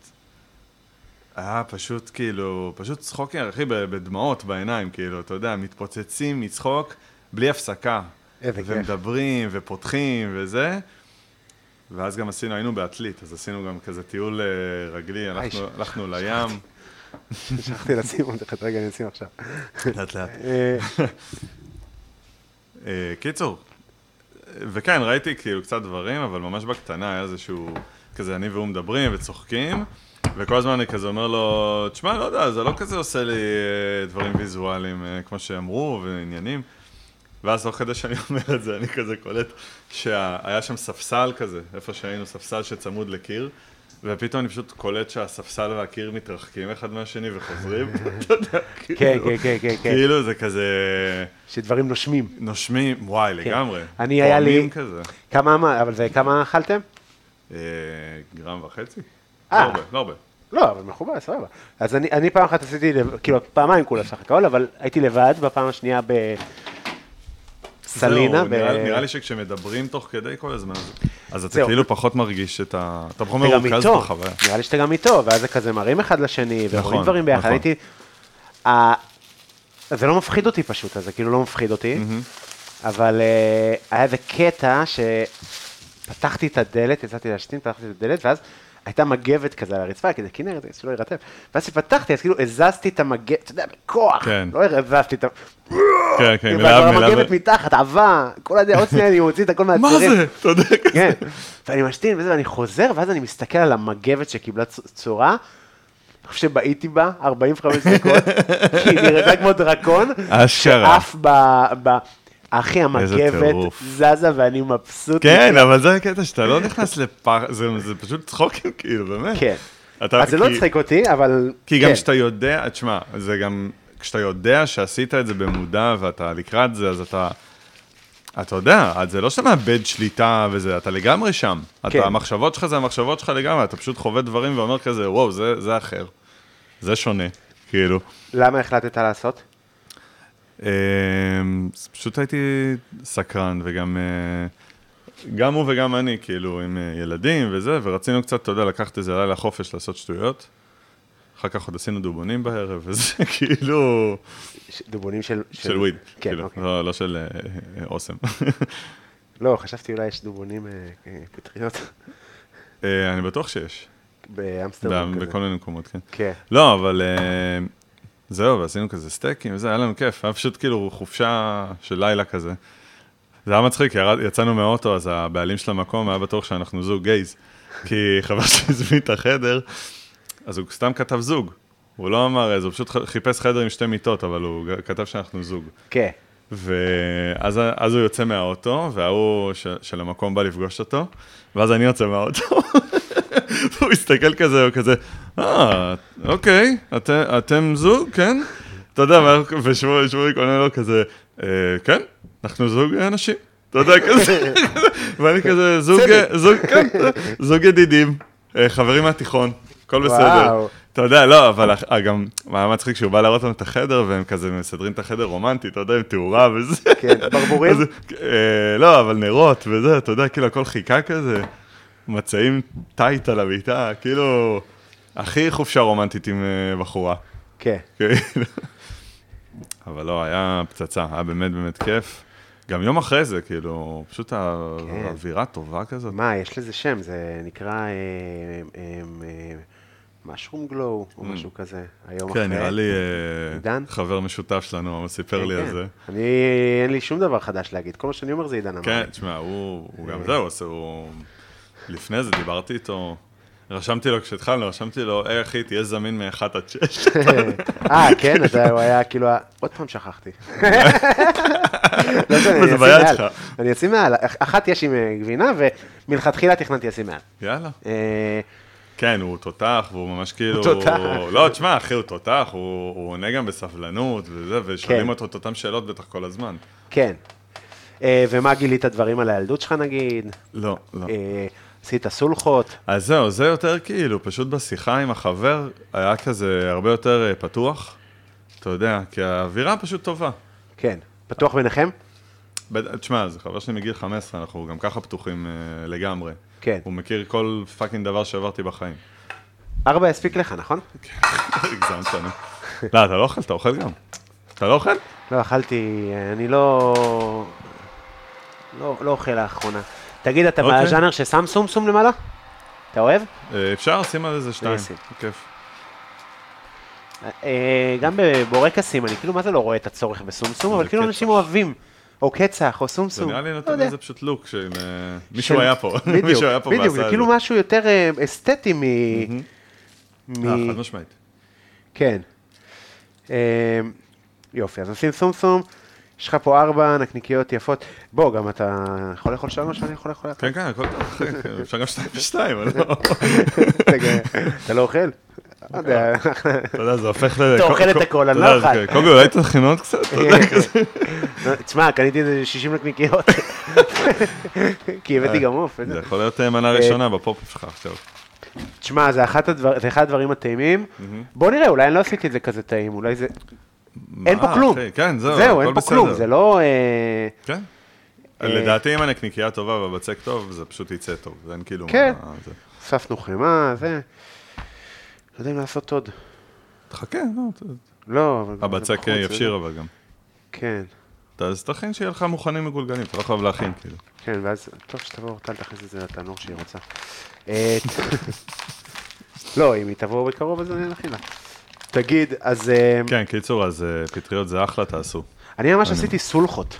Speaker 3: היה פשוט כאילו, פשוט צחוקים, אחי, ב- בדמעות בעיניים, כאילו, אתה יודע, מתפוצצים מצחוק בלי הפסקה.
Speaker 2: איזה כיף.
Speaker 3: ומדברים, ופותחים, וזה. ואז גם עשינו, היינו בעתלית, אז עשינו גם כזה טיול אה, רגלי, הלכנו,
Speaker 2: ש-
Speaker 3: הלכנו לים,
Speaker 2: שכחתי לשים אותך, רגע, אני אשים עכשיו.
Speaker 3: לאט לאט.
Speaker 2: אה,
Speaker 3: אה, קיצור, וכן, ראיתי כאילו קצת דברים, אבל ממש בקטנה היה איזשהו, כזה אני והוא מדברים וצוחקים, וכל הזמן אני כזה אומר לו, תשמע, לא יודע, זה לא כזה עושה לי אה, דברים ויזואליים, אה, כמו שאמרו, ועניינים. ואז תוך כדי שאני אומר את זה, אני כזה קולט שהיה שם ספסל כזה, איפה שהיינו, ספסל שצמוד לקיר, ופתאום אני פשוט קולט שהספסל והקיר מתרחקים אחד מהשני וחוזרים. אתה יודע, כאילו,
Speaker 2: כן, כן, כן, כן, כן.
Speaker 3: כאילו זה כזה...
Speaker 2: שדברים נושמים.
Speaker 3: נושמים, וואי,
Speaker 2: כן.
Speaker 3: לגמרי.
Speaker 2: אני, היה לי-
Speaker 3: פועמים כזה.
Speaker 2: כמה, אמר- אבל זה כמה אכלתם?
Speaker 3: אה, גרם וחצי? לא
Speaker 2: אה.
Speaker 3: הרבה, לא הרבה.
Speaker 2: לא, אבל מכובד, סבבה. אז אני, אני פעם אחת עשיתי, לב- כאילו פעמיים כולה סך הכל, אבל הייתי לבד, בפעם השנייה בסלינה.
Speaker 3: זהו, נראה- נראה לי שכשמדברים תוך כדי כל הזמן, אז- אז אתה
Speaker 2: זהו.
Speaker 3: כאילו פחות מרגיש את ה... אתה פחות
Speaker 2: שאתה גם
Speaker 3: מרוכז
Speaker 2: איתו,
Speaker 3: בחוויה.
Speaker 2: נראה לי שאתה גם איתו, ואז זה כזה מראים אחד לשני, ורואים
Speaker 3: נכון,
Speaker 2: דברים ביחד.
Speaker 3: נכון.
Speaker 2: הייתי... אה, זה לא מפחיד אותי פשוט, אז זה כאילו לא מפחיד אותי, אבל אה, היה איזה קטע שפתחתי את הדלת, יצאתי להשתין, פתחתי את הדלת, ואז... הייתה מגבת כזה על הרצפה, כדי כנרת, שלא יירטב. ואז כשפתחתי, אז כאילו הזזתי את המגבת, אתה יודע, בכוח.
Speaker 3: כן.
Speaker 2: לא הרבבתי את ה... כאילו,
Speaker 3: כן,
Speaker 2: כבר
Speaker 3: כן, מלאב, מלאב.
Speaker 2: המגבת מתחת, עבה, כל הדרך, עוד שנייה אני מוציא את הכל
Speaker 3: מה
Speaker 2: מהצירים.
Speaker 3: זה? אתה יודע, כזה.
Speaker 2: כן, ואני משתין וזה, ואני חוזר, ואז אני מסתכל על המגבת שקיבלה צ- צורה, אני חושב שבעיתי בה 45 דקות, כי היא נראתה כמו דרקון,
Speaker 3: אשכרה.
Speaker 2: שעף ב... ב... אחי, המגבת
Speaker 3: טירוף.
Speaker 2: זזה ואני מבסוט.
Speaker 3: כן, אבל זה הקטע שאתה לא נכנס לפח, זה זה פשוט צחוקים, כאילו, באמת.
Speaker 2: כן.
Speaker 3: אתה-
Speaker 2: אז זה לא
Speaker 3: כי-
Speaker 2: הצחיק אותי, אבל...
Speaker 3: כי גם
Speaker 2: כן.
Speaker 3: כשאתה יודע, תשמע, זה גם, כשאתה יודע שעשית את זה במודע ואתה לקראת זה, אז אתה, אתה יודע, אז זה לא שאתה מאבד שליטה וזה, אתה לגמרי שם.
Speaker 2: כן.
Speaker 3: אתה, המחשבות שלך זה המחשבות שלך לגמרי, אתה פשוט חווה דברים ואומר כזה, וואו, זה, זה אחר. זה שונה, כאילו.
Speaker 2: למה החלטת לעשות?
Speaker 3: אמ, אז פשוט הייתי סקרן, וגם אה, גם הוא וגם אני, כאילו, עם אה, ילדים וזה, ורצינו קצת, אתה יודע, לקחת איזה לילה חופש לעשות שטויות. אחר כך עוד עשינו דובונים בערב, וזה כאילו...
Speaker 2: ש- דובונים של...
Speaker 3: של וויד,
Speaker 2: כן,
Speaker 3: כאילו,
Speaker 2: אוקיי.
Speaker 3: לא- לא של אה, אה, אוסם.
Speaker 2: לא, חשבתי אולי יש דובונים אה, אה, פטריות
Speaker 3: אה, אני בטוח שיש,
Speaker 2: באמסטרדם.
Speaker 3: ב-
Speaker 2: כזה.
Speaker 3: בכל מיני מקומות, כן.
Speaker 2: כן.
Speaker 3: לא, אבל אה, זהו, ועשינו כזה סטייקים וזה, היה לנו כיף, היה פשוט כאילו חופשה של לילה כזה. זה היה מצחיק, ירד- יצאנו מהאוטו, אז הבעלים של המקום היה בטוח שאנחנו זוג גייז, כי חבר שלי הזמין את החדר, אז הוא סתם כתב זוג. הוא לא אמר איזה, הוא פשוט ח- חיפש חדר עם שתי מיטות, אבל הוא ג- כתב שאנחנו זוג.
Speaker 2: כן.
Speaker 3: ואז אז הוא יוצא מהאוטו, וההוא ש- של המקום בא לפגוש אותו, ואז אני יוצא מהאוטו. והוא הסתכל כזה, הוא כזה, אה, אוקיי, את, אתם זוג, כן? אתה יודע, ואנחנו- ושמואל שמואל קונה לו כזה, "אה, כן, אנחנו זוג אנשים. אתה יודע, כזה, ואני כזה, זוג, זוג, כן, זוג ידידים, אה, חברים מהתיכון, הכל בסדר.
Speaker 2: וואו.
Speaker 3: אתה יודע, לא, אבל הח- אה, גם, היה מצחיק שהוא בא להראות לנו את החדר, והם כזה מסדרים את החדר רומנטי, אתה יודע, עם תאורה וזה.
Speaker 2: כן, ברבורים?
Speaker 3: אז, אה, לא, אבל נרות וזה, אתה יודע, כאילו, הכל חיכה כזה, מצעים טייט על המיטה, כאילו, הכי חופשה רומנטית עם אה, בחורה.
Speaker 2: כן.
Speaker 3: כאילו. אבל לא, היה פצצה, היה באמת באמת כיף. גם יום אחרי זה, כאילו, פשוט
Speaker 2: כן.
Speaker 3: האווירה טובה כזאת.
Speaker 2: מה, יש לזה שם, זה נקרא אה, משרום גלו או משהו כזה, היום אחרי.
Speaker 3: Mm. כן, נראה לי אה,
Speaker 2: עידן?
Speaker 3: חבר משותף שלנו ממש סיפר לי על
Speaker 2: כן.
Speaker 3: זה.
Speaker 2: אני, אין לי שום דבר חדש להגיד, כל מה שאני אומר זה עידן אמר.
Speaker 3: כן, תשמע, הוא הוא גם זהו, אז הוא... לפני זה דיברתי איתו, רשמתי לו כשהתחלנו, רשמתי לו, היי אחי, תהיה זמין מ-1 עד 6.
Speaker 2: אה, כן, אז הוא היה כאילו, ה- עוד פעם שכחתי. לא משנה, אני
Speaker 3: זה
Speaker 2: אשים
Speaker 3: בעיה
Speaker 2: מעל.
Speaker 3: שלך.
Speaker 2: אני אשים מעל, אח- אחת יש עם אה, גבינה, ומלכתחילה תכננתי אשים מעל.
Speaker 3: יאללה.
Speaker 2: אה,
Speaker 3: כן, הוא תותח, והוא ממש כאילו...
Speaker 2: תותח.
Speaker 3: לא, תשמע, אחי, הוא תותח, הוא הוא עונה גם בסבלנות וזה,
Speaker 2: כן.
Speaker 3: ושואלים אותו את אותן שאלות בטח כל הזמן.
Speaker 2: כן. אה, ומה גילית דברים על הילדות שלך נגיד?
Speaker 3: לא, לא.
Speaker 2: אה, עשית סולחות?
Speaker 3: אז זהו, זה יותר כאילו, פשוט בשיחה עם החבר, היה כזה הרבה יותר אה, פתוח, אתה יודע, כי האווירה פשוט טובה.
Speaker 2: כן. פתוח ביניכם?
Speaker 3: בד- תשמע, זה חבר שלי מגיל 15, אנחנו גם ככה פתוחים אה, לגמרי.
Speaker 2: כן.
Speaker 3: הוא מכיר כל פאקינג דבר שעברתי בחיים.
Speaker 2: ארבע יספיק לך, נכון?
Speaker 3: הגזמת לנו. לא, אתה לא אוכל, אתה אוכל גם. אתה לא אוכל?
Speaker 2: לא, אכלתי, אני לא... לא, לא אוכל לאחרונה. תגיד, אתה
Speaker 3: אוקיי.
Speaker 2: בז'אנר ששם סום סום למעלה? אתה אוהב?
Speaker 3: אה, אפשר? שים על איזה שתיים.
Speaker 2: אשים.
Speaker 3: כיף.
Speaker 2: אה, גם בבורקסים, אני כאילו, מה זה לא רואה את הצורך בסומסום, אבל
Speaker 3: זה
Speaker 2: כאילו
Speaker 3: קצח.
Speaker 2: אנשים אוהבים, או קצח, או
Speaker 3: זה
Speaker 2: סומסום.
Speaker 3: נראה לי
Speaker 2: לא
Speaker 3: נותן
Speaker 2: יודע.
Speaker 3: איזה פשוט לוק של... אה, מישהו
Speaker 2: של-
Speaker 3: היה פה.
Speaker 2: בדיוק,
Speaker 3: מישהו היה פה ועשה
Speaker 2: בדיוק,
Speaker 3: את
Speaker 2: זה
Speaker 3: זה.
Speaker 2: כאילו משהו יותר אה, אסתטי מ... מ-
Speaker 3: אה, חד משמעית.
Speaker 2: כן. אה, יופי, אז עושים סומסום, יש לך פה ארבע נקניקיות יפות. בוא, גם אתה יכול לאכול שלוש, אני יכול לאכול...
Speaker 3: כן, כן, הכל טוב. אפשר גם שתיים ושתיים, אבל לא.
Speaker 2: רגע, אתה לא אוכל? לא יודע.
Speaker 3: אתה יודע, זה הופך ל...
Speaker 2: אתה אוכל את
Speaker 3: כל-
Speaker 2: הכל, אני
Speaker 3: אתה
Speaker 2: לא
Speaker 3: יודע,
Speaker 2: אוכל.
Speaker 3: זה- קובי, אולי תכין עוד קצת? אתה יודע, כזה.
Speaker 2: תשמע, קניתי איזה 60 נקניקיות. כי הבאתי גם עוף.
Speaker 3: זה יכול להיות אה, מנה ראשונה בפופ שלך עכשיו.
Speaker 2: תשמע, זה, אחת הדבר, זה אחד הדברים הטעימים. בוא נראה, אולי אני לא עשיתי את זה כזה טעים, אולי זה... אין פה
Speaker 3: מה,
Speaker 2: כלום.
Speaker 3: אחי? כן, זהו,
Speaker 2: זהו,
Speaker 3: הכל
Speaker 2: אין פה
Speaker 3: בסדר.
Speaker 2: כלום, זה לא... אה,
Speaker 3: כן.
Speaker 2: אה,
Speaker 3: לדעתי אם הנקניקייה טובה והבצק טוב, זה פשוט יצא טוב. זה אין כאילו...
Speaker 2: כן.
Speaker 3: מה- זה-
Speaker 2: הוספנו חמאה, זה... לא יודע אם לעשות עוד.
Speaker 3: תחכה, לא. ת-
Speaker 2: לא, אבל... זה
Speaker 3: הבצק
Speaker 2: בחוץ,
Speaker 3: אה,
Speaker 2: זה
Speaker 3: יפשיר
Speaker 2: לא.
Speaker 3: אבל גם.
Speaker 2: כן,
Speaker 3: אתה- אז תכין שיהיה לך מוכנים מגולגלים, אתה לא חייב להכין כאילו.
Speaker 2: כן, ואז... טוב, שתבוא אורטל, תכניס את זה לתנור שהיא רוצה. אה, לא, אם היא תבוא בקרוב, אז אני נכין לה. תגיד, אז... אה,
Speaker 3: כן, קיצור, אז אה, פטריות זה אחלה, תעשו.
Speaker 2: אני ממש עשיתי סולחות.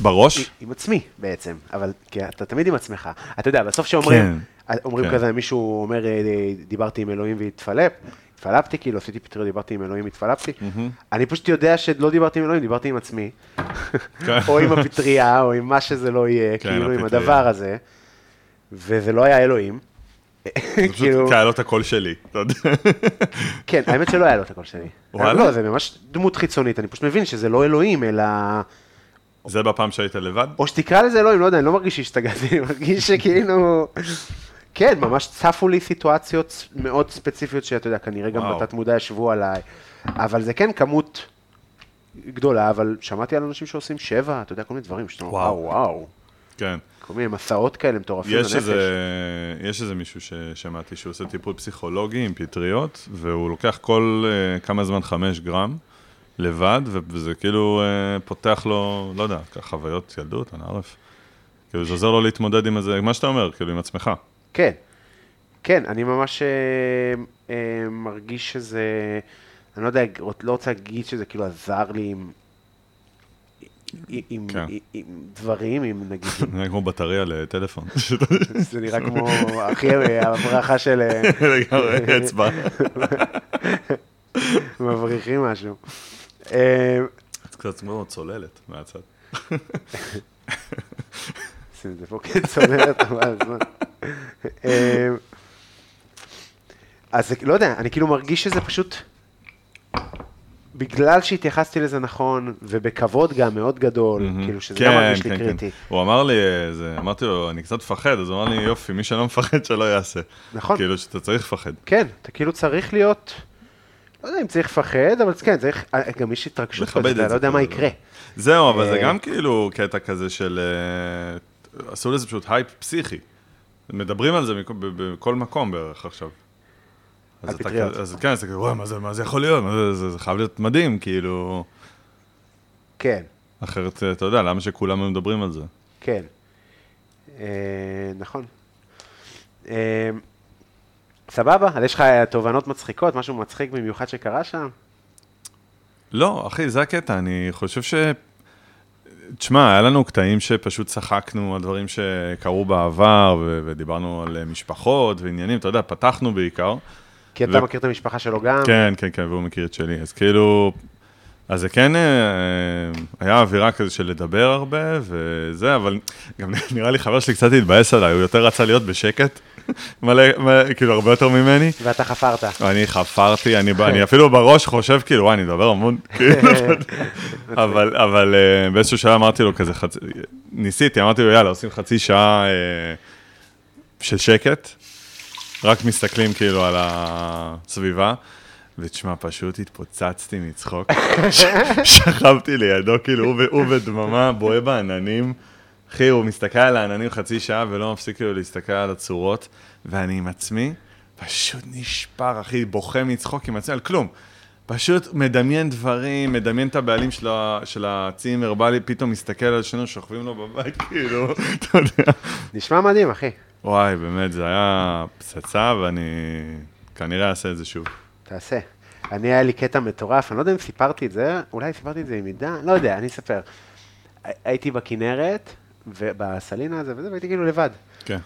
Speaker 3: בראש?
Speaker 2: עם עצמי בעצם, אבל כי אתה תמיד עם עצמך. אתה יודע, בסוף שאומרים, אומרים
Speaker 3: כן.
Speaker 2: כזה, מישהו אומר, אה, אה, דיברתי עם אלוהים והתפלפ, התפלפתי, כאילו עשיתי פטריות, דיברתי עם אלוהים, התפלפתי. אני פשוט יודע שלא דיברתי עם אלוהים, דיברתי עם עצמי. או עם הפטריה, או עם מה שזה לא יהיה,
Speaker 3: כן,
Speaker 2: כאילו עם
Speaker 3: הפטריה.
Speaker 2: הדבר הזה, וזה לא היה אלוהים.
Speaker 3: זה פשוט
Speaker 2: כאילו,
Speaker 3: תעלות הקול שלי. אתה יודע.
Speaker 2: כן, האמת שלא היה לו את הקול שלי.
Speaker 3: וואלה?
Speaker 2: לא, זה ממש דמות חיצונית, אני פשוט מבין שזה לא אלוהים, אלא...
Speaker 3: זה בפעם שהיית לבד?
Speaker 2: או שתקרא לזה אלוהים, לא יודע, אני לא מרגיש שהשתגעתי, אני מרגיש שכאילו... כן, ממש צפו לי סיטואציות מאוד ספציפיות שאתה יודע, כנראה גם
Speaker 3: וואו.
Speaker 2: בתת מודע ישבו עליי, אבל זה כן כמות גדולה, אבל שמעתי על אנשים שעושים שבע, אתה יודע, כל מיני דברים, שאתה אומר,
Speaker 3: וואו.
Speaker 2: וואו, וואו,
Speaker 3: כן.
Speaker 2: כל מיני מסעות כאלה מטורפים
Speaker 3: יש
Speaker 2: לנפש.
Speaker 3: איזה, יש איזה מישהו ששמעתי שהוא עושה טיפול פסיכולוגי עם פטריות, והוא לוקח כל אה, כמה זמן חמש גרם לבד, וזה כאילו אה, פותח לו, לא יודע, חוויות ילדות, אני ערף. כאילו זה עוזר לו להתמודד עם זה, מה שאתה אומר, כאילו עם עצמך.
Speaker 2: כן, כן, אני ממש אה, אה, מרגיש שזה, אני לא יודע, לא רוצה להגיד שזה כאילו עזר לי עם... עם,
Speaker 3: כן.
Speaker 2: עם, עם דברים, עם נגיד
Speaker 3: זה נראה כמו בטריה לטלפון.
Speaker 2: זה נראה כמו הכי הברכה של אה,
Speaker 3: לגמרי אצבע.
Speaker 2: מבריחים משהו. אה,
Speaker 3: זה קצת כמו צוללת מהצד.
Speaker 2: שים את זה פה כצוללת אבל הזמן. אה, אז זה- לא יודע, אני כאילו מרגיש שזה פשוט, בגלל שהתייחסתי לזה נכון, ובכבוד גם מאוד גדול,
Speaker 3: מהמם.
Speaker 2: כאילו שזה
Speaker 3: כן,
Speaker 2: גם מרגיש
Speaker 3: כן,
Speaker 2: לי
Speaker 3: כן.
Speaker 2: קריטי.
Speaker 3: הוא אמר לי, אה, זה, אמרתי לו, אני קצת מפחד, אז הוא אמר לי, יופי, מי שלא מפחד שלא יעשה.
Speaker 2: נכון.
Speaker 3: כאילו שאתה צריך לפחד.
Speaker 2: כן, אתה כאילו צריך להיות, לא יודע אם צריך לפחד, אבל כן, צריך, אה, גם יש התרגשות
Speaker 3: לכבד
Speaker 2: כזאת,
Speaker 3: את
Speaker 2: אתה
Speaker 3: זה
Speaker 2: לא יודע מה
Speaker 3: כאילו.
Speaker 2: יקרה.
Speaker 3: זהו, אבל זה
Speaker 2: אה,
Speaker 3: גם כאילו קטע כזה של... אה, עשו לזה פשוט הייפ פסיכי. מדברים על זה מכ- ב- בכל מקום בערך עכשיו. אז
Speaker 2: על
Speaker 3: אתה
Speaker 2: פטריות.
Speaker 3: כזה, אז כן, אז אתה כזה, וואי, מה זה, מה זה יכול להיות? מה זה, זה, זה חייב להיות מדהים, כאילו...
Speaker 2: כן.
Speaker 3: אחרת, אה, אתה יודע, למה שכולם היו מדברים על זה?
Speaker 2: כן. אה, נכון. אה, סבבה, אז יש לך אה, תובנות מצחיקות, משהו מצחיק במיוחד שקרה שם?
Speaker 3: לא, אחי, זה הקטע, אני חושב ש... תשמע, היה לנו קטעים שפשוט צחקנו על דברים שקרו בעבר, ו- ודיברנו על אה, משפחות ועניינים, אתה יודע, פתחנו בעיקר.
Speaker 2: כי אתה
Speaker 3: ו-
Speaker 2: מכיר את המשפחה שלו גם?
Speaker 3: כן, כן, כן, והוא מכיר את שלי. אז כאילו, אז זה כן, אה, היה אווירה כזה של לדבר הרבה וזה, אבל גם נראה לי חבר שלי קצת התבאס עליי, הוא יותר רצה להיות בשקט, מלא, מלא, כאילו הרבה יותר ממני.
Speaker 2: ואתה חפרת.
Speaker 3: אני חפרתי, אני, ב- אני אפילו בראש חושב, כאילו, וואי, אני מדבר המון, כאילו, אבל, אבל אה, באיזשהו שעה אמרתי לו כזה חצי, ניסיתי, אמרתי לו, יאללה, עושים חצי שעה אה, של שקט, רק מסתכלים כאילו על הסביבה, ותשמע, פשוט התפוצצתי מצחוק, ש- שכבתי לידו, כאילו, הוא ב- הוא בדממה, בוהה בעננים. אחי, הוא מסתכל על העננים חצי שעה ולא מפסיק כאילו להסתכל על הצורות, ואני עם עצמי, פשוט נשבר, אחי, בוכה מצחוק עם עצמי על כלום. פשוט מדמיין דברים, מדמיין את הבעלים של, ה, של הצימר, בא לי, פתאום מסתכל על שנינו שוכבים לו בבית, כאילו, אתה יודע.
Speaker 2: נשמע מדהים, אחי.
Speaker 3: וואי, באמת, זה היה פצצה, ואני כנראה אעשה את זה שוב.
Speaker 2: תעשה. אני, היה לי קטע מטורף, אני לא יודע אם סיפרתי את זה, אולי סיפרתי את זה עם עידן, לא יודע, אני אספר. הי- הייתי בכנרת, ובסלינה הזה וזה, והייתי כאילו לבד.
Speaker 3: כן.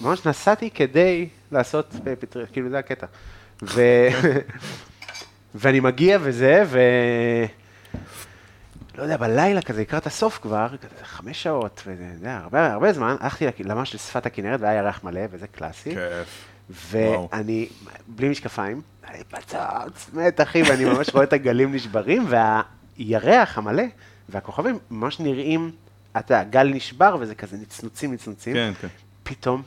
Speaker 2: וממש נסעתי כדי לעשות אה, פטרי, כאילו זה הקטע. ו... ואני מגיע וזה, ו... לא יודע, בלילה כזה, לקראת הסוף כבר, כזה חמש שעות, וזה, זה היה הרבה, הרבה זמן, הלכתי לכ- ממש לשפת הכנרת, והיה ירח מלא, וזה קלאסי.
Speaker 3: כיף.
Speaker 2: ואני בלי משקפיים, אני פצץ, מת אחי, ואני ממש רואה את הגלים נשברים, והירח המלא והכוכבים ממש נראים, אתה, הגל נשבר וזה כזה נצנוצים, נצנוצים.
Speaker 3: כן, כן.
Speaker 2: פתאום,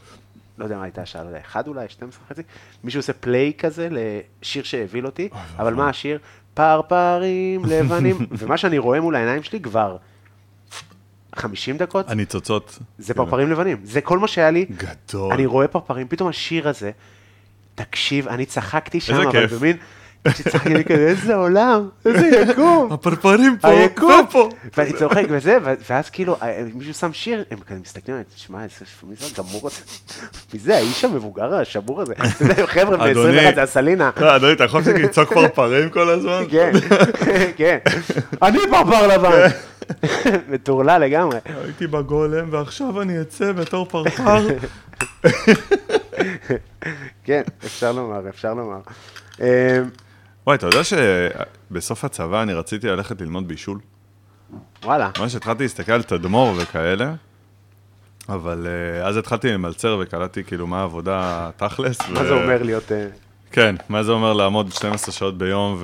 Speaker 2: לא יודע מה הייתה השעה, לא יודע, אחד אולי, 12 וחצי, מישהו עושה פליי כזה לשיר שהאוויל אותי,
Speaker 4: נכון.
Speaker 2: אבל מה השיר? פרפרים לבנים, ומה שאני רואה מול העיניים שלי כבר 50 דקות,
Speaker 4: הניצוצות.
Speaker 2: זה פרפרים לבנים, זה כל מה שהיה לי.
Speaker 4: גדול.
Speaker 2: אני רואה פרפרים, פתאום השיר הזה, תקשיב, אני צחקתי שם,
Speaker 4: איזה
Speaker 2: אבל
Speaker 4: כיף.
Speaker 2: במין, צחקתי לי כזה, איזה עולם, איזה יקום.
Speaker 4: הפרפרים פה,
Speaker 2: היקום
Speaker 4: ופה.
Speaker 2: ואני צוחק וזה, ו- ואז כאילו, אה, מישהו שם שיר, הם כזה מסתכלים עליי, תשמע, איזה מי זה הגמור הזה? מי זה האיש המבוגר השבור הזה? אתה יודע, חבר'ה,
Speaker 3: אדוני.
Speaker 2: ב-21 זה הסלינה.
Speaker 3: לא, אדוני, אתה יכול להפסיק לצעוק פרפרים כל הזמן?
Speaker 2: כן, כן. אני פרפר לבן. מטורלל לגמרי.
Speaker 3: הייתי בגולם, ועכשיו אני אצא בתור פרפר.
Speaker 2: כן, אפשר לומר, אפשר לומר. אה,
Speaker 3: וואי, אתה יודע שבסוף הצבא אני רציתי ללכת ללמוד בישול?
Speaker 2: וואלה,
Speaker 3: ממש התחלתי להסתכל על תדמור וכאלה, אבל אה, אז התחלתי למלצר וקלטתי כאילו מה העבודה תכלס.
Speaker 2: מה זה אומר להיות... אה,
Speaker 3: כן, מה זה אומר לעמוד 12 שעות ביום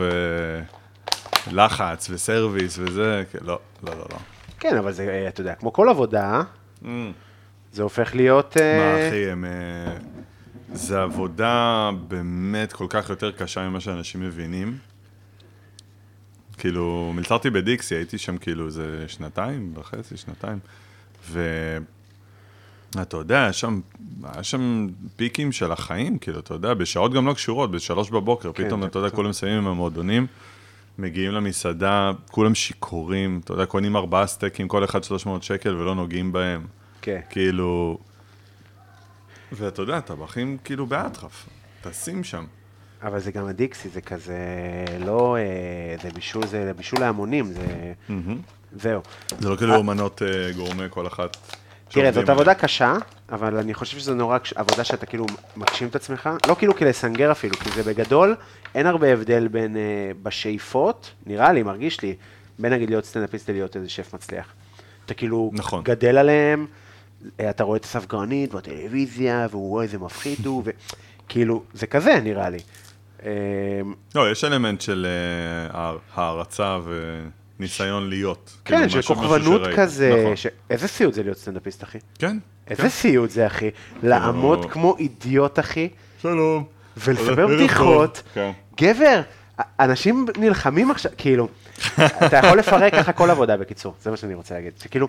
Speaker 3: ולחץ וסרוויס וזה, כן, לא, לא, לא, לא.
Speaker 2: כן, אבל זה, אה, אתה יודע, כמו כל עבודה, זה הופך להיות...
Speaker 3: מה
Speaker 2: אה,
Speaker 3: אחי, הם... אה, זה עבודה באמת כל כך יותר קשה ממה שאנשים מבינים. כאילו, מלצרתי בדיקסי, הייתי שם כאילו איזה שנתיים וחצי, שנתיים. ואתה יודע, היה שם, היה שם פיקים של החיים, כאילו, אתה יודע, בשעות גם לא קשורות, בשלוש בבוקר,
Speaker 2: כן,
Speaker 3: פתאום,
Speaker 2: זה
Speaker 3: אתה יודע, כולם שמים עם המועדונים, מגיעים למסעדה, כולם שיכורים, אתה יודע, קונים ארבעה סטייקים, כל אחד 300 שקל ולא נוגעים בהם.
Speaker 2: כן.
Speaker 3: כאילו... ואתה יודע, הטבחים כאילו באטרף, טסים שם.
Speaker 2: אבל זה גם הדיקסי, זה כזה לא... אה, זה בישול, זה בישול להמונים, זה... זהו.
Speaker 3: זה לא כאילו אומנות אה, גורמה כל אחת.
Speaker 2: תראה,
Speaker 3: שעובדים
Speaker 2: זאת
Speaker 3: עליה.
Speaker 2: עבודה קשה, אבל אני חושב שזו נורא קש- עבודה שאתה כאילו מגשים את עצמך, לא כאילו כלסנגר אפילו, כי זה בגדול, אין הרבה הבדל בין אה, בשאיפות, נראה לי, מרגיש לי, בין נגיד להיות סטנדאפיסט ללהיות איזה שף מצליח. אתה כאילו
Speaker 3: נכון.
Speaker 2: גדל עליהם, אה, אתה רואה את הספגרנית בטלוויזיה, והוא רואה איזה מפחיד הוא, וכאילו, זה כזה נראה לי. אה,
Speaker 3: לא, יש אלמנט של אה, הע- הערצה וניסיון להיות. כאילו,
Speaker 2: כן,
Speaker 3: משהו-
Speaker 2: של
Speaker 3: משהו
Speaker 2: כוכבנות
Speaker 3: שראית.
Speaker 2: כזה,
Speaker 3: נכון.
Speaker 2: ש- איזה סיוט זה להיות סטנדאפיסט, אחי?
Speaker 3: כן. כן. כאילו-
Speaker 2: איזה סיוט זה, אחי? לעמוד כמו אידיוט, אחי,
Speaker 3: שלום.
Speaker 2: ולספר
Speaker 3: ערב טוב.
Speaker 2: בדיחות.
Speaker 3: כן.
Speaker 2: גבר, אנשים נלחמים עכשיו, כאילו, אתה יכול לפרק ככה כל עבודה בקיצור, זה מה שאני רוצה להגיד. שכאילו,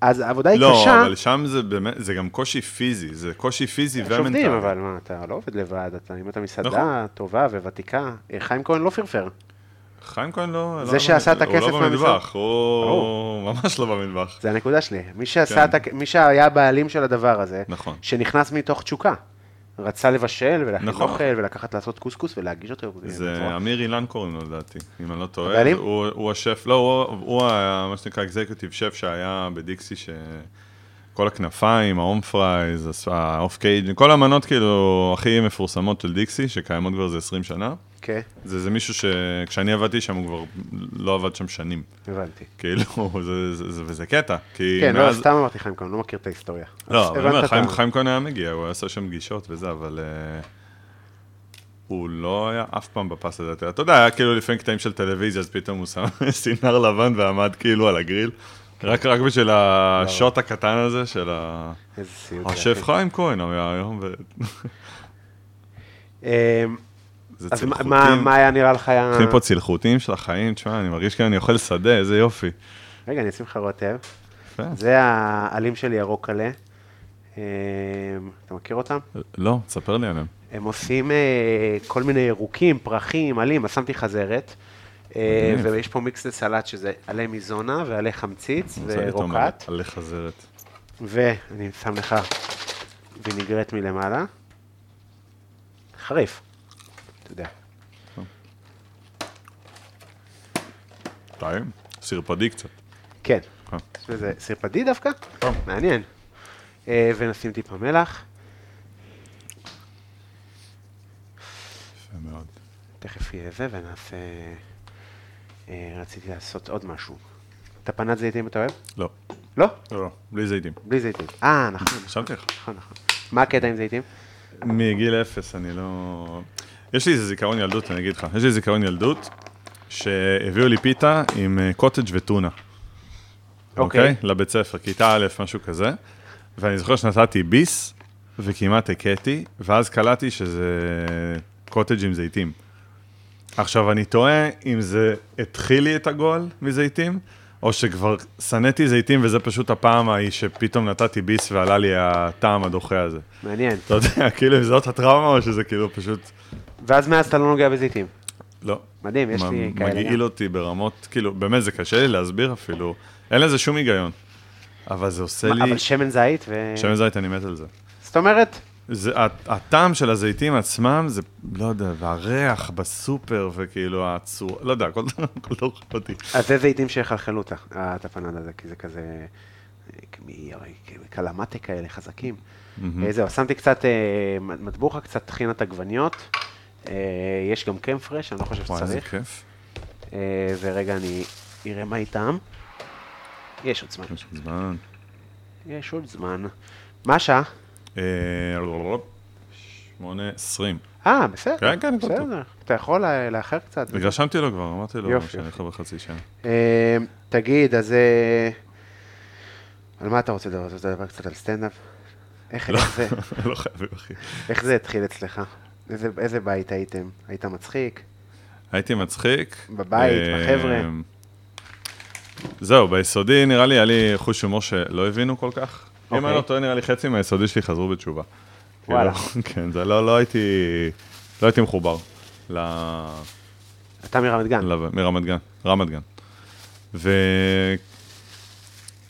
Speaker 2: אז העבודה היא
Speaker 3: לא,
Speaker 2: קשה,
Speaker 3: אבל שם זה באמת, זה גם קושי פיזי, זה קושי פיזי
Speaker 2: יש
Speaker 3: ומנטלי.
Speaker 2: עובדים, אבל מה, אתה לא עובד לבד, אתה, אם אתה מסעדה
Speaker 3: נכון.
Speaker 2: טובה וותיקה, אה, חיים כהן לא פרפר.
Speaker 3: חיים כהן לא...
Speaker 2: זה
Speaker 3: לא-
Speaker 2: שעשה את הכסף
Speaker 3: הוא לא במטבח,
Speaker 2: מהמזרח.
Speaker 3: הוא ממש לא במטבח.
Speaker 2: זה הנקודה שלי. מי, שעשה
Speaker 3: כן.
Speaker 2: את, הכ- מי שהיה הבעלים של הדבר הזה,
Speaker 3: נכון.
Speaker 2: שנכנס מתוך תשוקה, רצה לבשל ולהכין
Speaker 3: נכון.
Speaker 2: אוכל ולקחת לעשות קוסקוס ולהגיש אותו.
Speaker 3: זה
Speaker 2: בצורה-
Speaker 3: אמיר אילן קוראים לו לדעתי, אם אני לא טועה.
Speaker 2: הבעלים?
Speaker 3: הוא הוא השף, לא, הוא- הוא ה- מה שנקרא אקזקיוטיב שף שהיה בדיקסי, שכל הכנפיים, האום פרייז, הס- האוף קייג', כל המנות כאילו הכי מפורסמות של דיקסי, שקיימות כבר איזה 20 שנה.
Speaker 2: כן,
Speaker 3: זה זה מישהו שכשאני עבדתי שם, הוא כבר לא עבד שם שנים.
Speaker 2: הבנתי.
Speaker 3: כאילו, זה- זה- זה- וזה קטע. כי
Speaker 2: כן, לא,
Speaker 3: מאז-
Speaker 2: סתם אמרתי חיים כהן, לא מכיר את ההיסטוריה.
Speaker 3: לא,
Speaker 2: אז
Speaker 3: אבל אני
Speaker 2: הבנת
Speaker 3: אומר,
Speaker 2: את
Speaker 3: חיים-
Speaker 2: ה-
Speaker 3: חיים כהן היה מגיע, הוא היה עושה שם פגישות וזה, אבל אה, הוא לא היה אף פעם בפס הזה. אתה אתה יודע, היה כאילו לפעמים קטעים של טלוויזיה, אז פתאום הוא שם סינר לבן ועמד כאילו על הגריל. רק רק בשביל השוט הקטן הזה של ה-
Speaker 2: איזה סיוט. כן, זה,
Speaker 3: השף
Speaker 2: אחי.
Speaker 3: חיים כהן היה היום, וזה
Speaker 2: אמ, אז מה- מה
Speaker 3: צלחותים.
Speaker 2: מה היה נראה לך היה...
Speaker 3: הולכים פה צלחותים של החיים, תשמע, אני מרגיש כאילו אני אוכל שדה, איזה יופי.
Speaker 2: רגע, אני אשים לך רוטב.
Speaker 3: יפה.
Speaker 2: זה העלים של ירוק עלה. אה, אתה מכיר אותם?
Speaker 3: לא, תספר לי עליהם.
Speaker 2: הם עושים אה, כל מיני ירוקים, פרחים, עלים, אז שמתי חזרת. אה,
Speaker 3: מגניב.
Speaker 2: ויש פה מיקס לסלט שזה עלי מזונה ועלי חמציץ
Speaker 3: עושה לי תום על-
Speaker 2: ורוקט.
Speaker 3: על חזרת.
Speaker 2: ואני שם לך וינגרט מלמעלה. חריף, אתה יודע.
Speaker 3: טעים? סרפדי קצת.
Speaker 2: כן.
Speaker 3: אה.
Speaker 2: יש לזה סרפדי דווקא?
Speaker 3: טוב.
Speaker 2: מעניין. אה, ונשים טיפה מלח,
Speaker 3: יפה מאוד.
Speaker 2: תכף יהיה זה, ונעשה... אה, רציתי לעשות עוד משהו. אתה פנת זיתים אתה אוהב?
Speaker 3: לא.
Speaker 2: לא?
Speaker 3: לא, לא, בלי זיתים.
Speaker 2: בלי זיתים. אה, נכון,
Speaker 3: חשבתי לך.
Speaker 2: נכון, נכון. מה הקטע עם זיתים?
Speaker 3: מגיל אפס אני לא... יש לי איזה זיכרון ילדות, אני אגיד לך. יש לי זיכרון ילדות, שהביאו לי פיתה עם אה, קוטג' וטונה.
Speaker 2: אוקיי.
Speaker 3: לבית ספר, כיתה א', משהו כזה. ואני זוכר שנתתי ביס, וכמעט הכיתי, ואז קלטתי שזה קוטג' עם זיתים. עכשיו, אני תוהה אם זה התחיל לי את הגועל מזיתים, או שכבר שנאתי זיתים וזה פשוט הפעם ההיא שפתאום נתתי ביס ועלה לי הטעם הדוחה הזה.
Speaker 2: מעניין.
Speaker 3: אתה יודע, כאילו, אם זאת הטראומה או שזה כאילו פשוט...
Speaker 2: ואז מאז אתה לא נוגע בזיתים.
Speaker 3: לא.
Speaker 2: מדהים, יש לי
Speaker 3: מ-
Speaker 2: כאלה.
Speaker 3: מגעיל אותי ברמות, כאילו, באמת, זה קשה לי להסביר אפילו. אין לזה שום היגיון. אבל זה עושה
Speaker 2: מה,
Speaker 3: לי...
Speaker 2: אבל שמן זית ו...
Speaker 3: שמן זית, אני מת על זה.
Speaker 2: זאת אומרת,
Speaker 3: זה, הט- הטעם של הזיתים עצמם, זה, לא יודע, והריח בסופר, וכאילו הצורה, לא יודע, הכל הכל דורך אותי.
Speaker 2: אז זה זיתים שיחלחלו אותה, את הפנן הזה, כי זה כזה... אה, מי- הרי קלמטה כאלה חזקים. אה, זהו, שמתי קצת אה, מ- מטבוחה, קצת טחינת עגבניות. אה, יש גם קמפרש, אני לא חושב
Speaker 3: וואי, איזה
Speaker 2: שצריך.
Speaker 3: כיף.
Speaker 2: אה, ורגע, אני אראה מה איתם. יש עוד זמן.
Speaker 3: יש עוד זמן.
Speaker 2: יש עוד זמן. מה השעה?
Speaker 3: אה, שמונה עשרים.
Speaker 2: אה, בסדר.
Speaker 3: כן, כן, הכל טוב.
Speaker 2: בסדר. אתה יכול אה, לאחר קצת.
Speaker 3: רשמתי לו כבר, אמרתי לו
Speaker 2: יופי,
Speaker 3: שאני
Speaker 2: יופי.
Speaker 3: יכול בחצי שעה.
Speaker 2: אה, תגיד, אז... אה, על מה אתה רוצה לדבר? אתה רוצה לדבר קצת על סטנדאפ? איך איך זה?
Speaker 3: לא חייבים, אחי.
Speaker 2: איך זה התחיל אצלך? איזה, איזה בית הייתם? היית מצחיק?
Speaker 3: הייתי מצחיק.
Speaker 2: בבית,
Speaker 3: אה,
Speaker 2: בחבר'ה.
Speaker 3: זהו, ביסודי נראה לי היה לי חוש הומור שלא הבינו כל כך. אם
Speaker 2: אוקיי.
Speaker 3: אני לא טועה, נראה לי חצי מהיסודי שלי חזרו בתשובה.
Speaker 2: וואלה.
Speaker 3: כאילו, כן, זה לא, לא הייתי, לא הייתי מחובר ל-
Speaker 2: אתה מרמת גן.
Speaker 3: ל- מרמת גן, רמת גן. ו...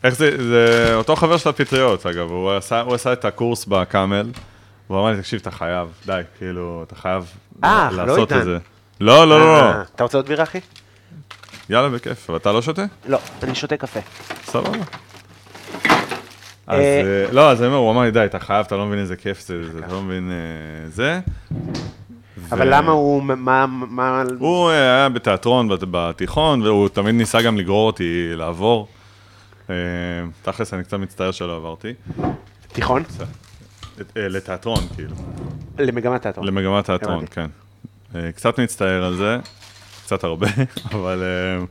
Speaker 3: איך זה, זה אותו חבר של הפטריות, אגב, הוא עשה, הוא עשה את הקורס בקאמל, והוא אמר לי, תקשיב, אתה חייב, די, כאילו, אתה חייב
Speaker 2: אה,
Speaker 3: ל-
Speaker 2: לא
Speaker 3: לעשות
Speaker 2: איתן.
Speaker 3: את זה. לא, לא, לא, לא,
Speaker 2: אה, אתה רוצה עוד בירה, אחי?
Speaker 3: יאללה, בכיף. ואתה לא שותה?
Speaker 2: לא, אני שותה קפה.
Speaker 3: סבבה. אז אה, לא, אז אני אומר, הוא אמר לי, די, אתה חייב, אתה לא מבין איזה כיף זה, זה, אתה לא מבין אה, זה.
Speaker 2: אבל
Speaker 3: ו-
Speaker 2: למה הוא... מה... מה...
Speaker 3: הוא אה, היה בתיאטרון בת- בתיכון, והוא תמיד ניסה גם לגרור אותי לעבור. אה, תכלס, אני קצת מצטער שלא עברתי.
Speaker 2: תיכון?
Speaker 3: את- אה, לתיאטרון, כאילו.
Speaker 2: למגמת תיאטרון.
Speaker 3: למגמת תיאטרון,
Speaker 2: הבנתי.
Speaker 3: כן. אה, קצת מצטער על זה, קצת הרבה, אבל אה,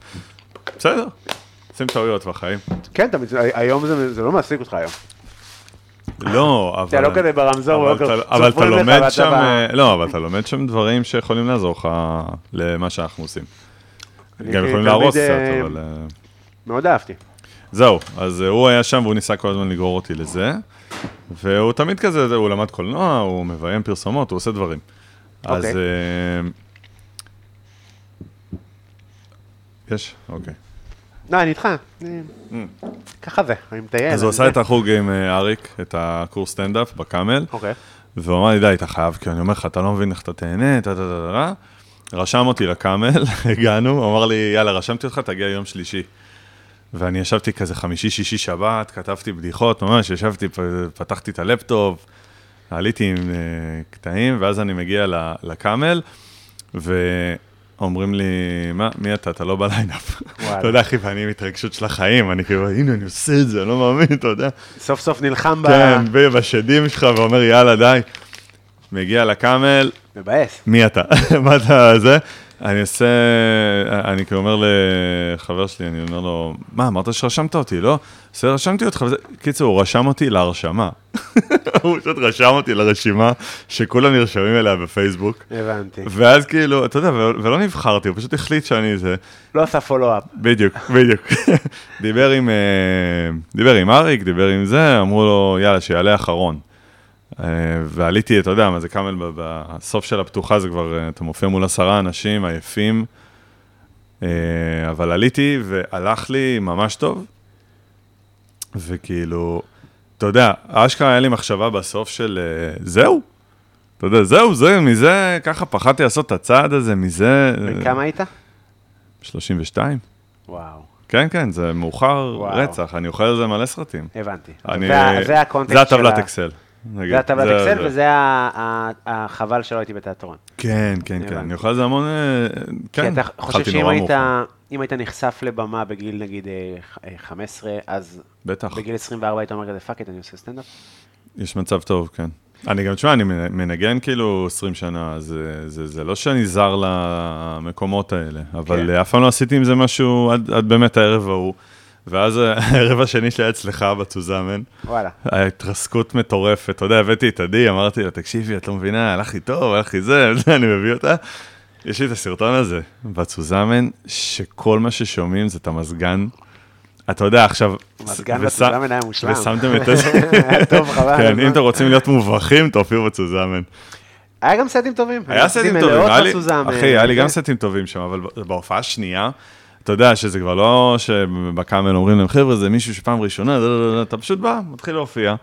Speaker 3: בסדר, עושים טעויות בחיים.
Speaker 2: כן, אתה מצ- היום זה- זה לא מעסיק אותך היום.
Speaker 3: לא, אבל...
Speaker 2: אתה לא כזה ברמזור,
Speaker 3: אבל
Speaker 2: לא כזה-
Speaker 3: אתה- אבל אתה
Speaker 2: צופרים לך
Speaker 3: לומד
Speaker 2: ואתה
Speaker 3: שם,
Speaker 2: ב-
Speaker 3: אה, לא, אבל אתה לומד שם דברים שיכולים לעזור לך למה שאנחנו עושים.
Speaker 2: אני
Speaker 3: גם יכולים
Speaker 2: תמיד,
Speaker 3: להרוס
Speaker 2: אה,
Speaker 3: קצת, אבל... אה,
Speaker 2: מאוד אהבתי.
Speaker 3: זהו, אז אה, הוא היה שם והוא ניסה כל הזמן לגרור אותי לזה, והוא תמיד כזה, זה, הוא למד קולנוע, הוא מביים פרסומות, הוא עושה דברים. אז...
Speaker 2: אוקיי.
Speaker 3: אה, יש? אוקיי.
Speaker 2: לא, אני איתך. אני- ככה זה, אני מטייל.
Speaker 3: Mm. אז הוא
Speaker 2: אני
Speaker 3: עשה את
Speaker 2: זה.
Speaker 3: החוג עם אה, אריק, את הקורס סטנדאפ בקאמל,
Speaker 2: אוקיי.
Speaker 3: והוא אמר לי, די, אתה חייב, כי אני אומר לך, אתה לא מבין איך אתה תהנה, טה טה טה טה. רשם אותי לקאמל, הגענו, הוא אמר לי, יאללה, רשמתי אותך, תגיע יום שלישי. ואני ישבתי כזה חמישי, שישי, שבת, כתבתי בדיחות, ממש, ישבתי, פ- פתחתי את הלפטופ, עליתי עם אה, קטעים, ואז אני מגיע ל- לקאמל, ואומרים לי, מה, מי אתה? אתה לא בליינאפ.
Speaker 2: וואלה.
Speaker 3: אתה יודע, אחי, ואני עם התרגשות של החיים, אני כאילו, הנה, אני עושה את זה, אני לא מאמין, אתה יודע.
Speaker 2: סוף סוף נלחם ב...
Speaker 3: כן, בשדים שלך, ואומר, יאללה, די. מגיע לקאמל,
Speaker 2: מבאס.
Speaker 3: מי אתה? מה אתה זה? אני עושה, אני כאילו אומר לחבר שלי, אני אומר לו, מה, אמרת שרשמת אותי, לא? בסדר, רשמתי אותך, וזה, קיצור, הוא רשם אותי להרשמה. הוא פשוט רשם אותי לרשימה שכולם נרשמים אליה בפייסבוק.
Speaker 2: הבנתי.
Speaker 3: ואז כאילו, אתה יודע, ו- ולא נבחרתי, הוא פשוט החליט שאני זה.
Speaker 2: לא עשה פולו-אפ.
Speaker 3: בדיוק, בדיוק. דיבר עם, אה, דיבר עם אריק, דיבר עם זה, אמרו לו, יאללה, שיעלה אחרון. אה, ועליתי, אתה יודע, מה זה קאמל, ב- בסוף של הפתוחה זה כבר, אה, אתה מופיע מול עשרה אנשים עייפים, אה, אבל עליתי והלך לי ממש טוב, וכאילו, אתה יודע, אשכרה היה לי מחשבה בסוף של אה, זהו. אתה יודע, זהו, זהו, מזה, ככה פחדתי לעשות את הצעד הזה, מזה... אה,
Speaker 2: בן כמה היית?
Speaker 3: 32.
Speaker 2: וואו,
Speaker 3: כן, כן, זה מאוחר
Speaker 2: וואו.
Speaker 3: רצח, אני אוכל על זה מלא סרטים.
Speaker 2: הבנתי.
Speaker 3: אני-
Speaker 2: זה ה- זה הקונטקסט
Speaker 3: זה
Speaker 2: של
Speaker 3: הטבלת
Speaker 2: ה-
Speaker 3: אקסל. נגיד.
Speaker 2: זה הטבלת
Speaker 3: זה-
Speaker 2: אקסל
Speaker 3: זה-
Speaker 2: וזה ה- ה- החבל שלא הייתי בתיאטרון.
Speaker 3: כן, כן, כן,
Speaker 2: הבנתי.
Speaker 3: אני אוכל על זה המון... אה,
Speaker 2: כי
Speaker 3: כן,
Speaker 2: אתה חושב
Speaker 3: התחלתי
Speaker 2: שאם
Speaker 3: נורא
Speaker 2: היית,
Speaker 3: מאוחר.
Speaker 2: אם היית נחשף לבמה בגיל נגיד אה, ח- אה, 15, אז
Speaker 3: בטח,
Speaker 2: בגיל 24 היית אומר כזה פאק איט, אני עושה סטנדאפ?
Speaker 3: יש מצב טוב, כן. אני גם, תשמע, אני מנ- מנגן כאילו 20 שנה, אז אה, זה זה לא שאני זר למקומות האלה,
Speaker 2: כן.
Speaker 3: אבל אה, אף פעם לא עשיתי עם זה משהו עד- עד באמת הערב ההוא. ואז אה, הערב השני שהיה אצלך בצוזמן,
Speaker 2: וואלה.
Speaker 3: ההתרסקות מטורפת, אתה יודע, הבאתי את עדי, אמרתי לה, תקשיבי, את לא מבינה, הלך לי טוב, הלך לי זה, זה, אני מביא אותה. יש לי את הסרטון הזה, בצוזמן, שכל מה ששומעים זה את המזגן. אתה יודע, עכשיו...
Speaker 2: מזגן
Speaker 3: וס-
Speaker 2: בצוזמן היה מושלם.
Speaker 3: ושמתם את זה.
Speaker 2: היה טוב, חבל.
Speaker 3: כן,
Speaker 2: הזמן.
Speaker 3: אם אתם רוצים להיות מובכים, תופיעו בצוזמן.
Speaker 2: היה גם סטים טובים.
Speaker 3: היה סטים טובים,
Speaker 2: מלאות
Speaker 3: היה לי-
Speaker 2: בסוזם,
Speaker 3: אחי,
Speaker 2: אה,
Speaker 3: היה לי
Speaker 2: זה.
Speaker 3: גם סטים טובים שם, אבל ב- בהופעה השנייה, אתה יודע שזה כבר לא שבקאמל אומרים להם, חבר'ה, זה מישהו שפעם ראשונה, לא, לא, לא, לא", אתה פשוט בא, מתחיל להופיע.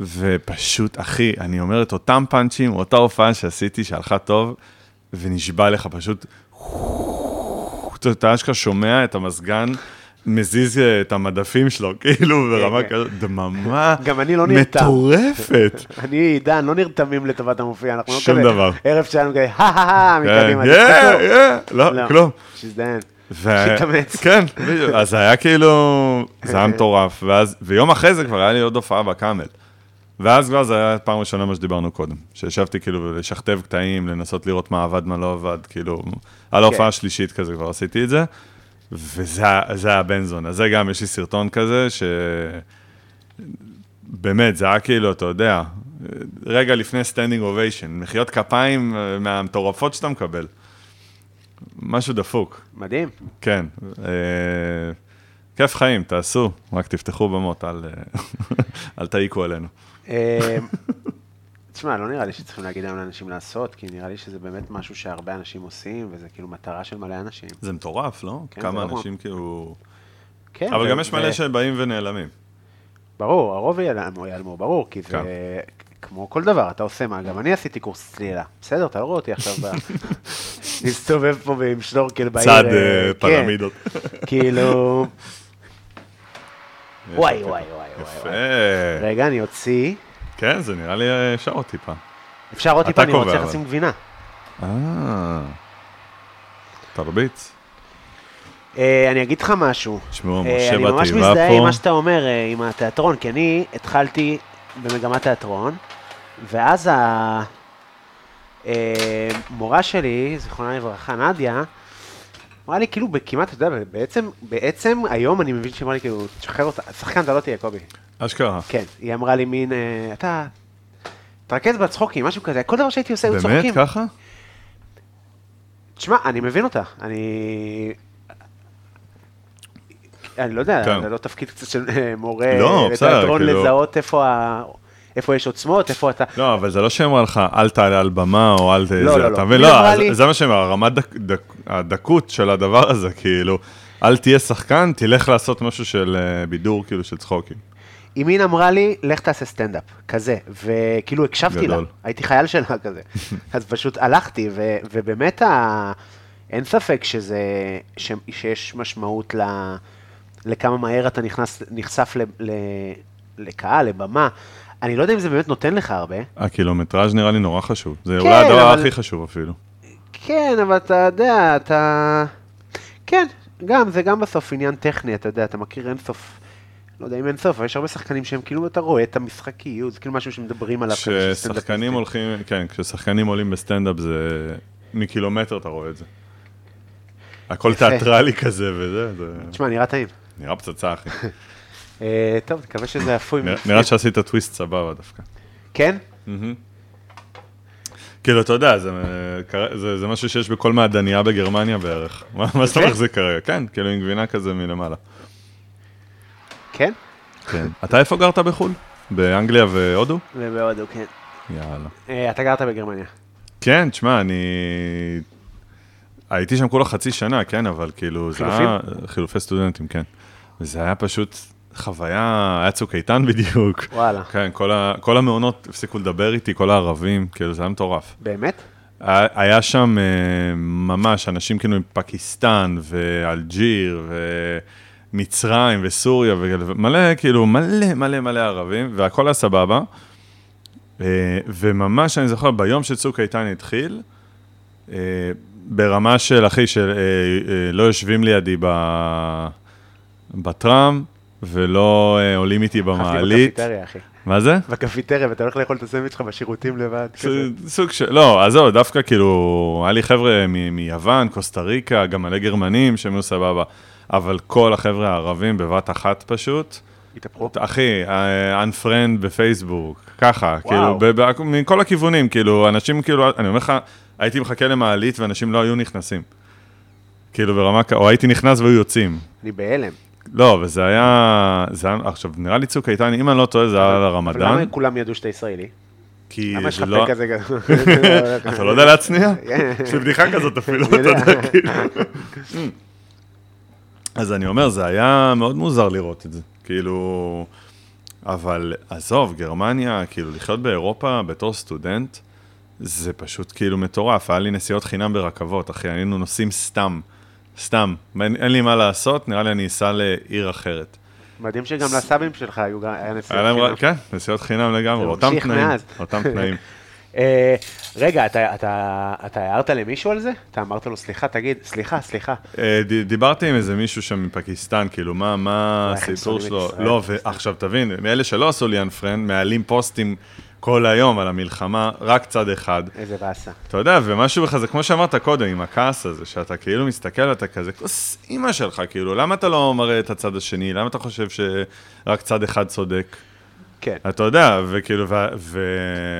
Speaker 3: ופשוט, אחי, אני אומר את אותם פאנצ'ים, אותה הופעה שעשיתי, שהלכה טוב, ונשבע לך פשוט, אתה- אתה אשכרה שומע את המזגן. מזיז אה, את המדפים שלו, כאילו, ברמה
Speaker 2: כן.
Speaker 3: כזאת, דממה
Speaker 2: גם אני לא נרתם.
Speaker 3: מטורפת.
Speaker 2: אני, עידן, לא נרתמים לטובת המופיע, אנחנו לא
Speaker 3: שום
Speaker 2: כזה.
Speaker 3: דבר.
Speaker 2: ערב שלנו כזה, הא הא הא, מקדימה.
Speaker 3: כן,
Speaker 2: תסתכלו.
Speaker 3: כן, כן, לא, כלום.
Speaker 2: שיזדיין.
Speaker 3: ו-
Speaker 2: שיתאמץ.
Speaker 3: כן, בדיוק. אז זה היה כאילו, זה היה מטורף, ואז, ויום אחרי זה כבר היה לי עוד הופעה בקאמל. ואז כבר זה היה פעם ראשונה מה שדיברנו קודם, שישבתי כאילו לשכתב קטעים, לנסות לראות מה עבד, מה לא עבד, כאילו, על ההופעה השלישית כזה כבר עשיתי את זה, וזה היה- זה היה בן זונה, זה גם, יש לי סרטון כזה, ש... באמת, זה היה כאילו, אתה יודע, רגע לפני סטנדינג אוביישן, מחיאות כפיים אה, מהמטורפות שאתה מקבל. משהו דפוק.
Speaker 2: מדהים.
Speaker 3: כן, אה, כיף חיים, תעשו, רק תפתחו במות, אל, אה, אל תעיקו עלינו.
Speaker 2: אה, תשמע, לא נראה לי שצריכים להגיד היום לאנשים לעשות, כי נראה לי שזה באמת משהו שהרבה אנשים עושים, וזה כאילו מטרה של מלא אנשים.
Speaker 3: זה מטורף, לא?
Speaker 2: כן,
Speaker 3: כמה
Speaker 2: זה לא
Speaker 3: אנשים כאילו...
Speaker 2: כן,
Speaker 3: אבל
Speaker 2: זה-
Speaker 3: גם יש מלא
Speaker 2: זה-
Speaker 3: שבאים ונעלמים.
Speaker 2: ברור, הרוב ייעלמו, ייעלמו, ברור, כי
Speaker 3: כן.
Speaker 2: זה... כמו כל דבר, אתה עושה מה, גם אני עשיתי קורס צלילה. בסדר, אתה לא רואה אותי עכשיו ב... מסתובב פה עם שנורקל בעיר.
Speaker 3: צד
Speaker 2: אה,
Speaker 3: אה,
Speaker 2: כן.
Speaker 3: פירמידות.
Speaker 2: כאילו...
Speaker 3: יש
Speaker 2: וואי,
Speaker 3: לי
Speaker 2: וואי,
Speaker 3: קטע.
Speaker 2: וואי, וואי,
Speaker 3: יפה.
Speaker 2: וואי. רגע, אני אוציא.
Speaker 3: כן, זה נראה לי אה, אפשר עוד טיפה.
Speaker 2: אפשר עוד
Speaker 3: אתה
Speaker 2: טיפה, אני
Speaker 3: קובע,
Speaker 2: רוצה
Speaker 3: אבל.
Speaker 2: לשים גבינה.
Speaker 3: אה, תרביץ.
Speaker 2: אה, אני אגיד לך משהו.
Speaker 3: תשמעו,
Speaker 2: אה,
Speaker 3: משה
Speaker 2: אני ממש
Speaker 3: בטבעה
Speaker 2: מזדהה עם
Speaker 3: פה.
Speaker 2: מה שאתה אומר, אה, עם התיאטרון, כי אני התחלתי במגמת תיאטרון, ואז המורה שלי, זיכרונה לברכה, נדיה, אמרה לי כאילו בכמעט, אתה יודע, בעצם, בעצם היום אני מבין שהיא אמרה לי כאילו, תשחרר אותה, שחקן אתה לא תהיה, קובי.
Speaker 3: אשכרה.
Speaker 2: כן, היא אמרה לי מין, אה, אתה, תרכז בצחוקים, משהו כזה, כל דבר שהייתי עושה היו צוחקים.
Speaker 3: באמת ככה?
Speaker 2: תשמע, אני מבין אותך, אני... אני לא יודע,
Speaker 3: כן.
Speaker 2: זה לא תפקיד קצת של אה, מורה
Speaker 3: לא, בסדר,
Speaker 2: לתיאטרון
Speaker 3: כאילו-
Speaker 2: לזהות איפה ה- איפה יש עוצמות, איפה אתה...
Speaker 3: לא, אבל זה לא שהיא אמרה לך, אל תעלה על במה, או אל ת...
Speaker 2: לא,
Speaker 3: זה,
Speaker 2: לא,
Speaker 3: אתה
Speaker 2: לא.
Speaker 3: מבין?
Speaker 2: היא אמרה
Speaker 3: לא, אז-
Speaker 2: לי-
Speaker 3: זה מה שהיא אמרה, רמת דק- דק- הדקות של הדבר הזה, כאילו, אל תהיה שחקן, תלך לעשות משהו של אה, בידור, כאילו, של צחוקים.
Speaker 2: ימין אמרה לי, לך תעשה סטנדאפ, כזה, וכאילו הקשבתי לה,
Speaker 3: גדול.
Speaker 2: הייתי חייל שלה כזה, אז פשוט הלכתי, ו- ובאמת ה... אין ספק שזה, ש- שיש משמעות ל... לכמה מהר אתה נכנס, נחשף ל... ל... לקהל, לבמה. אני לא יודע אם זה באמת נותן לך הרבה,
Speaker 3: הקילומטראז' נראה לי נורא חשוב. זה
Speaker 2: כן,
Speaker 3: אולי הדבר
Speaker 2: אבל-
Speaker 3: הכי חשוב אפילו.
Speaker 2: כן, אבל אתה יודע, אתה... כן, גם, זה גם בסוף עניין טכני, אתה יודע, אתה מכיר אינסוף. לא יודע אם אינסוף, אבל יש הרבה שחקנים שהם כאילו, אתה רואה את המשחקיות, זה כאילו משהו שמדברים עליו. כזה, של סטנדאפיסטים.
Speaker 3: כששחקנים הולכים, כן, כששחקנים עולים בסטנדאפ, זה... מקילומטר אתה רואה את זה. הכל
Speaker 2: יפה.
Speaker 3: תיאטרלי כזה וזה, זה
Speaker 2: תשמע, נראה טעים.
Speaker 3: נראה פצצה, אחי.
Speaker 2: אה, טוב, נקווה שזה אפוי.
Speaker 3: נראה- נראה שעשית טוויסט סבבה דווקא.
Speaker 2: כן?
Speaker 3: כאילו, אתה יודע, זה, אה, קרה- זה, זה משהו שיש בכל מעדניה בגרמניה בערך. מה מה זאת אומרת זה כרגע? כן, כאילו עם גבינה כזה מלמעלה.
Speaker 2: כן?
Speaker 3: כן. אתה איפה גרת בחו"ל? בהאנגליה והודו?
Speaker 2: ובהודו, כן.
Speaker 3: יאללה.
Speaker 2: אה, אתה גרת בגרמניה.
Speaker 3: כן, תשמע, אני... הייתי שם כולה חצי שנה, כן, אבל כאילו, זה היה... חילופי סטודנטים, כן. וזה היה פשוט חוויה, היה צוק איתן בדיוק.
Speaker 2: וואלה.
Speaker 3: כן, כל, ה... כל המעונות הפסיקו לדבר איתי, כל הערבים, כאילו, זה היה מטורף.
Speaker 2: באמת?
Speaker 3: היה- היה שם אה, ממש אנשים כאילו מפקיסטן ואלג'יר ומצרים וסוריה ומלא כאילו מלא מלא מלא ערבים והכל היה סבבה. אה, וממש אני זוכר ביום שצוק איתן התחיל, אה, ברמה של אחי של אה, אה, לא יושבים לידי ב- בטראם ולא אה, עולים איתי במעלית.
Speaker 2: בקפיטריה, אחי.
Speaker 3: מה זה?
Speaker 2: בקפיטריה, ואתה הולך לאכול את הסנדוויץ' שלך בשירותים לבד. כזה.
Speaker 3: זה סוג של, לא, אז זהו, דווקא כאילו, היה לי חבר'ה מ- מיוון, קוסטה ריקה, גם מלא גרמנים, שהם היו סבבה, אבל כל החבר'ה הערבים בבת אחת פשוט,
Speaker 2: התהפכו.
Speaker 3: אחי, אה, unfriend בפייסבוק, ככה,
Speaker 2: וואו.
Speaker 3: כאילו, ב- ב- מכל הכיוונים, כאילו, אנשים כאילו, אני אומר לך, הייתי מחכה למעלית ואנשים לא היו נכנסים. כאילו ברמה, כ- או הייתי נכנס והיו יוצאים.
Speaker 2: אני בהלם.
Speaker 3: לא, וזה היה, זה היה, עכשיו, נראה לי צוק איתן, אם אני לא טועה, זה היה על
Speaker 2: אבל
Speaker 3: הרמדאן,
Speaker 2: למה כולם ידעו שאתה ישראלי?
Speaker 3: כי
Speaker 2: למה יש
Speaker 3: זה
Speaker 2: לך
Speaker 3: לא...
Speaker 2: פה כזה גדול?
Speaker 3: אתה לא יודע להצניע? יש לי בדיחה כזאת אפילו, אתה יודע, כאילו. אז אני אומר, זה היה מאוד מוזר לראות את זה. כאילו, אבל עזוב, גרמניה, כאילו, לחיות באירופה בתור סטודנט, זה פשוט כאילו מטורף. היה לי נסיעות חינם ברכבות, אחי, היינו נוסעים סתם, סתם. אין, אין לי מה לעשות, נראה לי אני אסע לעיר אחרת.
Speaker 2: מדהים שגם לסבים שלך היו גם... היה כאילו. נסיעות
Speaker 3: היה להם,
Speaker 2: חינם.
Speaker 3: רק- כן, נסיעות חינם לגמרי,
Speaker 2: זה
Speaker 3: אותם
Speaker 2: ממשיך
Speaker 3: תנאים,
Speaker 2: מאז.
Speaker 3: אותם תנאים.
Speaker 2: אה, רגע, אתה- אתה אתה הערת למישהו על זה? אתה אמרת לו, סליחה, תגיד, סליחה, סליחה.
Speaker 3: אה, ד- דיברתי עם איזה מישהו שם מפקיסטן, כאילו, מה, מה
Speaker 2: איך הם
Speaker 3: הסיפור
Speaker 2: שונאים את
Speaker 3: שלו?
Speaker 2: ישראל.
Speaker 3: לא, ועכשיו תבין, מאלה שלא עשו לי אנפרנד, מעלים פוסטים כל היום על המלחמה, רק צד אחד.
Speaker 2: איזה באסה.
Speaker 3: אתה יודע, ומשהו בך, זה כמו שאמרת קודם, עם הכעס הזה, שאתה כאילו מסתכל, אתה כזה כוס אימא שלך, כאילו, למה אתה לא מראה את הצד השני? למה אתה חושב שרק צד אחד צודק?
Speaker 2: כן.
Speaker 3: אתה יודע, וכאילו, ו-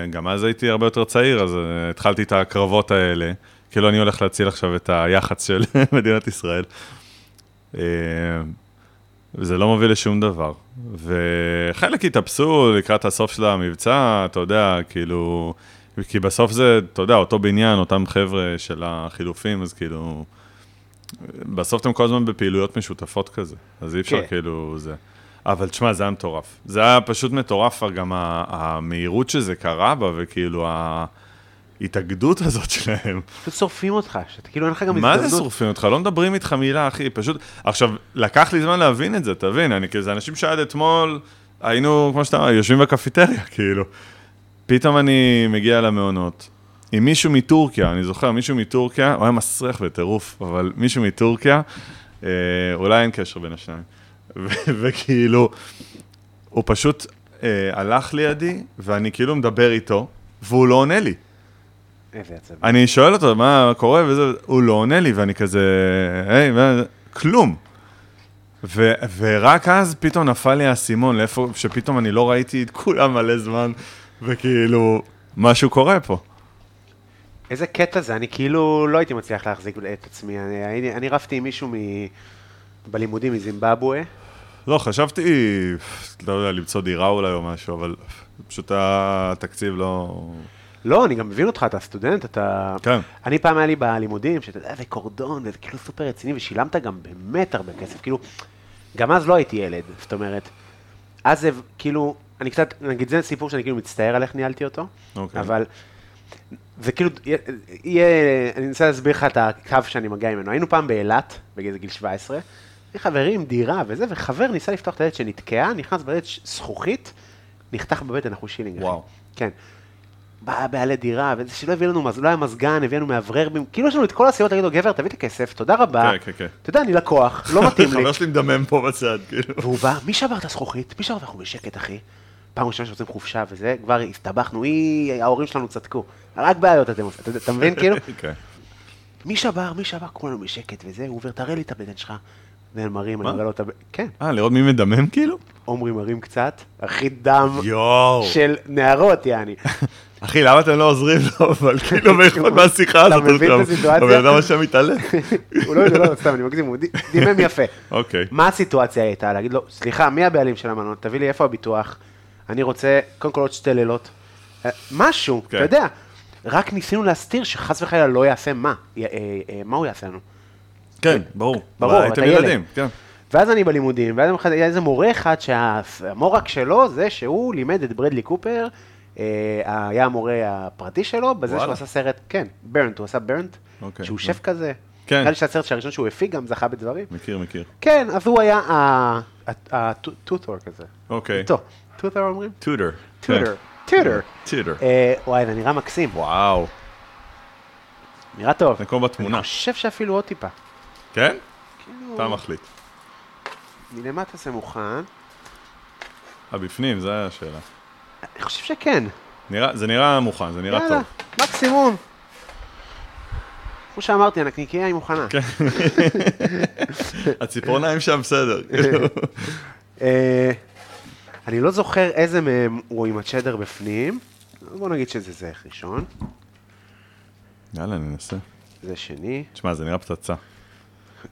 Speaker 3: וגם אז הייתי הרבה יותר צעיר, אז אה, התחלתי את הקרבות האלה. כאילו, אני הולך להציל עכשיו את היח"צ של מדינת ישראל. אה, וזה לא מוביל לשום דבר. וחלק התאפסו לקראת הסוף של המבצע, אתה יודע, כאילו... כי בסוף זה, אתה יודע, אותו בניין, אותם חבר'ה של החילופים, אז כאילו... בסוף אתם כל הזמן בפעילויות משותפות כזה, אז אי אפשר
Speaker 2: כן.
Speaker 3: כאילו זה. אבל תשמע, זה היה מטורף. זה היה פשוט מטורף, גם ה- המהירות שזה קרה בה, וכאילו ההתאגדות הזאת שלהם.
Speaker 2: פשוט שורפים אותך, שאתה כאילו אין לך גם הזדמנות.
Speaker 3: מה זה שורפים אותך? לא מדברים איתך מילה, אחי, פשוט... עכשיו, לקח לי זמן להבין את זה, תבין, אני כאילו, זה אנשים שעד אתמול היינו, כמו שאתה אומר, יושבים בקפיטריה, כאילו. פתאום אני מגיע למעונות, עם מישהו מטורקיה, אני זוכר, מישהו מטורקיה, הוא היה מסריח בטירוף, אבל מישהו מטורקיה, אה, אולי אין קשר בין השניים. ו- וכאילו, הוא פשוט אה, הלך לידי, ואני כאילו מדבר איתו, והוא לא עונה לי.
Speaker 2: איזה עצבים.
Speaker 3: אני שואל אותו, מה קורה וזה, הוא לא עונה לי, ואני כזה, היי, מה זה?" כלום. ו- ורק אז פתאום נפל לי האסימון, לאיפה, שפתאום אני לא ראיתי את כולם מלא זמן, וכאילו, משהו קורה פה.
Speaker 2: איזה קטע זה, אני כאילו לא הייתי מצליח להחזיק את עצמי. אני, אני, אני רבתי עם מישהו מ... בלימודים מזימבבואה,
Speaker 3: לא, חשבתי, לא יודע, למצוא דירה אולי או משהו, אבל פשוט התקציב לא...
Speaker 2: לא, אני גם מבין אותך, אתה סטודנט, אתה...
Speaker 3: כן.
Speaker 2: אני פעם היה לי בלימודים, שאתה יודע, וקורדון, וזה כאילו סופר רציני, ושילמת גם באמת הרבה כסף, כאילו, גם אז לא הייתי ילד, זאת אומרת, אז זה, כאילו, אני קצת, נגיד זה סיפור שאני כאילו מצטער על איך ניהלתי אותו,
Speaker 3: אוקיי.
Speaker 2: אבל זה כאילו, יהיה- יהיה, אני אנסה להסביר לך את הקו שאני מגיע ממנו. היינו פעם באילת, בגיל גיל 17, היו חברים, דירה וזה, וחבר ניסה לפתוח את הדלת שנתקעה, נכנס בדלת ש- זכוכית, נחתך בבטן, אנחנו שילינג. אחי.
Speaker 3: וואו.
Speaker 2: כן. בא בעלי דירה, וזה שלא הביא לנו, מז- לא היה מזגן, הביא לנו מאוורר, במ- כאילו יש לנו את כל הסיבות להגיד לו, גבר, תביא את הכסף, תודה רבה.
Speaker 3: כן, כן, כן.
Speaker 2: אתה יודע, אני לקוח, לא מתאים לי.
Speaker 3: חבר שלי מדמם פה בצד, כאילו.
Speaker 2: והוא בא, מי שבר את הזכוכית? מי שבר? ואנחנו בשקט, אחי. פעם ראשונה שיוצאים חופשה וזה, כבר הסתבכנו, אי, ההורים שלנו צדקו. רק בעיות אתם עושים, אתה- אתה מבין כאילו?
Speaker 3: כן.
Speaker 2: מי שבר? מי שבר? כולנו בשקט וזה, הוא עובר, תראה לי את הבטן שלך. נאמרים, אני
Speaker 3: מה?
Speaker 2: מראה לו את ה... כן,
Speaker 3: אה, לראות מי מדמם כאילו?
Speaker 2: עומרי מרים קצת, הכי דם
Speaker 3: יואו.
Speaker 2: של נערות, יעני.
Speaker 3: אחי, למה אתם לא עוזרים לו? אבל כאילו, בייחוד מהשיחה
Speaker 2: אתה
Speaker 3: הזאת,
Speaker 2: מבין את
Speaker 3: גם-
Speaker 2: הסיטואציה?
Speaker 3: הבן אדם שם מתעלף.
Speaker 2: הוא לא יודע, לא, סתם, אני מגזים, הוא ד- דימם יפה.
Speaker 3: אוקיי.
Speaker 2: מה הסיטואציה הייתה? להגיד לו, סליחה, מי הבעלים של המלון? תביא לי איפה הביטוח. אני רוצה, קודם כל עוד שתי לילות. אה, משהו, אתה
Speaker 3: כן.
Speaker 2: יודע. רק ניסינו להסתיר שחס וחלילה לא יעשה מה. י- אה, אה, מה הוא יעשה לנו?
Speaker 3: כן, ברור.
Speaker 2: ברור,
Speaker 3: אבל
Speaker 2: אתה
Speaker 3: הייתם
Speaker 2: ילד.
Speaker 3: ילדים, כן.
Speaker 2: ואז אני בלימודים, ואז יום אחד היה איזה מורה אחד שהמורק שלו זה שהוא לימד את ברדלי קופר, אה, היה המורה הפרטי שלו, בזה
Speaker 3: וואלה.
Speaker 2: שהוא עשה סרט, כן, ברנט, הוא עשה ברנט,
Speaker 3: אוקיי,
Speaker 2: שהוא
Speaker 3: כן.
Speaker 2: שף כזה.
Speaker 3: כן.
Speaker 2: נראה לי שהסרט שהראשון שהוא הפיק גם זכה בדברים.
Speaker 3: מכיר, מכיר.
Speaker 2: כן, אז הוא היה ה- ה- הטוטור כזה.
Speaker 3: אוקיי. כן.
Speaker 2: איתו. טוטור אומרים?
Speaker 3: טוטר.
Speaker 2: טוטור. טוטור.
Speaker 3: טוטר.
Speaker 2: אה, וואי, זה נראה מקסים.
Speaker 3: וואו.
Speaker 2: נראה טוב.
Speaker 3: זה כמו בתמונה.
Speaker 2: אני חושב שאפילו עוד טיפה.
Speaker 3: כן?
Speaker 2: כאילו,
Speaker 3: אתה מחליט.
Speaker 2: מלמטה זה מוכן.
Speaker 3: אה, בפנים, זו השאלה.
Speaker 2: אני חושב שכן.
Speaker 3: נראה- זה נראה מוכן, זה נראה
Speaker 2: יאללה,
Speaker 3: טוב.
Speaker 2: מקסימום. כמו שאמרתי, הנקניקייה היא מוכנה.
Speaker 3: כן. הציפורניים שם בסדר.
Speaker 2: אה, אני לא זוכר איזה מהם הוא עם הצ'דר בפנים. בוא נגיד שזה זה ראשון,
Speaker 3: יאללה, ננסה.
Speaker 2: זה שני.
Speaker 3: תשמע, זה נראה פצצה.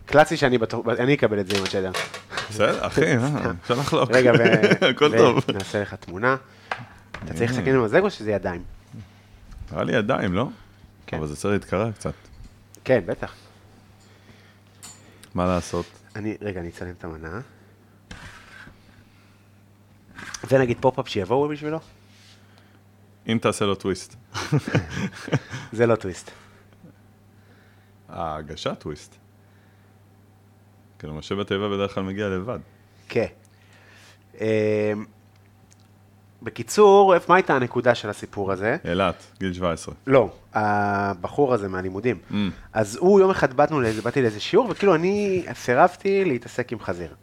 Speaker 2: קלאסי שאני בטוח, אני אקבל את זה עם הצ'דר.
Speaker 3: בסדר, אחי, אה, אפשר לחלוק.
Speaker 2: רגע, ו...
Speaker 3: הכל
Speaker 2: ו-
Speaker 3: טוב.
Speaker 2: נעשה לך תמונה. אתה צריך לסכן למזג או שזה ידיים?
Speaker 3: נראה לי ידיים, לא?
Speaker 2: כן.
Speaker 3: אבל זה צריך להתקרר קצת.
Speaker 2: כן, בטח.
Speaker 3: מה לעשות?
Speaker 2: אני, רגע, אני אצלם את המנה. זה נגיד פופ-אפ שיבואו בשבילו?
Speaker 3: אם תעשה לו טוויסט.
Speaker 2: זה לא טוויסט.
Speaker 3: ההגשה טוויסט. כאילו, משה בתיבה בדרך כלל מגיע לבד.
Speaker 2: כן. אמ, בקיצור, איפה- מה הייתה הנקודה של הסיפור הזה?
Speaker 3: אילת, גיל 17.
Speaker 2: לא, הבחור הזה מהלימודים.
Speaker 3: Mm.
Speaker 2: אז הוא, יום אחד באנו לאיזה, באתי לאיזה שיעור, וכאילו אני סירבתי להתעסק עם חזיר.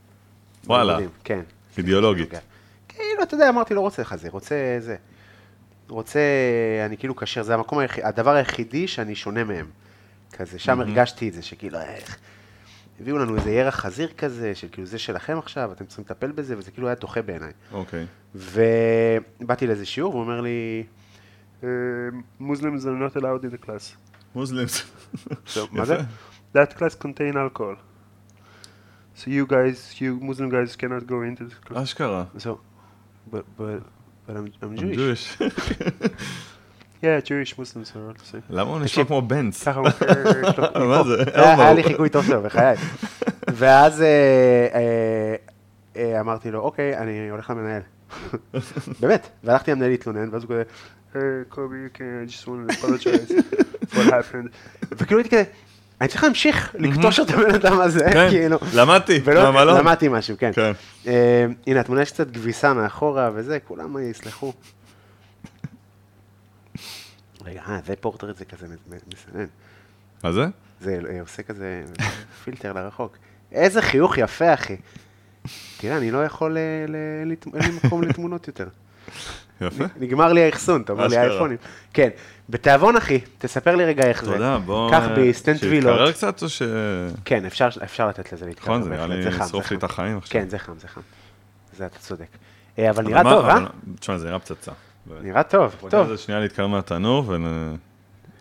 Speaker 3: וואלה.
Speaker 2: בלימודים, כן.
Speaker 3: אידיאולוגית.
Speaker 2: נוגע. כאילו, אתה יודע, אמרתי, לא רוצה חזיר, רוצה זה. רוצה, אני כאילו כשר, זה המקום היחיד, הדבר היחידי שאני שונה מהם. כזה, שם הרגשתי את זה, שכאילו, איך... הביאו לנו איזה ירח חזיר כזה, של כאילו, זה שלכם עכשיו, אתם צריכים לטפל בזה, וזה כאילו היה דוחה בעיניי.
Speaker 3: אוקיי.
Speaker 2: ובאתי לאיזה שיעור, והוא אומר לי,
Speaker 5: Um,
Speaker 2: מוזלם זה not allowed in the class.
Speaker 3: מוזלימס.
Speaker 2: So, מה זה?
Speaker 3: יפה.
Speaker 5: That class contain alcohol. So you guys, you Muslim guys cannot go into this class.
Speaker 3: אשכרה.
Speaker 2: So, Ah, but, but, but I'm, I'm
Speaker 3: I'm
Speaker 2: Jewish.
Speaker 3: Jewish.
Speaker 5: Yeah, Jewish Muslims are all the same.
Speaker 3: למה הוא נשמע כמו בנץ?
Speaker 5: ככה הוא אומר, "טוב,
Speaker 3: מה זה?
Speaker 2: היה היה
Speaker 3: אלמוג.
Speaker 2: לי חיקוי טוב שלו, בחיי. ואז אה, אה, אה, אמרתי לו, אוקיי, אני הולך למנהל. באמת, והלכתי למנהל להתלונן, ואז הוא כזה,
Speaker 5: Hey, Uh, Kobe, you can, I just wanted to apologize for what happened.
Speaker 2: וכאילו הייתי כזה, אני צריך להמשיך לקטוש את הבן אדם הזה,
Speaker 3: כן,
Speaker 2: כאילו.
Speaker 3: למדתי, לא?
Speaker 2: ולא-
Speaker 3: מהמלון.
Speaker 2: למדתי משהו, כן.
Speaker 3: כן.
Speaker 2: אה, הנה, התמונה יש קצת כביסה מאחורה וזה, כולם יסלחו. רגע, אה, זה פורטרט זה כזה מ- מ- מסנן.
Speaker 3: מה זה?
Speaker 2: זה אה, עושה כזה פילטר לרחוק. איזה חיוך יפה, אחי. תראה, אני לא יכול, אה, ל- לת- אין לי מקום לתמונות יותר.
Speaker 3: יפה.
Speaker 2: נגמר לי האחסון, אתה אומר לי
Speaker 3: אשכרה.
Speaker 2: האייפונים. כן, בתיאבון, אחי, תספר לי רגע איך זה.
Speaker 3: תודה, בוא...
Speaker 2: קח ביס, תן
Speaker 3: שיתקרר
Speaker 2: טבילות.
Speaker 3: קצת או ש...
Speaker 2: כן, אפשר- אפשר לתת לזה להתקרב.
Speaker 3: נכון, זה נראה
Speaker 2: בהחלט,
Speaker 3: לי
Speaker 2: חם,
Speaker 3: ישרוף לי
Speaker 2: חם.
Speaker 3: את החיים עכשיו.
Speaker 2: כן, זה חם, זה חם. זה אתה צודק. אה, אבל
Speaker 3: אבל
Speaker 2: נראה
Speaker 3: מה-
Speaker 2: טוב, אה?
Speaker 3: אבל- תשמע, זה נראה פצצה.
Speaker 2: נראה טוב,
Speaker 3: בוא נראה
Speaker 2: טוב.
Speaker 3: את זה שנייה להתקרר מהתנור ו...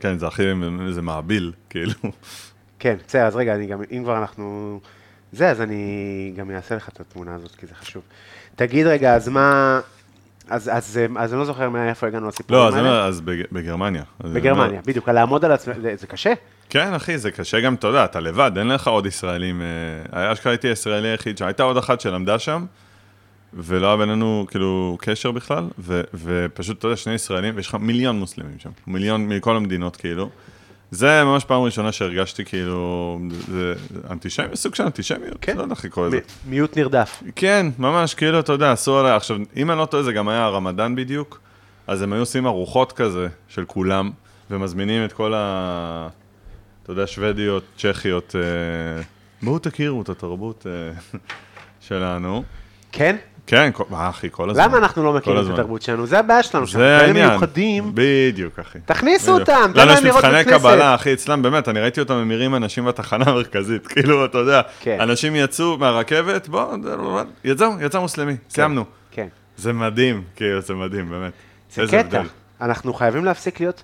Speaker 3: כן, זה הכי... זה מעביל, כאילו.
Speaker 2: כן, בסדר, אז רגע, אני גם, אם כבר אנחנו... זה, אז אני גם אעשה לך את התמונה הזאת, כי זה חשוב. תגיד רגע, אז מה... אז, אז, אה, אז אני לא זוכר מאיפה הגענו לסיפורים
Speaker 3: לא, אז אני
Speaker 2: האלה.
Speaker 3: אומר, לא. אז בג- בגרמניה. אז אני אומר-
Speaker 2: בגרמניה, בדיוק, על לעמוד על עצמך, זה, זה קשה?
Speaker 3: כן, אחי, זה קשה גם, אתה יודע, אתה לבד, אין לך עוד ישראלים. אה, היה אשכרה הייתי הישראלי היחיד שם. הייתה עוד אחת שלמדה שם, ולא היה בינינו, כאילו, קשר בכלל, ו- ופשוט, אתה יודע, שני ישראלים, ויש לך מיליון מוסלמים שם. מיליון מכל המדינות, כאילו. זה ממש פעם ראשונה שהרגשתי, כאילו, זה אנטישמיות, סוג של אנטישמיות, כן. לא יודע איך לקרוא לזה.
Speaker 2: מ- מיעוט נרדף.
Speaker 3: כן, ממש, כאילו, אתה יודע, עשו עליה, עכשיו, אם אני לא טועה, זה גם היה הרמדאן בדיוק, אז הם היו עושים ארוחות כזה, של כולם, ומזמינים את כל ה... אתה יודע, שוודיות, צ'כיות, אה, בואו תכירו את התרבות אה, שלנו.
Speaker 2: כן?
Speaker 3: כן, כל- אה, אחי, כל הזמן.
Speaker 2: למה אנחנו לא מכירים את
Speaker 3: הזמן.
Speaker 2: התרבות שלנו? זה הבעיה שלנו, שאנחנו
Speaker 3: זה
Speaker 2: כאלה
Speaker 3: העניין.
Speaker 2: מיוחדים.
Speaker 3: בדיוק, אחי.
Speaker 2: תכניסו
Speaker 3: בדיוק.
Speaker 2: אותם, תן
Speaker 3: לנו
Speaker 2: להם
Speaker 3: יש
Speaker 2: לראות
Speaker 3: מבחני
Speaker 2: בכנסת.
Speaker 3: קבלה, אחי, אצלם באמת, אני ראיתי אותם ממירים אנשים בתחנה המרכזית. כאילו, אתה יודע,
Speaker 2: כן.
Speaker 3: אנשים יצאו מהרכבת, בוא, יצאו, יצא מוסלמי, סיימנו.
Speaker 2: כן.
Speaker 3: זה מדהים, כאילו, זה מדהים, באמת.
Speaker 2: זה
Speaker 3: איזה
Speaker 2: קטע.
Speaker 3: הבדל.
Speaker 2: אנחנו חייבים להפסיק להיות...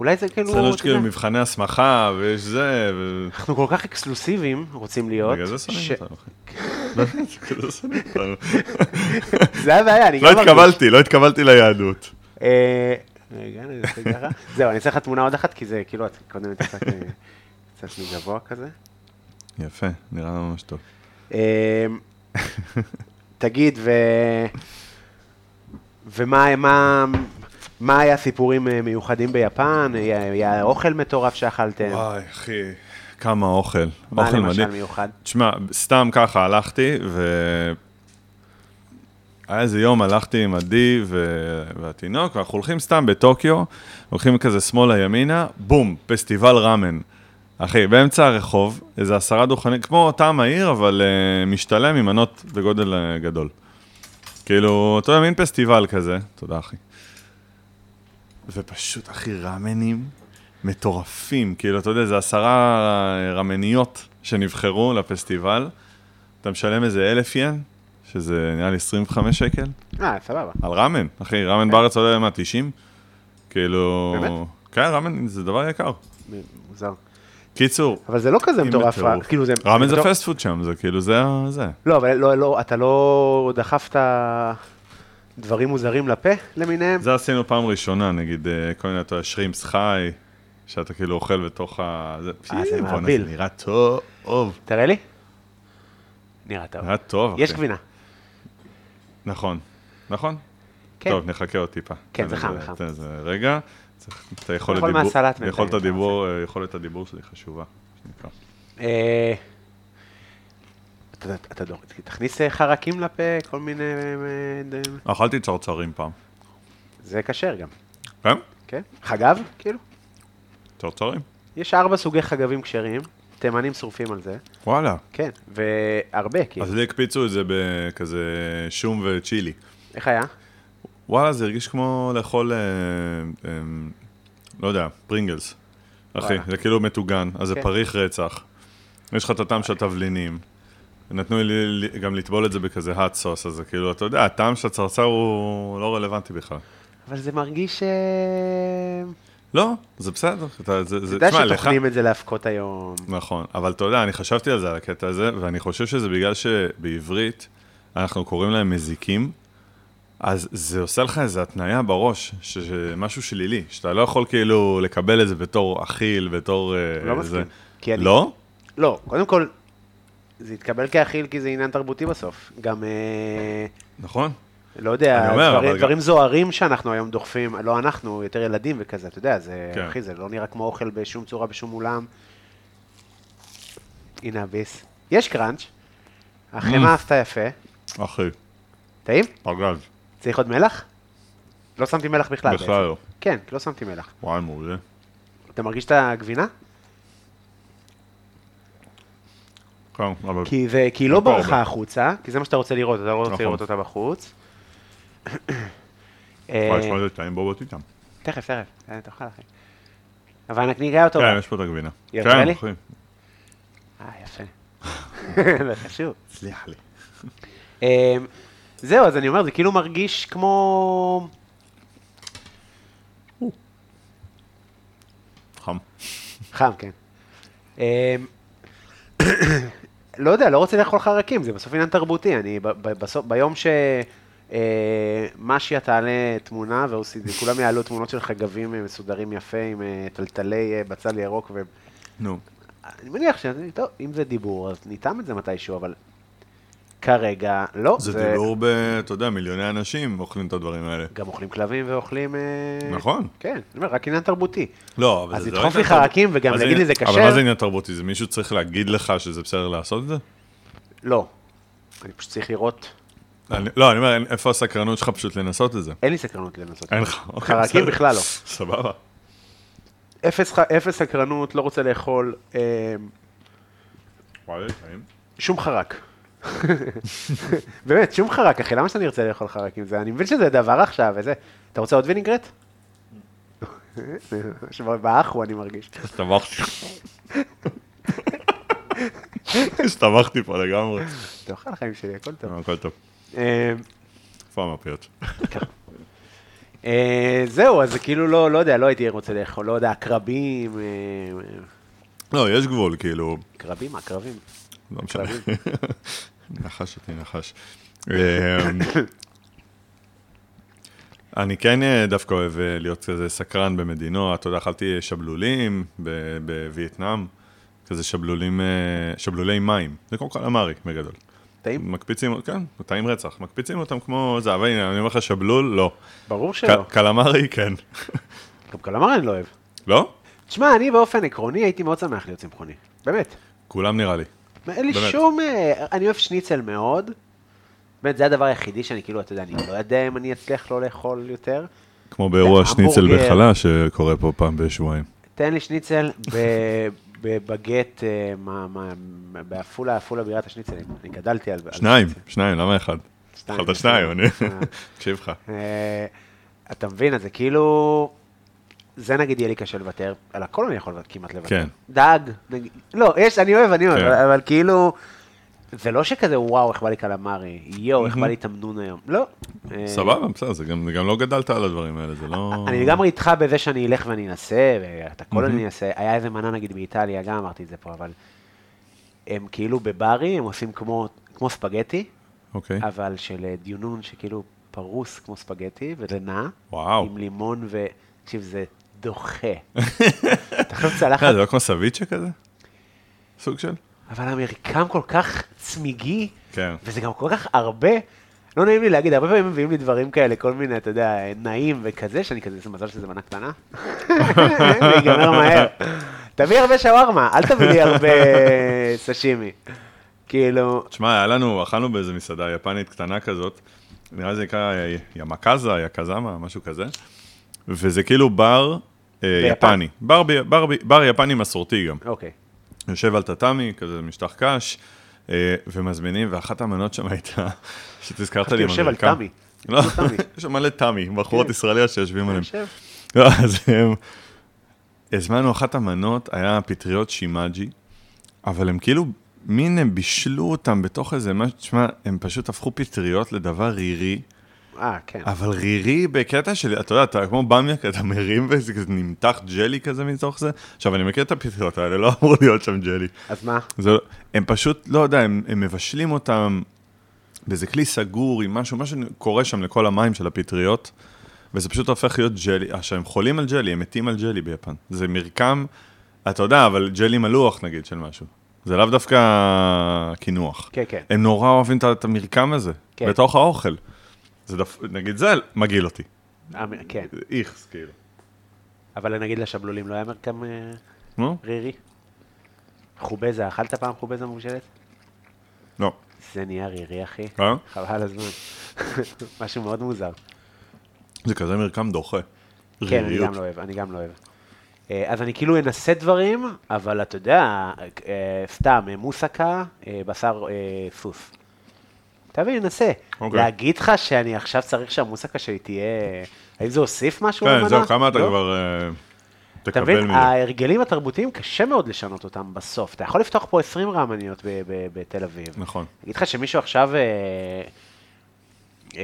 Speaker 2: אולי זה כאילו...
Speaker 3: אצלנו יש
Speaker 2: אתה יודע,
Speaker 3: כאילו מבחני הסמכה, ויש זה, ו...
Speaker 2: אנחנו כל כך אקסקלוסיביים רוצים להיות.
Speaker 3: בגלל זה
Speaker 2: ש-
Speaker 3: שונאים אותנו, אחי. באמת, בגלל זה שונאים אותנו.
Speaker 2: זה הבעיה, אני גם
Speaker 3: לא
Speaker 2: מרגיש.
Speaker 3: התקבלתי, לא התקבלתי ליהדות.
Speaker 2: אה, רגע, אני אעשה ככה. זהו, אני אעשה לך תמונה עוד אחת, כי זה כאילו, את קודם התעסקת אה, קצת מגבוה כזה.
Speaker 3: יפה, נראה ממש טוב.
Speaker 2: אמ, תגיד, ו... ומה מה, מה היה סיפורים אה, מיוחדים ביפן? היה, היה אוכל מטורף שאכלתם?
Speaker 3: וואי, אחי, כמה אוכל.
Speaker 2: כן. מה
Speaker 3: אוכל
Speaker 2: למשל
Speaker 3: מדהים.
Speaker 2: מיוחד?
Speaker 3: תשמע, סתם ככה הלכתי, ו... היה איזה יום, הלכתי עם עדי ו... והתינוק, ואנחנו הולכים סתם בטוקיו, הולכים כזה שמאלה-ימינה, בום, פסטיבל ראמן. אחי, באמצע הרחוב, איזה עשרה דוכנים, כמו טעם העיר, אבל uh, משתלם עם מנות בגודל uh, גדול. כאילו, אתה יודע, מין פסטיבל כזה. תודה, אחי. ופשוט, אחי, ראמנים מטורפים. כאילו, אתה יודע, זה עשרה רמניות שנבחרו לפסטיבל. אתה משלם איזה אלף ין, שזה נראה לי 25 שקל,
Speaker 2: אה, סבבה.
Speaker 3: על ראמן. אחי, ראמן בארץ עולה מה, 90? כאילו...
Speaker 2: כן. באמת?
Speaker 3: כן, ראמן זה דבר יקר.
Speaker 2: מ- מוזר.
Speaker 3: קיצור,
Speaker 2: אבל זה לא כזה
Speaker 3: אם
Speaker 2: מטורף.
Speaker 3: בטירוף.
Speaker 2: כאילו זה...
Speaker 3: ראמן זה
Speaker 2: מטור-
Speaker 3: פסט פוד שם, זה כאילו, זה ה- זה.
Speaker 2: לא, אבל לא, לא, אתה לא דחפת דברים מוזרים לפה למיניהם?
Speaker 3: זה עשינו פעם ראשונה, נגיד, אה, כל מיני, אתה יודע, שרימפס חי, שאתה כאילו אוכל בתוך ה... זה
Speaker 2: אה, זה
Speaker 3: פי, בואנה,
Speaker 2: מעביל.
Speaker 3: זה נראה טוב.
Speaker 2: תראה לי. נראה טוב.
Speaker 3: נראה טוב, אוקיי. אחי.
Speaker 2: יש גבינה.
Speaker 3: נכון. נכון?
Speaker 2: כן.
Speaker 3: טוב, נחכה עוד טיפה.
Speaker 2: כן,
Speaker 3: תן
Speaker 2: זה
Speaker 3: איזה-
Speaker 2: חם, חם.
Speaker 3: תן איזה רגע. צריך את היכולת
Speaker 2: לאכול
Speaker 3: דיבור.
Speaker 2: מהסלט בינתיים, כן.
Speaker 3: יכולת
Speaker 2: אתה רוצה.
Speaker 3: הדיבור, אה, יכולת הדיבור שלי חשובה. מה שנקרא.
Speaker 2: אה, אתה, אתה דור, תכניס אה, חרקים לפה, כל מיני... אה, אה,
Speaker 3: אכלתי צרצרים פעם.
Speaker 2: זה כשר גם,
Speaker 3: כן?
Speaker 2: כן? חגב, כאילו.
Speaker 3: צרצרים.
Speaker 2: יש ארבע סוגי חגבים כשרים, תימנים שורפים על זה,
Speaker 3: וואלה.
Speaker 2: כן, והרבה, כאילו.
Speaker 3: אז לי הקפיצו את זה בכזה שום וצ'ילי.
Speaker 2: איך היה?
Speaker 3: וואלה, זה הרגיש כמו לאכול, אה, אה, לא יודע, פרינגלס. אחי,
Speaker 2: וואלה.
Speaker 3: זה כאילו מטוגן, אז זה
Speaker 2: כן.
Speaker 3: פריך רצח. יש לך את הטעם של התבלינים. נתנו לי לי- גם לטבול את זה בכזה hot sauce, אז זה כאילו, אתה יודע, הטעם של הצרצר הוא לא רלוונטי בכלל.
Speaker 2: אבל זה מרגיש... אה,
Speaker 3: לא, זה בסדר. אתה, זה,
Speaker 2: אתה
Speaker 3: זה,
Speaker 2: יודע
Speaker 3: תשמע, לך...
Speaker 2: שטוחנים את זה להפקות היום.
Speaker 3: נכון, אבל אתה יודע, אני חשבתי על זה, על הקטע הזה, ואני חושב שזה בגלל שבעברית אנחנו קוראים להם מזיקים, אז זה עושה לך איזו התניה בראש, ש- שמשהו שלילי, שאתה לא יכול כאילו לקבל את זה בתור אכיל, בתור... אה,
Speaker 2: לא מסכים.
Speaker 3: זה.
Speaker 2: כי אני-
Speaker 3: לא?
Speaker 2: לא, קודם כל, זה התקבל כאכיל כי זה עניין תרבותי בסוף. גם... אה,
Speaker 3: נכון?
Speaker 2: לא יודע,
Speaker 3: אני אומר,
Speaker 2: דברים,
Speaker 3: אבל גם-
Speaker 2: דברים זוהרים שאנחנו היום דוחפים, לא אנחנו, יותר ילדים וכזה, אתה יודע, זה,
Speaker 3: כן.
Speaker 2: אחי, זה לא נראה כמו אוכל בשום צורה, בשום אולם. הנה הביס. יש קראנץ',
Speaker 3: Mm.
Speaker 2: החמאה עשתה יפה,
Speaker 3: אחי,
Speaker 2: טעים?
Speaker 3: אגב,
Speaker 2: צריך עוד מלח? לא שמתי מלח בכלל.
Speaker 3: בכלל לא.
Speaker 2: כן, לא שמתי מלח.
Speaker 3: וואי, מעולה.
Speaker 2: אתה מרגיש את הגבינה?
Speaker 3: כן, אבל...
Speaker 2: כי, זה, כי היא לא
Speaker 3: פה
Speaker 2: ברחה
Speaker 3: הרבה.
Speaker 2: החוצה, כי זה מה שאתה רוצה לראות, אתה לא רוצה
Speaker 3: נכון.
Speaker 2: לראות אותה בחוץ.
Speaker 3: וואי,
Speaker 2: אה,
Speaker 3: שמע, זה טעים בובות איתם.
Speaker 2: תכף, תכף, אה, תאכל אחי. אבל נקניקה יותר טובה.
Speaker 3: כן, יש פה את הגבינה.
Speaker 2: היא
Speaker 3: כן,
Speaker 2: עזרה לי?
Speaker 3: אחי.
Speaker 2: אה, יפה. זה חשוב.
Speaker 3: סליח לי.
Speaker 2: אמ, זהו, אז אני אומר, זה כאילו מרגיש כמו...
Speaker 3: חם.
Speaker 2: חם, כן. אמ, לא יודע, לא רוצה לאכול חרקים, זה בסוף עניין תרבותי. אני ב- ב- בסוף, ביום ש... אה, משיה תעלה תמונה, והוא- כולם יעלו תמונות של חגבים אה, מסודרים יפה עם אה, טלטלי אה, בצל ירוק ו...
Speaker 3: נו.
Speaker 2: אני מניח ש... טוב, אם זה דיבור, אז ניתן את זה מתישהו, אבל כרגע לא.
Speaker 3: זה דיבור ב... אתה יודע, מיליוני אנשים אוכלים את הדברים האלה.
Speaker 2: גם אוכלים כלבים ואוכלים... אה,
Speaker 3: נכון.
Speaker 2: כן, אני אומר, רק עניין תרבותי.
Speaker 3: לא, אבל
Speaker 2: אז
Speaker 3: זה לא
Speaker 2: לדחוף
Speaker 3: עניין
Speaker 2: לי
Speaker 3: תרבות.
Speaker 2: חרקים וגם
Speaker 3: מה זה
Speaker 2: להגיד לי,
Speaker 3: עניין-
Speaker 2: "זה
Speaker 3: אבל
Speaker 2: כשר"?
Speaker 3: מה זה עניין תרבותי? זה מישהו צריך להגיד לך שזה בסדר לעשות את זה?
Speaker 2: לא. אני פשוט צריך לראות.
Speaker 3: אני- לא, אני אומר, אין- איפה הסקרנות שלך פשוט לנסות את זה?
Speaker 2: אין לי סקרנות לנסות.
Speaker 3: אין לך. אוקיי,
Speaker 2: חרקים
Speaker 3: בסדר.
Speaker 2: בכלל לא.
Speaker 3: סבבה.
Speaker 2: אפס, ח- אפס סקרנות, לא רוצה לאכול אה,
Speaker 3: וואי, טעים.
Speaker 2: שום חרק. באמת, שום חרק, אחי, למה שאני ארצה לאכול חרק עם זה? אני מבין שזה דבר עכשיו, וזה... אתה רוצה עוד וינגרט? שבאחו אני מרגיש.
Speaker 3: הסתבכתי. הסתבכתי פה לגמרי. לא,
Speaker 2: תאכל חיים שלי, הכל טוב.
Speaker 3: הכל טוב.
Speaker 2: אה,
Speaker 3: איפה המפיות?
Speaker 2: אה, זהו, אז כאילו לא, לא יודע, לא הייתי רוצה לאכול, לא יודע, עקרבים, אה, אה,
Speaker 3: לא, יש גבול, כאילו,
Speaker 2: עקרבים, עקרבים.
Speaker 3: לא משנה. נחש אותי נחש. אמ, אני כן אה, דווקא אוהב אה, להיות כזה סקרן במדינות, אתה יודע, אכלתי שבלולים ב- בווייטנאם, כזה שבלולים, אה, שבלולי מים, זה קודם כל אמרי בגדול.
Speaker 2: טעים?
Speaker 3: מקפיצים, כן, טעים רצח, מקפיצים אותם כמו זה, אבל הנה, אני אומר לך שבלול, לא.
Speaker 2: ברור שלא.
Speaker 3: ק- קלמרי, כן.
Speaker 2: גם קלמר אני לא אוהב.
Speaker 3: לא?
Speaker 2: תשמע, אני באופן עקרוני הייתי מאוד שמח להיות צמחוני. באמת.
Speaker 3: כולם נראה לי.
Speaker 2: מה, אין לי
Speaker 3: באמת.
Speaker 2: שום... אה, אני אוהב שניצל מאוד. באמת, זה הדבר היחידי שאני כאילו, אתה יודע, אני לא יודע אם אני אצליח לא לאכול יותר.
Speaker 3: כמו באירוע שניצל
Speaker 2: והמבורגר.
Speaker 3: בחלה שקורה פה פעם בשבועיים.
Speaker 2: תן לי שניצל ב- בבגט, אה, מה- מה- בעפולה, עפולה בירת השניצלים. אני גדלתי על... על
Speaker 3: שניים,
Speaker 2: שניצל.
Speaker 3: שניים, למה אחד?
Speaker 2: שתיים,
Speaker 3: אכלת שניים, אני...
Speaker 2: אה.
Speaker 3: תקשיב לך.
Speaker 2: אה, אתה מבין, אז זה כאילו... זה נגיד יהיה לי קשה לוותר, על הכל אני יכול כמעט לוותר.
Speaker 3: כן.
Speaker 2: דג, נגיד, לא, יש, אני אוהב, אני אוהב,
Speaker 3: כן.
Speaker 2: אבל, אבל כאילו, זה לא שכזה, וואו, איך בא לי קלמרי, יואו, איך בא לי תמנון היום, לא. אה,
Speaker 3: סבבה, בסדר, זה גם, גם לא גדלת על הדברים האלה, זה לא...
Speaker 2: אני לגמרי איתך בזה שאני אלך ואני אנסה, ואת הכל אני אנסה. היה איזה מנה נגיד באיטליה, גם אמרתי את זה פה, אבל הם כאילו בברים, הם עושים כמו, כמו ספגטי,
Speaker 3: אוקיי.
Speaker 2: אבל של אה, דיונון שכאילו פרוס כמו ספגטי, וזה נע.
Speaker 3: וואו.
Speaker 2: עם לימון ו... תקשיב, זה דוחה. אתה חושב צלחת,
Speaker 3: אה, זה לא כמו סביצ'ה כזה? סוג של?
Speaker 2: אבל המרקם כל כך צמיגי,
Speaker 3: כן.
Speaker 2: וזה גם כל כך הרבה. לא נעים לי להגיד, הרבה פעמים מביאים לי דברים כאלה, כל מיני, אתה יודע, נעים וכזה, שאני כזה, זה מזל שזה מנה קטנה. זה ייגמר מהר. תביא הרבה שווארמה, אל תביא לי הרבה אה, סשימי. כאילו,
Speaker 3: תשמע, היה לנו, אכלנו באיזה מסעדה יפנית קטנה כזאת, נראה לי זה נקרא אה, ימקזה, יקזמה, משהו כזה, וזה כאילו בר אה,
Speaker 2: ביפן.
Speaker 3: יפני. בר ב- בר ב- בר יפני מסורתי גם.
Speaker 2: אוקיי.
Speaker 3: יושב על טאטאמי, כזה משטח קש, אה, ומזמינים, ואחת המנות שם הייתה, שתזכרת לי, עם
Speaker 2: יושב על
Speaker 3: המרקם.
Speaker 2: תמי.
Speaker 3: לא,
Speaker 2: תמי. כן.
Speaker 3: יש שם מלא תמי, בחורות ישראליות שיושבים עליהן.
Speaker 2: יושב.
Speaker 3: לא, אז הם... הזמנו אחת המנות, היה פטריות שימאג'י, אבל הם כאילו, מין הם בישלו אותם בתוך איזה משהו, תשמע, הם פשוט הפכו פטריות לדבר רירי,
Speaker 2: אה, כן.
Speaker 3: אבל רירי בקטע של, אתה יודע, אתה כמו במיה, כזה, אתה מרים וזה כזה נמתח ג'לי כזה מתוך זה. עכשיו, אני מכיר את הפטריות האלה, לא אמור להיות שם ג'לי.
Speaker 2: אז מה?
Speaker 3: זה, לא- הם פשוט, לא יודע, הם, הם מבשלים אותם באיזה כלי סגור עם משהו, משהו קורה שם לכל המים של הפטריות, וזה פשוט הופך להיות ג'לי. עכשיו, הם חולים על ג'לי, הם מתים על ג'לי ביפן. זה מרקם, אתה יודע, אבל ג'לי מלוח נגיד של משהו. זה לאו דווקא קינוח.
Speaker 2: כן, כן.
Speaker 3: הם נורא אוהבים את ה- את המרקם הזה,
Speaker 2: כן.
Speaker 3: בתוך האוכל. זה דפ... נגיד זה מגעיל אותי.
Speaker 2: אה, כן.
Speaker 3: זה איכס, כאילו.
Speaker 2: אבל נגיד לשבלולים לא היה מרקם אה,
Speaker 3: נו?
Speaker 2: רירי? חובזה, אכלת פעם חובזה מבושלת?
Speaker 3: לא.
Speaker 2: זה נהיה רירי, אחי.
Speaker 3: אה?
Speaker 2: חבל על הזמן. משהו מאוד מוזר.
Speaker 3: זה כזה מרקם דוחה.
Speaker 2: כן, אני
Speaker 3: ריריות.
Speaker 2: גם לא אוהב, אני גם לא אוהב. אה, אז אני כאילו אנסה דברים, אבל אתה יודע, אה, סתם, אה, מוסקה, אה, בשר אה, סוס. אתה מבין, ננסה.
Speaker 3: אוקיי.
Speaker 2: להגיד לך שאני עכשיו צריך שהמוסקה שלי תהיה... האם זה הוסיף משהו
Speaker 3: כן,
Speaker 2: למנה?
Speaker 3: זהו, כמה אתה
Speaker 2: לא? אה,
Speaker 3: כבר אה,
Speaker 2: אתה
Speaker 3: תקבל
Speaker 2: מבין,
Speaker 3: מזה.
Speaker 2: ההרגלים התרבותיים, קשה מאוד לשנות אותם בסוף. אתה יכול לפתוח פה 20 רעמניות ב- ב- בתל אביב.
Speaker 3: נכון.
Speaker 2: אגיד לך שמישהו עכשיו, אה, אה,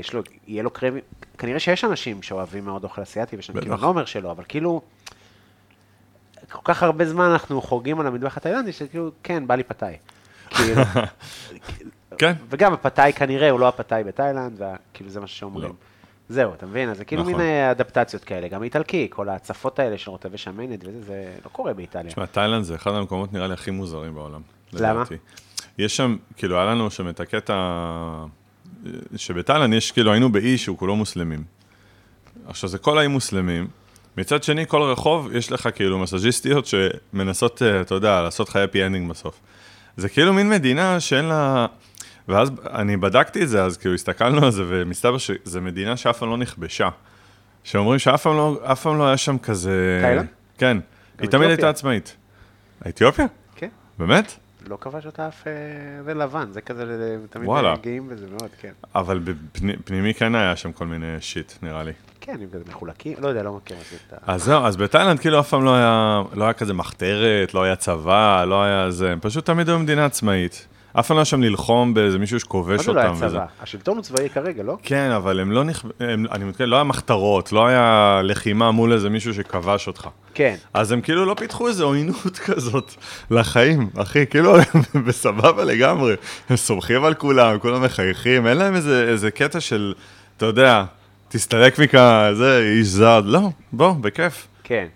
Speaker 2: יש לו, יהיה לו קרמי, כנראה שיש אנשים שאוהבים מאוד אוכל אסיאתי, ושאני
Speaker 3: בטח.
Speaker 2: כאילו לא אומר שלא, אבל כאילו, כל כך הרבה זמן אנחנו חוגגים על המטבח התאילנדי, שכאילו, כן, בא לי פתאי. כאילו,
Speaker 3: כן.
Speaker 2: וגם הפתאי כנראה הוא לא הפתאי בתאילנד, וכאילו זה מה שאומרים.
Speaker 3: לא.
Speaker 2: זהו, אתה מבין? אז זה כאילו
Speaker 3: נכון.
Speaker 2: מין אה, אדפטציות כאלה, גם איטלקי, כל ההצפות האלה של רוטבי שמנת וזה, זה לא קורה באיטליה.
Speaker 3: תשמע, תאילנד זה אחד המקומות נראה לי הכי מוזרים בעולם.
Speaker 2: למה?
Speaker 3: לדעתי. יש שם, כאילו, היה לנו שם את הקטע, שבתאילנד יש, כאילו, היינו באי שהוא כולו מוסלמים. עכשיו, זה כל האי מוסלמים. מצד שני, כל רחוב, יש לך כאילו מסאז'יסטיות שמנסות, אה, אתה יודע, לעשות לך happy ending בסוף. זה כאילו מין מדינה שאין לה... ואז אני בדקתי את זה, אז כאילו הסתכלנו על זה, ומסתבר שזו מדינה שאף פעם לא נכבשה. שאומרים שאף פעם לא, אף פעם לא היה שם כזה...
Speaker 2: תאילנד?
Speaker 3: כן. היא תמיד
Speaker 2: אתיופיה.
Speaker 3: הייתה עצמאית. אתיופיה?
Speaker 2: כן?
Speaker 3: באמת?
Speaker 2: לא כבש אותה אף... אה, זה לבן, זה כזה, תמיד
Speaker 3: וואלה.
Speaker 2: גאים בזה מאוד, כן.
Speaker 3: אבל בפנימי כן היה שם כל מיני שיט, נראה לי.
Speaker 2: כן, אם זה מחולקים, לא יודע, לא מכיר את זה.
Speaker 3: אז זהו, אז בתאילנד כאילו אף פעם לא היה, לא היה כזה מחתרת, לא היה צבא, לא היה זה, הם פשוט תמיד היו מדינה עצמאית. אף פעם לא היה שם ללחום באיזה מישהו
Speaker 2: מה
Speaker 3: שכובש
Speaker 2: זה לא
Speaker 3: אותם.
Speaker 2: היה
Speaker 3: וזה.
Speaker 2: צבא? השלטון הוא צבאי כרגע, לא?
Speaker 3: כן, אבל הם לא נכ... הם, אני מתכוון, לא היה מחתרות, לא היה לחימה מול איזה מישהו שכבש אותך.
Speaker 2: כן.
Speaker 3: אז הם כאילו לא פיתחו איזו עוינות כזאת לחיים, אחי, כאילו הם בסבבה לגמרי, הם סומכים על כולם, כולם מחייכים, אין להם איזה, איזה קטע של, אתה יודע, תסתלק מכאן, זה איש זר, לא, בוא, בכיף.
Speaker 2: כן.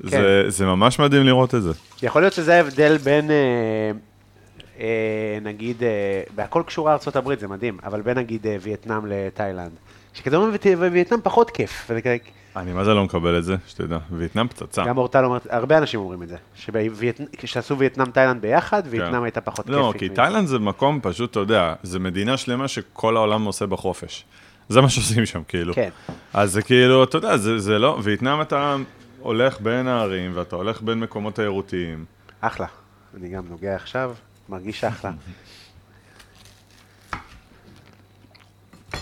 Speaker 3: זה, זה ממש מדהים לראות את זה.
Speaker 2: יכול להיות שזה ההבדל בין, אה, אה, נגיד, אה, בהכל קשורה ארצות הברית, זה מדהים, אבל בין נגיד אה, וייטנאם לתאילנד. שכזה אומרים "וייט- וייטנאם פחות כיף, וזה כזה-
Speaker 3: אני מה זה לא מקבל את זה, שתדע, וייטנאם פצצה.
Speaker 2: גם אורטל אומרת, הרבה אנשים אומרים את זה, שבווייטנ- כשעשו וייטנאם תאילנד ביחד, וייטנאם הייתה פחות כיפית.
Speaker 3: כן. לא, כי תאילנד זה מקום פשוט, אתה יודע, זה מדינה שלמה שכל העולם עושה בחופש. זה מה שעושים שם, כאילו.
Speaker 2: כן.
Speaker 3: אז זה כאילו, אתה יודע, זה, זה לא, וייטנאם אתה הולך בין הערים, ואתה הולך בין מקומות תיירותיים.
Speaker 2: אחלה, אני גם נוגע עכשיו, מרגיש אחלה.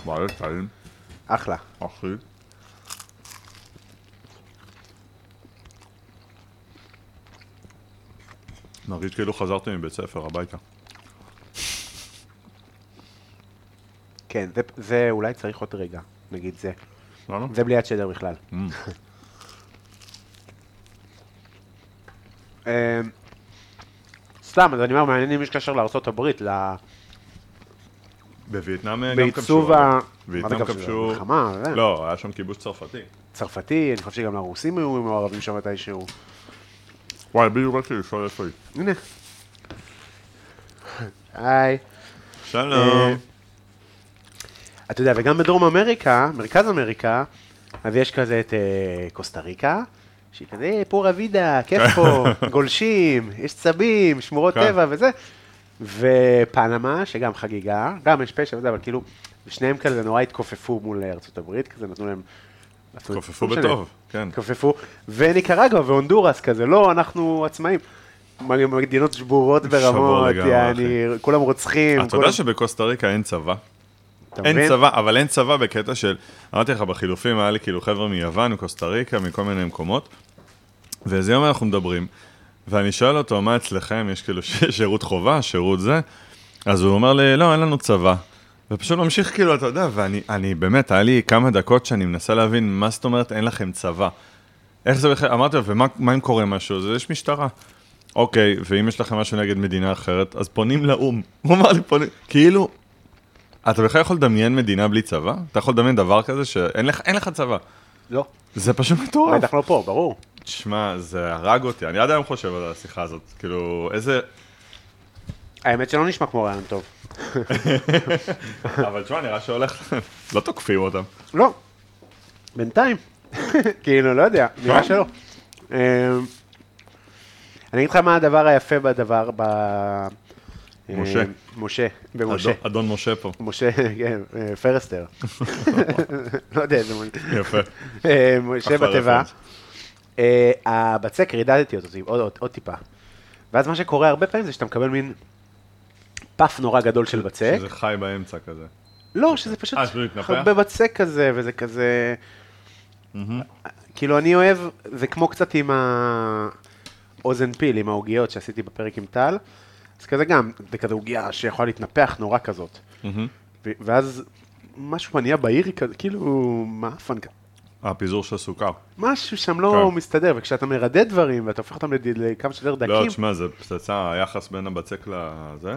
Speaker 3: וואלה, תאילנד,
Speaker 2: אחלה.
Speaker 3: אחי. מרגיש כאילו חזרתי מבית ספר הביתה.
Speaker 2: כן, זה, זה אולי צריך עוד רגע, נגיד זה.
Speaker 3: למה?
Speaker 2: זה בלי הצ'דר בכלל. אה, סתם, אז אני אומר, מעניין אם יש קשר לארה"ב, ל-
Speaker 3: בווייטנאם אה, גם כבשו.
Speaker 2: בעיצוב
Speaker 3: אבל.
Speaker 2: ה... מה זה
Speaker 3: וייטנאם
Speaker 2: גם
Speaker 3: כבשו...
Speaker 2: מלחמה, אה. זה.
Speaker 3: לא, היה שם כיבוש צרפתי.
Speaker 2: צרפתי, אני חושב שגם לרוסים היו מעורבים שם מתישהו.
Speaker 3: וואי, בדיוק באתי לשאול איפה היא.
Speaker 2: הנה. היי. אה,
Speaker 3: שלום.
Speaker 2: אתה יודע, וגם בדרום אמריקה, מרכז אמריקה, אז יש כזה את אה, קוסטה ריקה, שהיא כזה "אה, פורה וידה, כיף פה, גולשים, יש צבים, שמורות
Speaker 3: כן.
Speaker 2: טבע וזה. ופנמה, שגם חגיגה, גם יש פשע וזה, אבל כאילו, שניהם כזה נורא התכופפו מול ארצות הברית, כזה נתנו להם... עשו-
Speaker 3: התכופפו
Speaker 2: לא משנה.
Speaker 3: בטוב, כן.
Speaker 2: התכופפו, וניקרגואה והונדורס כזה, לא, אנחנו עצמאים. מדינות שבורות ברמות,
Speaker 3: לגמרי,
Speaker 2: יעני, כולם רוצחים.
Speaker 3: אתה
Speaker 2: כולם-
Speaker 3: יודע שבקוסטה ריקה אין צבא?
Speaker 2: אתה
Speaker 3: אין
Speaker 2: מבין?
Speaker 3: צבא, אבל אין צבא בקטע של, אמרתי לך, בחילופים היה לי כאילו חבר'ה מיוון, מקוסטה ריקה, מכל מיני מקומות, ואיזה יום אנחנו מדברים, ואני שואל אותו, מה אצלכם, יש כאילו ש- שירות חובה, שירות זה, אז הוא אומר לי, לא, אין לנו צבא. ופשוט ממשיך כאילו, אתה יודע, ואני אני, באמת, היה לי כמה דקות שאני מנסה להבין מה זאת אומרת אין לכם צבא. איך זה בכלל, אמרתי לו, ומה מה אם קורה משהו? אז יש משטרה. אוקיי, ואם יש לכם משהו נגד מדינה אחרת, אז פונים לאו"ם. הוא אמר לי, פונים, כאילו, אתה בכלל יכול לדמיין מדינה בלי צבא? אתה יכול לדמיין דבר כזה שאין לך, אין לך צבא.
Speaker 2: לא,
Speaker 3: זה פשוט מטורף.
Speaker 2: בטח לא פה, ברור.
Speaker 3: תשמע, זה הרג אותי, אני עד היום חושב על השיחה הזאת. כאילו, איזה...
Speaker 2: האמת שלא נשמע כמו רעיון טוב.
Speaker 3: אבל תשמע, נראה שהולך... לא תוקפים אותם.
Speaker 2: לא. בינתיים. כאילו, לא יודע, נראה שלא. אמ, אני אגיד לך מה הדבר היפה בדבר, ב... אמ,
Speaker 3: משה.
Speaker 2: משה, במשה.
Speaker 3: אדון- אדון משה פה.
Speaker 2: משה, כן, אה, פרסטר. לא יודע איזה מונ...
Speaker 3: יפה.
Speaker 2: אה, משה
Speaker 3: כן. אחלה
Speaker 2: בתיבה.
Speaker 3: רפרנס.
Speaker 2: אה, הבצק, רידדתי אותו טיפ- עוד- עוד- עוד טיפה. ואז מה שקורה הרבה פעמים זה שאתה מקבל מין פף נורא גדול של בצק.
Speaker 3: שזה חי באמצע כזה.
Speaker 2: לא, שזה פשוט
Speaker 3: אה, שהוא התנפח?
Speaker 2: הרבה בצק כזה, וזה כזה... כאילו, אני אוהב, זה כמו קצת עם האוזן פיל, עם העוגיות שעשיתי בפרק עם טל, אז כזה גם, זה כזה עוגיה שיכולה להתנפח נורא כזאת. ו- ואז משהו מניע בעיר כזה, כאילו, מאפן כזה.
Speaker 3: הפיזור של סוכר.
Speaker 2: משהו שם לא
Speaker 3: כן.
Speaker 2: מסתדר, וכשאתה מרדד דברים ואתה הופך אותם לד- לכמה שיותר
Speaker 3: לא,
Speaker 2: דקים,
Speaker 3: תשמע, זה פצצה, היחס בין הבצק לזה.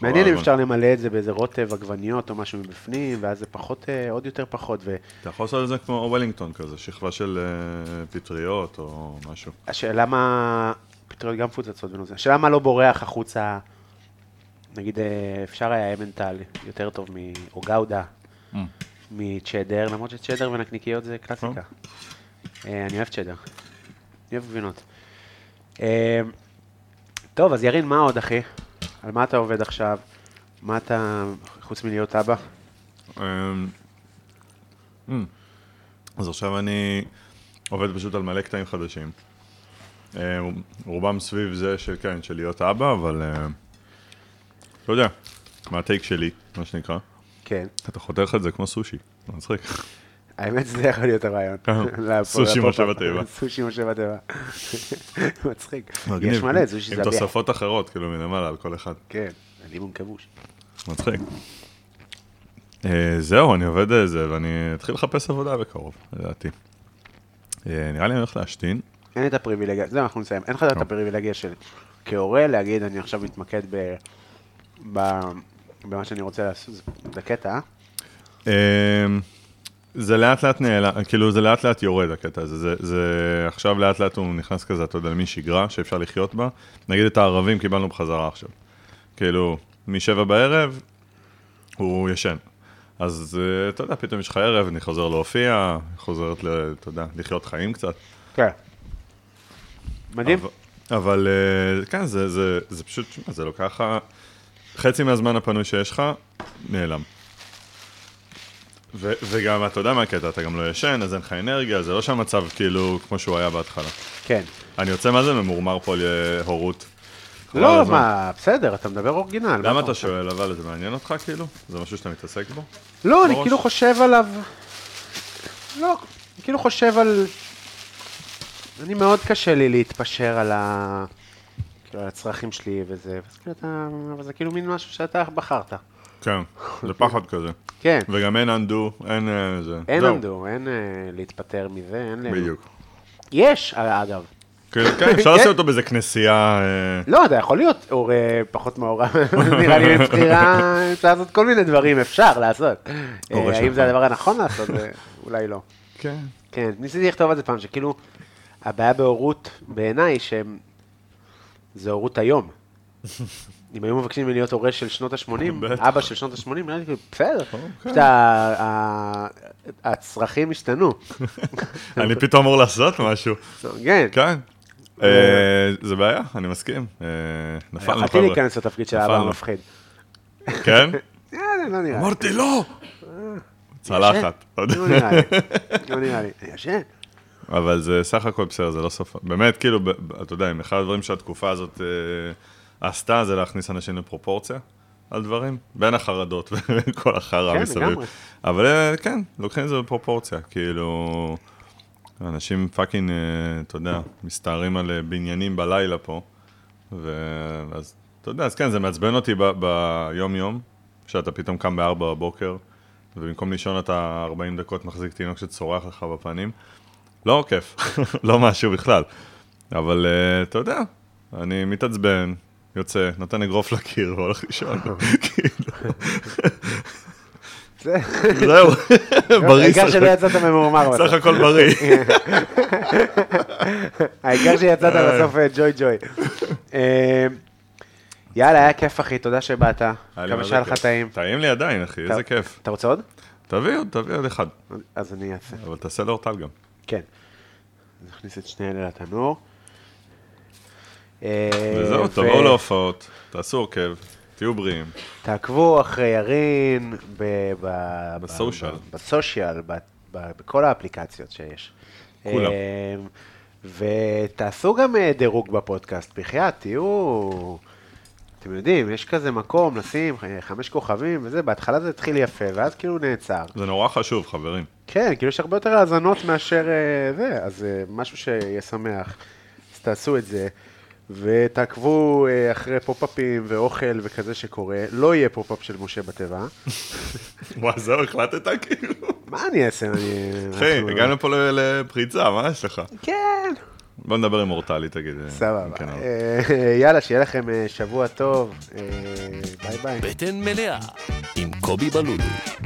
Speaker 2: מעניין אם
Speaker 3: אבל-
Speaker 2: אפשר למלא את זה באיזה רוטב עגבניות או משהו מבפנים, ואז זה פחות, אה, עוד יותר פחות, ו...
Speaker 3: אתה יכול לעשות את זה כמו וולינגטון כזה, שכבה של אה, פטריות או משהו.
Speaker 2: השאלה מה, פטריות גם מפוצצות בנושא, השאלה מה לא בורח החוצה, נגיד אה, אפשר היה אמנטל יותר טוב מ... או גאודה, מצ'דר, למרות שצ'דר ונקניקיות זה קלאסיקה. אה, אני אוהב צ'דר, אני אוהב גבינות. אה, טוב, אז ירין, מה עוד אחי? על מה אתה עובד עכשיו? מה אתה, חוץ מלהיות אבא?
Speaker 3: אמ, אמ. אז עכשיו אני עובד פשוט על מלא קטעים חדשים. אמ, רובם סביב זה של, כן, של להיות אבא, אבל אמ, לא יודע, מהטייק שלי, מה שנקרא.
Speaker 2: כן.
Speaker 3: אתה חותך את זה כמו סושי, זה מצחיק.
Speaker 2: האמת שזה יכול להיות הרעיון. לפ-
Speaker 3: סושי
Speaker 2: לפופ-אפ.
Speaker 3: משאב הטבע.
Speaker 2: סושי משאב הטבע. מצחיק. יש
Speaker 3: מגניב.
Speaker 2: מלא את סושי
Speaker 3: עם
Speaker 2: זביח.
Speaker 3: תוספות אחרות, כאילו מלמעלה על כל אחד.
Speaker 2: כן, לימון כבוש.
Speaker 3: מצחיק. אה, זהו, אני עובד על זה, ואני אתחיל לחפש עבודה בקרוב, לדעתי. אה, נראה לי אני הולך להשתין.
Speaker 2: אין לי את הפריבילגיה, זהו, אנחנו נסיים. אין לך את הפריבילגיה של כהורה להגיד, אני עכשיו מתמקד ב... ב- במה שאני רוצה לעשות, זה- זה קטע, אה?
Speaker 3: אה, זה לאט לאט נעלם, כאילו זה לאט לאט יורד הקטע הזה, זה, זה עכשיו לאט לאט הוא נכנס כזה, אתה יודע, למין שגרה שאפשר לחיות בה. נגיד את הערבים קיבלנו בחזרה עכשיו. כאילו, משבע בערב הוא ישן. אז אה, אתה יודע, פתאום יש לך ערב, אני חוזר להופיע, חוזרת, ל- אתה יודע, לחיות חיים קצת.
Speaker 2: כן. מדהים.
Speaker 3: אבל- אבל אה, כן, זה, זה, זה פשוט, שמע, זה לוקח לך, חצי מהזמן הפנוי שיש לך, נעלם. ו, וגם, אתה יודע מה הקטע, אתה גם לא ישן, אז אין לך אנרגיה, זה לא שהמצב כאילו כמו שהוא היה בהתחלה.
Speaker 2: כן.
Speaker 3: אני יוצא מה זה ממורמר פה על אה, הורות. חבל על
Speaker 2: לא,
Speaker 3: הזמן.
Speaker 2: מה, בסדר, אתה מדבר אורגינל. מה
Speaker 3: למה אתה שואל, אבל זה מעניין אותך כאילו? זה משהו שאתה מתעסק בו?
Speaker 2: לא, אני
Speaker 3: בראש?
Speaker 2: כאילו חושב עליו... לא, אני כאילו חושב על... אני מאוד קשה לי להתפשר על ה... כאילו, על הצרכים שלי וזה, ואז כאילו אתה... אבל זה כאילו מין משהו שאתה בחרת.
Speaker 3: כן, זה פחד כזה.
Speaker 2: כן,
Speaker 3: וגם אין undo, אין אה, זה.
Speaker 2: אין
Speaker 3: זהו,
Speaker 2: עמדו, אין אה, להתפטר מזה, אין... לנו.
Speaker 3: בדיוק.
Speaker 2: יש, אה, אגב.
Speaker 3: כאילו, כן, אפשר
Speaker 2: כן.
Speaker 3: לשים אותו באיזה כנסייה. אה,
Speaker 2: לא, אתה יכול להיות הורה פחות מעורב, נראה לי מבחירה, אפשר לעשות כל מיני דברים, אפשר לעשות.
Speaker 3: הורה
Speaker 2: אה, האם
Speaker 3: שלך.
Speaker 2: זה הדבר הנכון לעשות? אה, אולי לא.
Speaker 3: כן.
Speaker 2: כן, ניסיתי לכתוב על זה פעם, שכאילו, הבעיה בהורות, בעיניי, שהם... זה הורות היום. אם היו מבקשים ממני להיות הורה של שנות ה-80,
Speaker 3: בטח.
Speaker 2: אבא של שנות ה-80, נראה לי כאילו, בסדר,
Speaker 3: אוקיי.
Speaker 2: פשוט ה- ה- הצרכים השתנו.
Speaker 3: אני פתאום אמור לעשות משהו.
Speaker 2: כן,
Speaker 3: כן. אה, זה בעיה, אני מסכים. אה, נפלנו
Speaker 2: יכולתי
Speaker 3: חבר'ה.
Speaker 2: להיכנס לתפקיד של האבא
Speaker 3: נפלנו.
Speaker 2: המפחיד.
Speaker 3: כן?
Speaker 2: אה, לא נראה לי.
Speaker 3: אמרתי לא! צלחת.
Speaker 2: לא נראה לי. לא נראה לי. אני ישן.
Speaker 3: אבל זה סך הכל בסדר, זה לא סוף. באמת, כאילו, ב- ב- אתה יודע, אם אחד הדברים שהתקופה הזאת אה, עשתה זה להכניס אנשים לפרופורציה על דברים, בין החרדות וכל החרא
Speaker 2: כן,
Speaker 3: מסביב.
Speaker 2: לגמרי.
Speaker 3: אבל אה, כן, לוקחים את זה בפרופורציה, כאילו... אנשים פאקינג, אה, אתה יודע, מסתערים על אה, בניינים בלילה פה, ואז, אתה יודע, אז כן, זה מעצבן אותי ב- ביום-יום, שאתה פתאום קם ב-4 בבוקר, ובמקום לישון אתה 40 דקות מחזיק תינוק שצורח לך בפנים. לא כיף, לא משהו בכלל. אבל אה, אתה יודע, אני מתעצבן, יוצא, נותן אגרוף לקיר והולך לישון.
Speaker 2: אוקיי.
Speaker 3: כאילו,
Speaker 2: זה-
Speaker 3: זהו, בריא,
Speaker 2: העיקר
Speaker 3: סך
Speaker 2: שלא יצאת ממורמר.
Speaker 3: סך
Speaker 2: בסוף.
Speaker 3: הכל בריא.
Speaker 2: העיקר שיצאת בסוף אה, ג'וי ג'וי. אה, יאללה, היה כיף אחי, תודה שבאת.
Speaker 3: היה לי
Speaker 2: כמה
Speaker 3: מאוד
Speaker 2: שהיה לך
Speaker 3: כיף.
Speaker 2: טעים.
Speaker 3: טעים לי עדיין, אחי, איזה כיף.
Speaker 2: אתה רוצה עוד?
Speaker 3: תביא עוד, תביא עוד אחד.
Speaker 2: אז אני אעשה.
Speaker 3: אבל תעשה לאורטל גם.
Speaker 2: כן. נכניס את שני אלה לתנור. אה,
Speaker 3: וזהו,
Speaker 2: ו-
Speaker 3: תבואו להופעות, תעשו עוקב, תהיו בריאים.
Speaker 2: תעקבו אחרי ירין ב- ב-
Speaker 3: בסושיאל.
Speaker 2: ב- בסושיאל, ב- ב- בכל האפליקציות שיש.
Speaker 3: כולם.
Speaker 2: אמ, ותעשו גם אה, דירוג בפודקאסט, בחייאת, תהיו... אתם יודעים, יש כזה מקום לשים אה, חמש כוכבים וזה, בהתחלה זה התחיל יפה, ואז כאילו נעצר.
Speaker 3: זה נורא חשוב, חברים.
Speaker 2: כן, כאילו יש הרבה יותר האזנות מאשר אה, זה, אז אה, משהו שישמח. אז תעשו את זה, ותעקבו אה, אחרי פופ-אפים ואוכל וכזה שקורה. לא יהיה פופ-אפ של משה בטבע.
Speaker 3: וואי, זהו, החלטת כאילו.
Speaker 2: מה אני אעשה? אני...
Speaker 3: אחי,
Speaker 2: אנחנו-
Speaker 3: הגענו פה ל- לפריצה, מה יש לך?
Speaker 2: כאילו- כן.
Speaker 3: בוא נדבר עם אורטלי, תגיד. אה,
Speaker 2: סבבה.
Speaker 3: כן, אבל-
Speaker 2: אה, יאללה, שיהיה לכם אה, שבוע טוב. אה, ביי ביי.
Speaker 1: בטן מלאה עם קובי בלולו.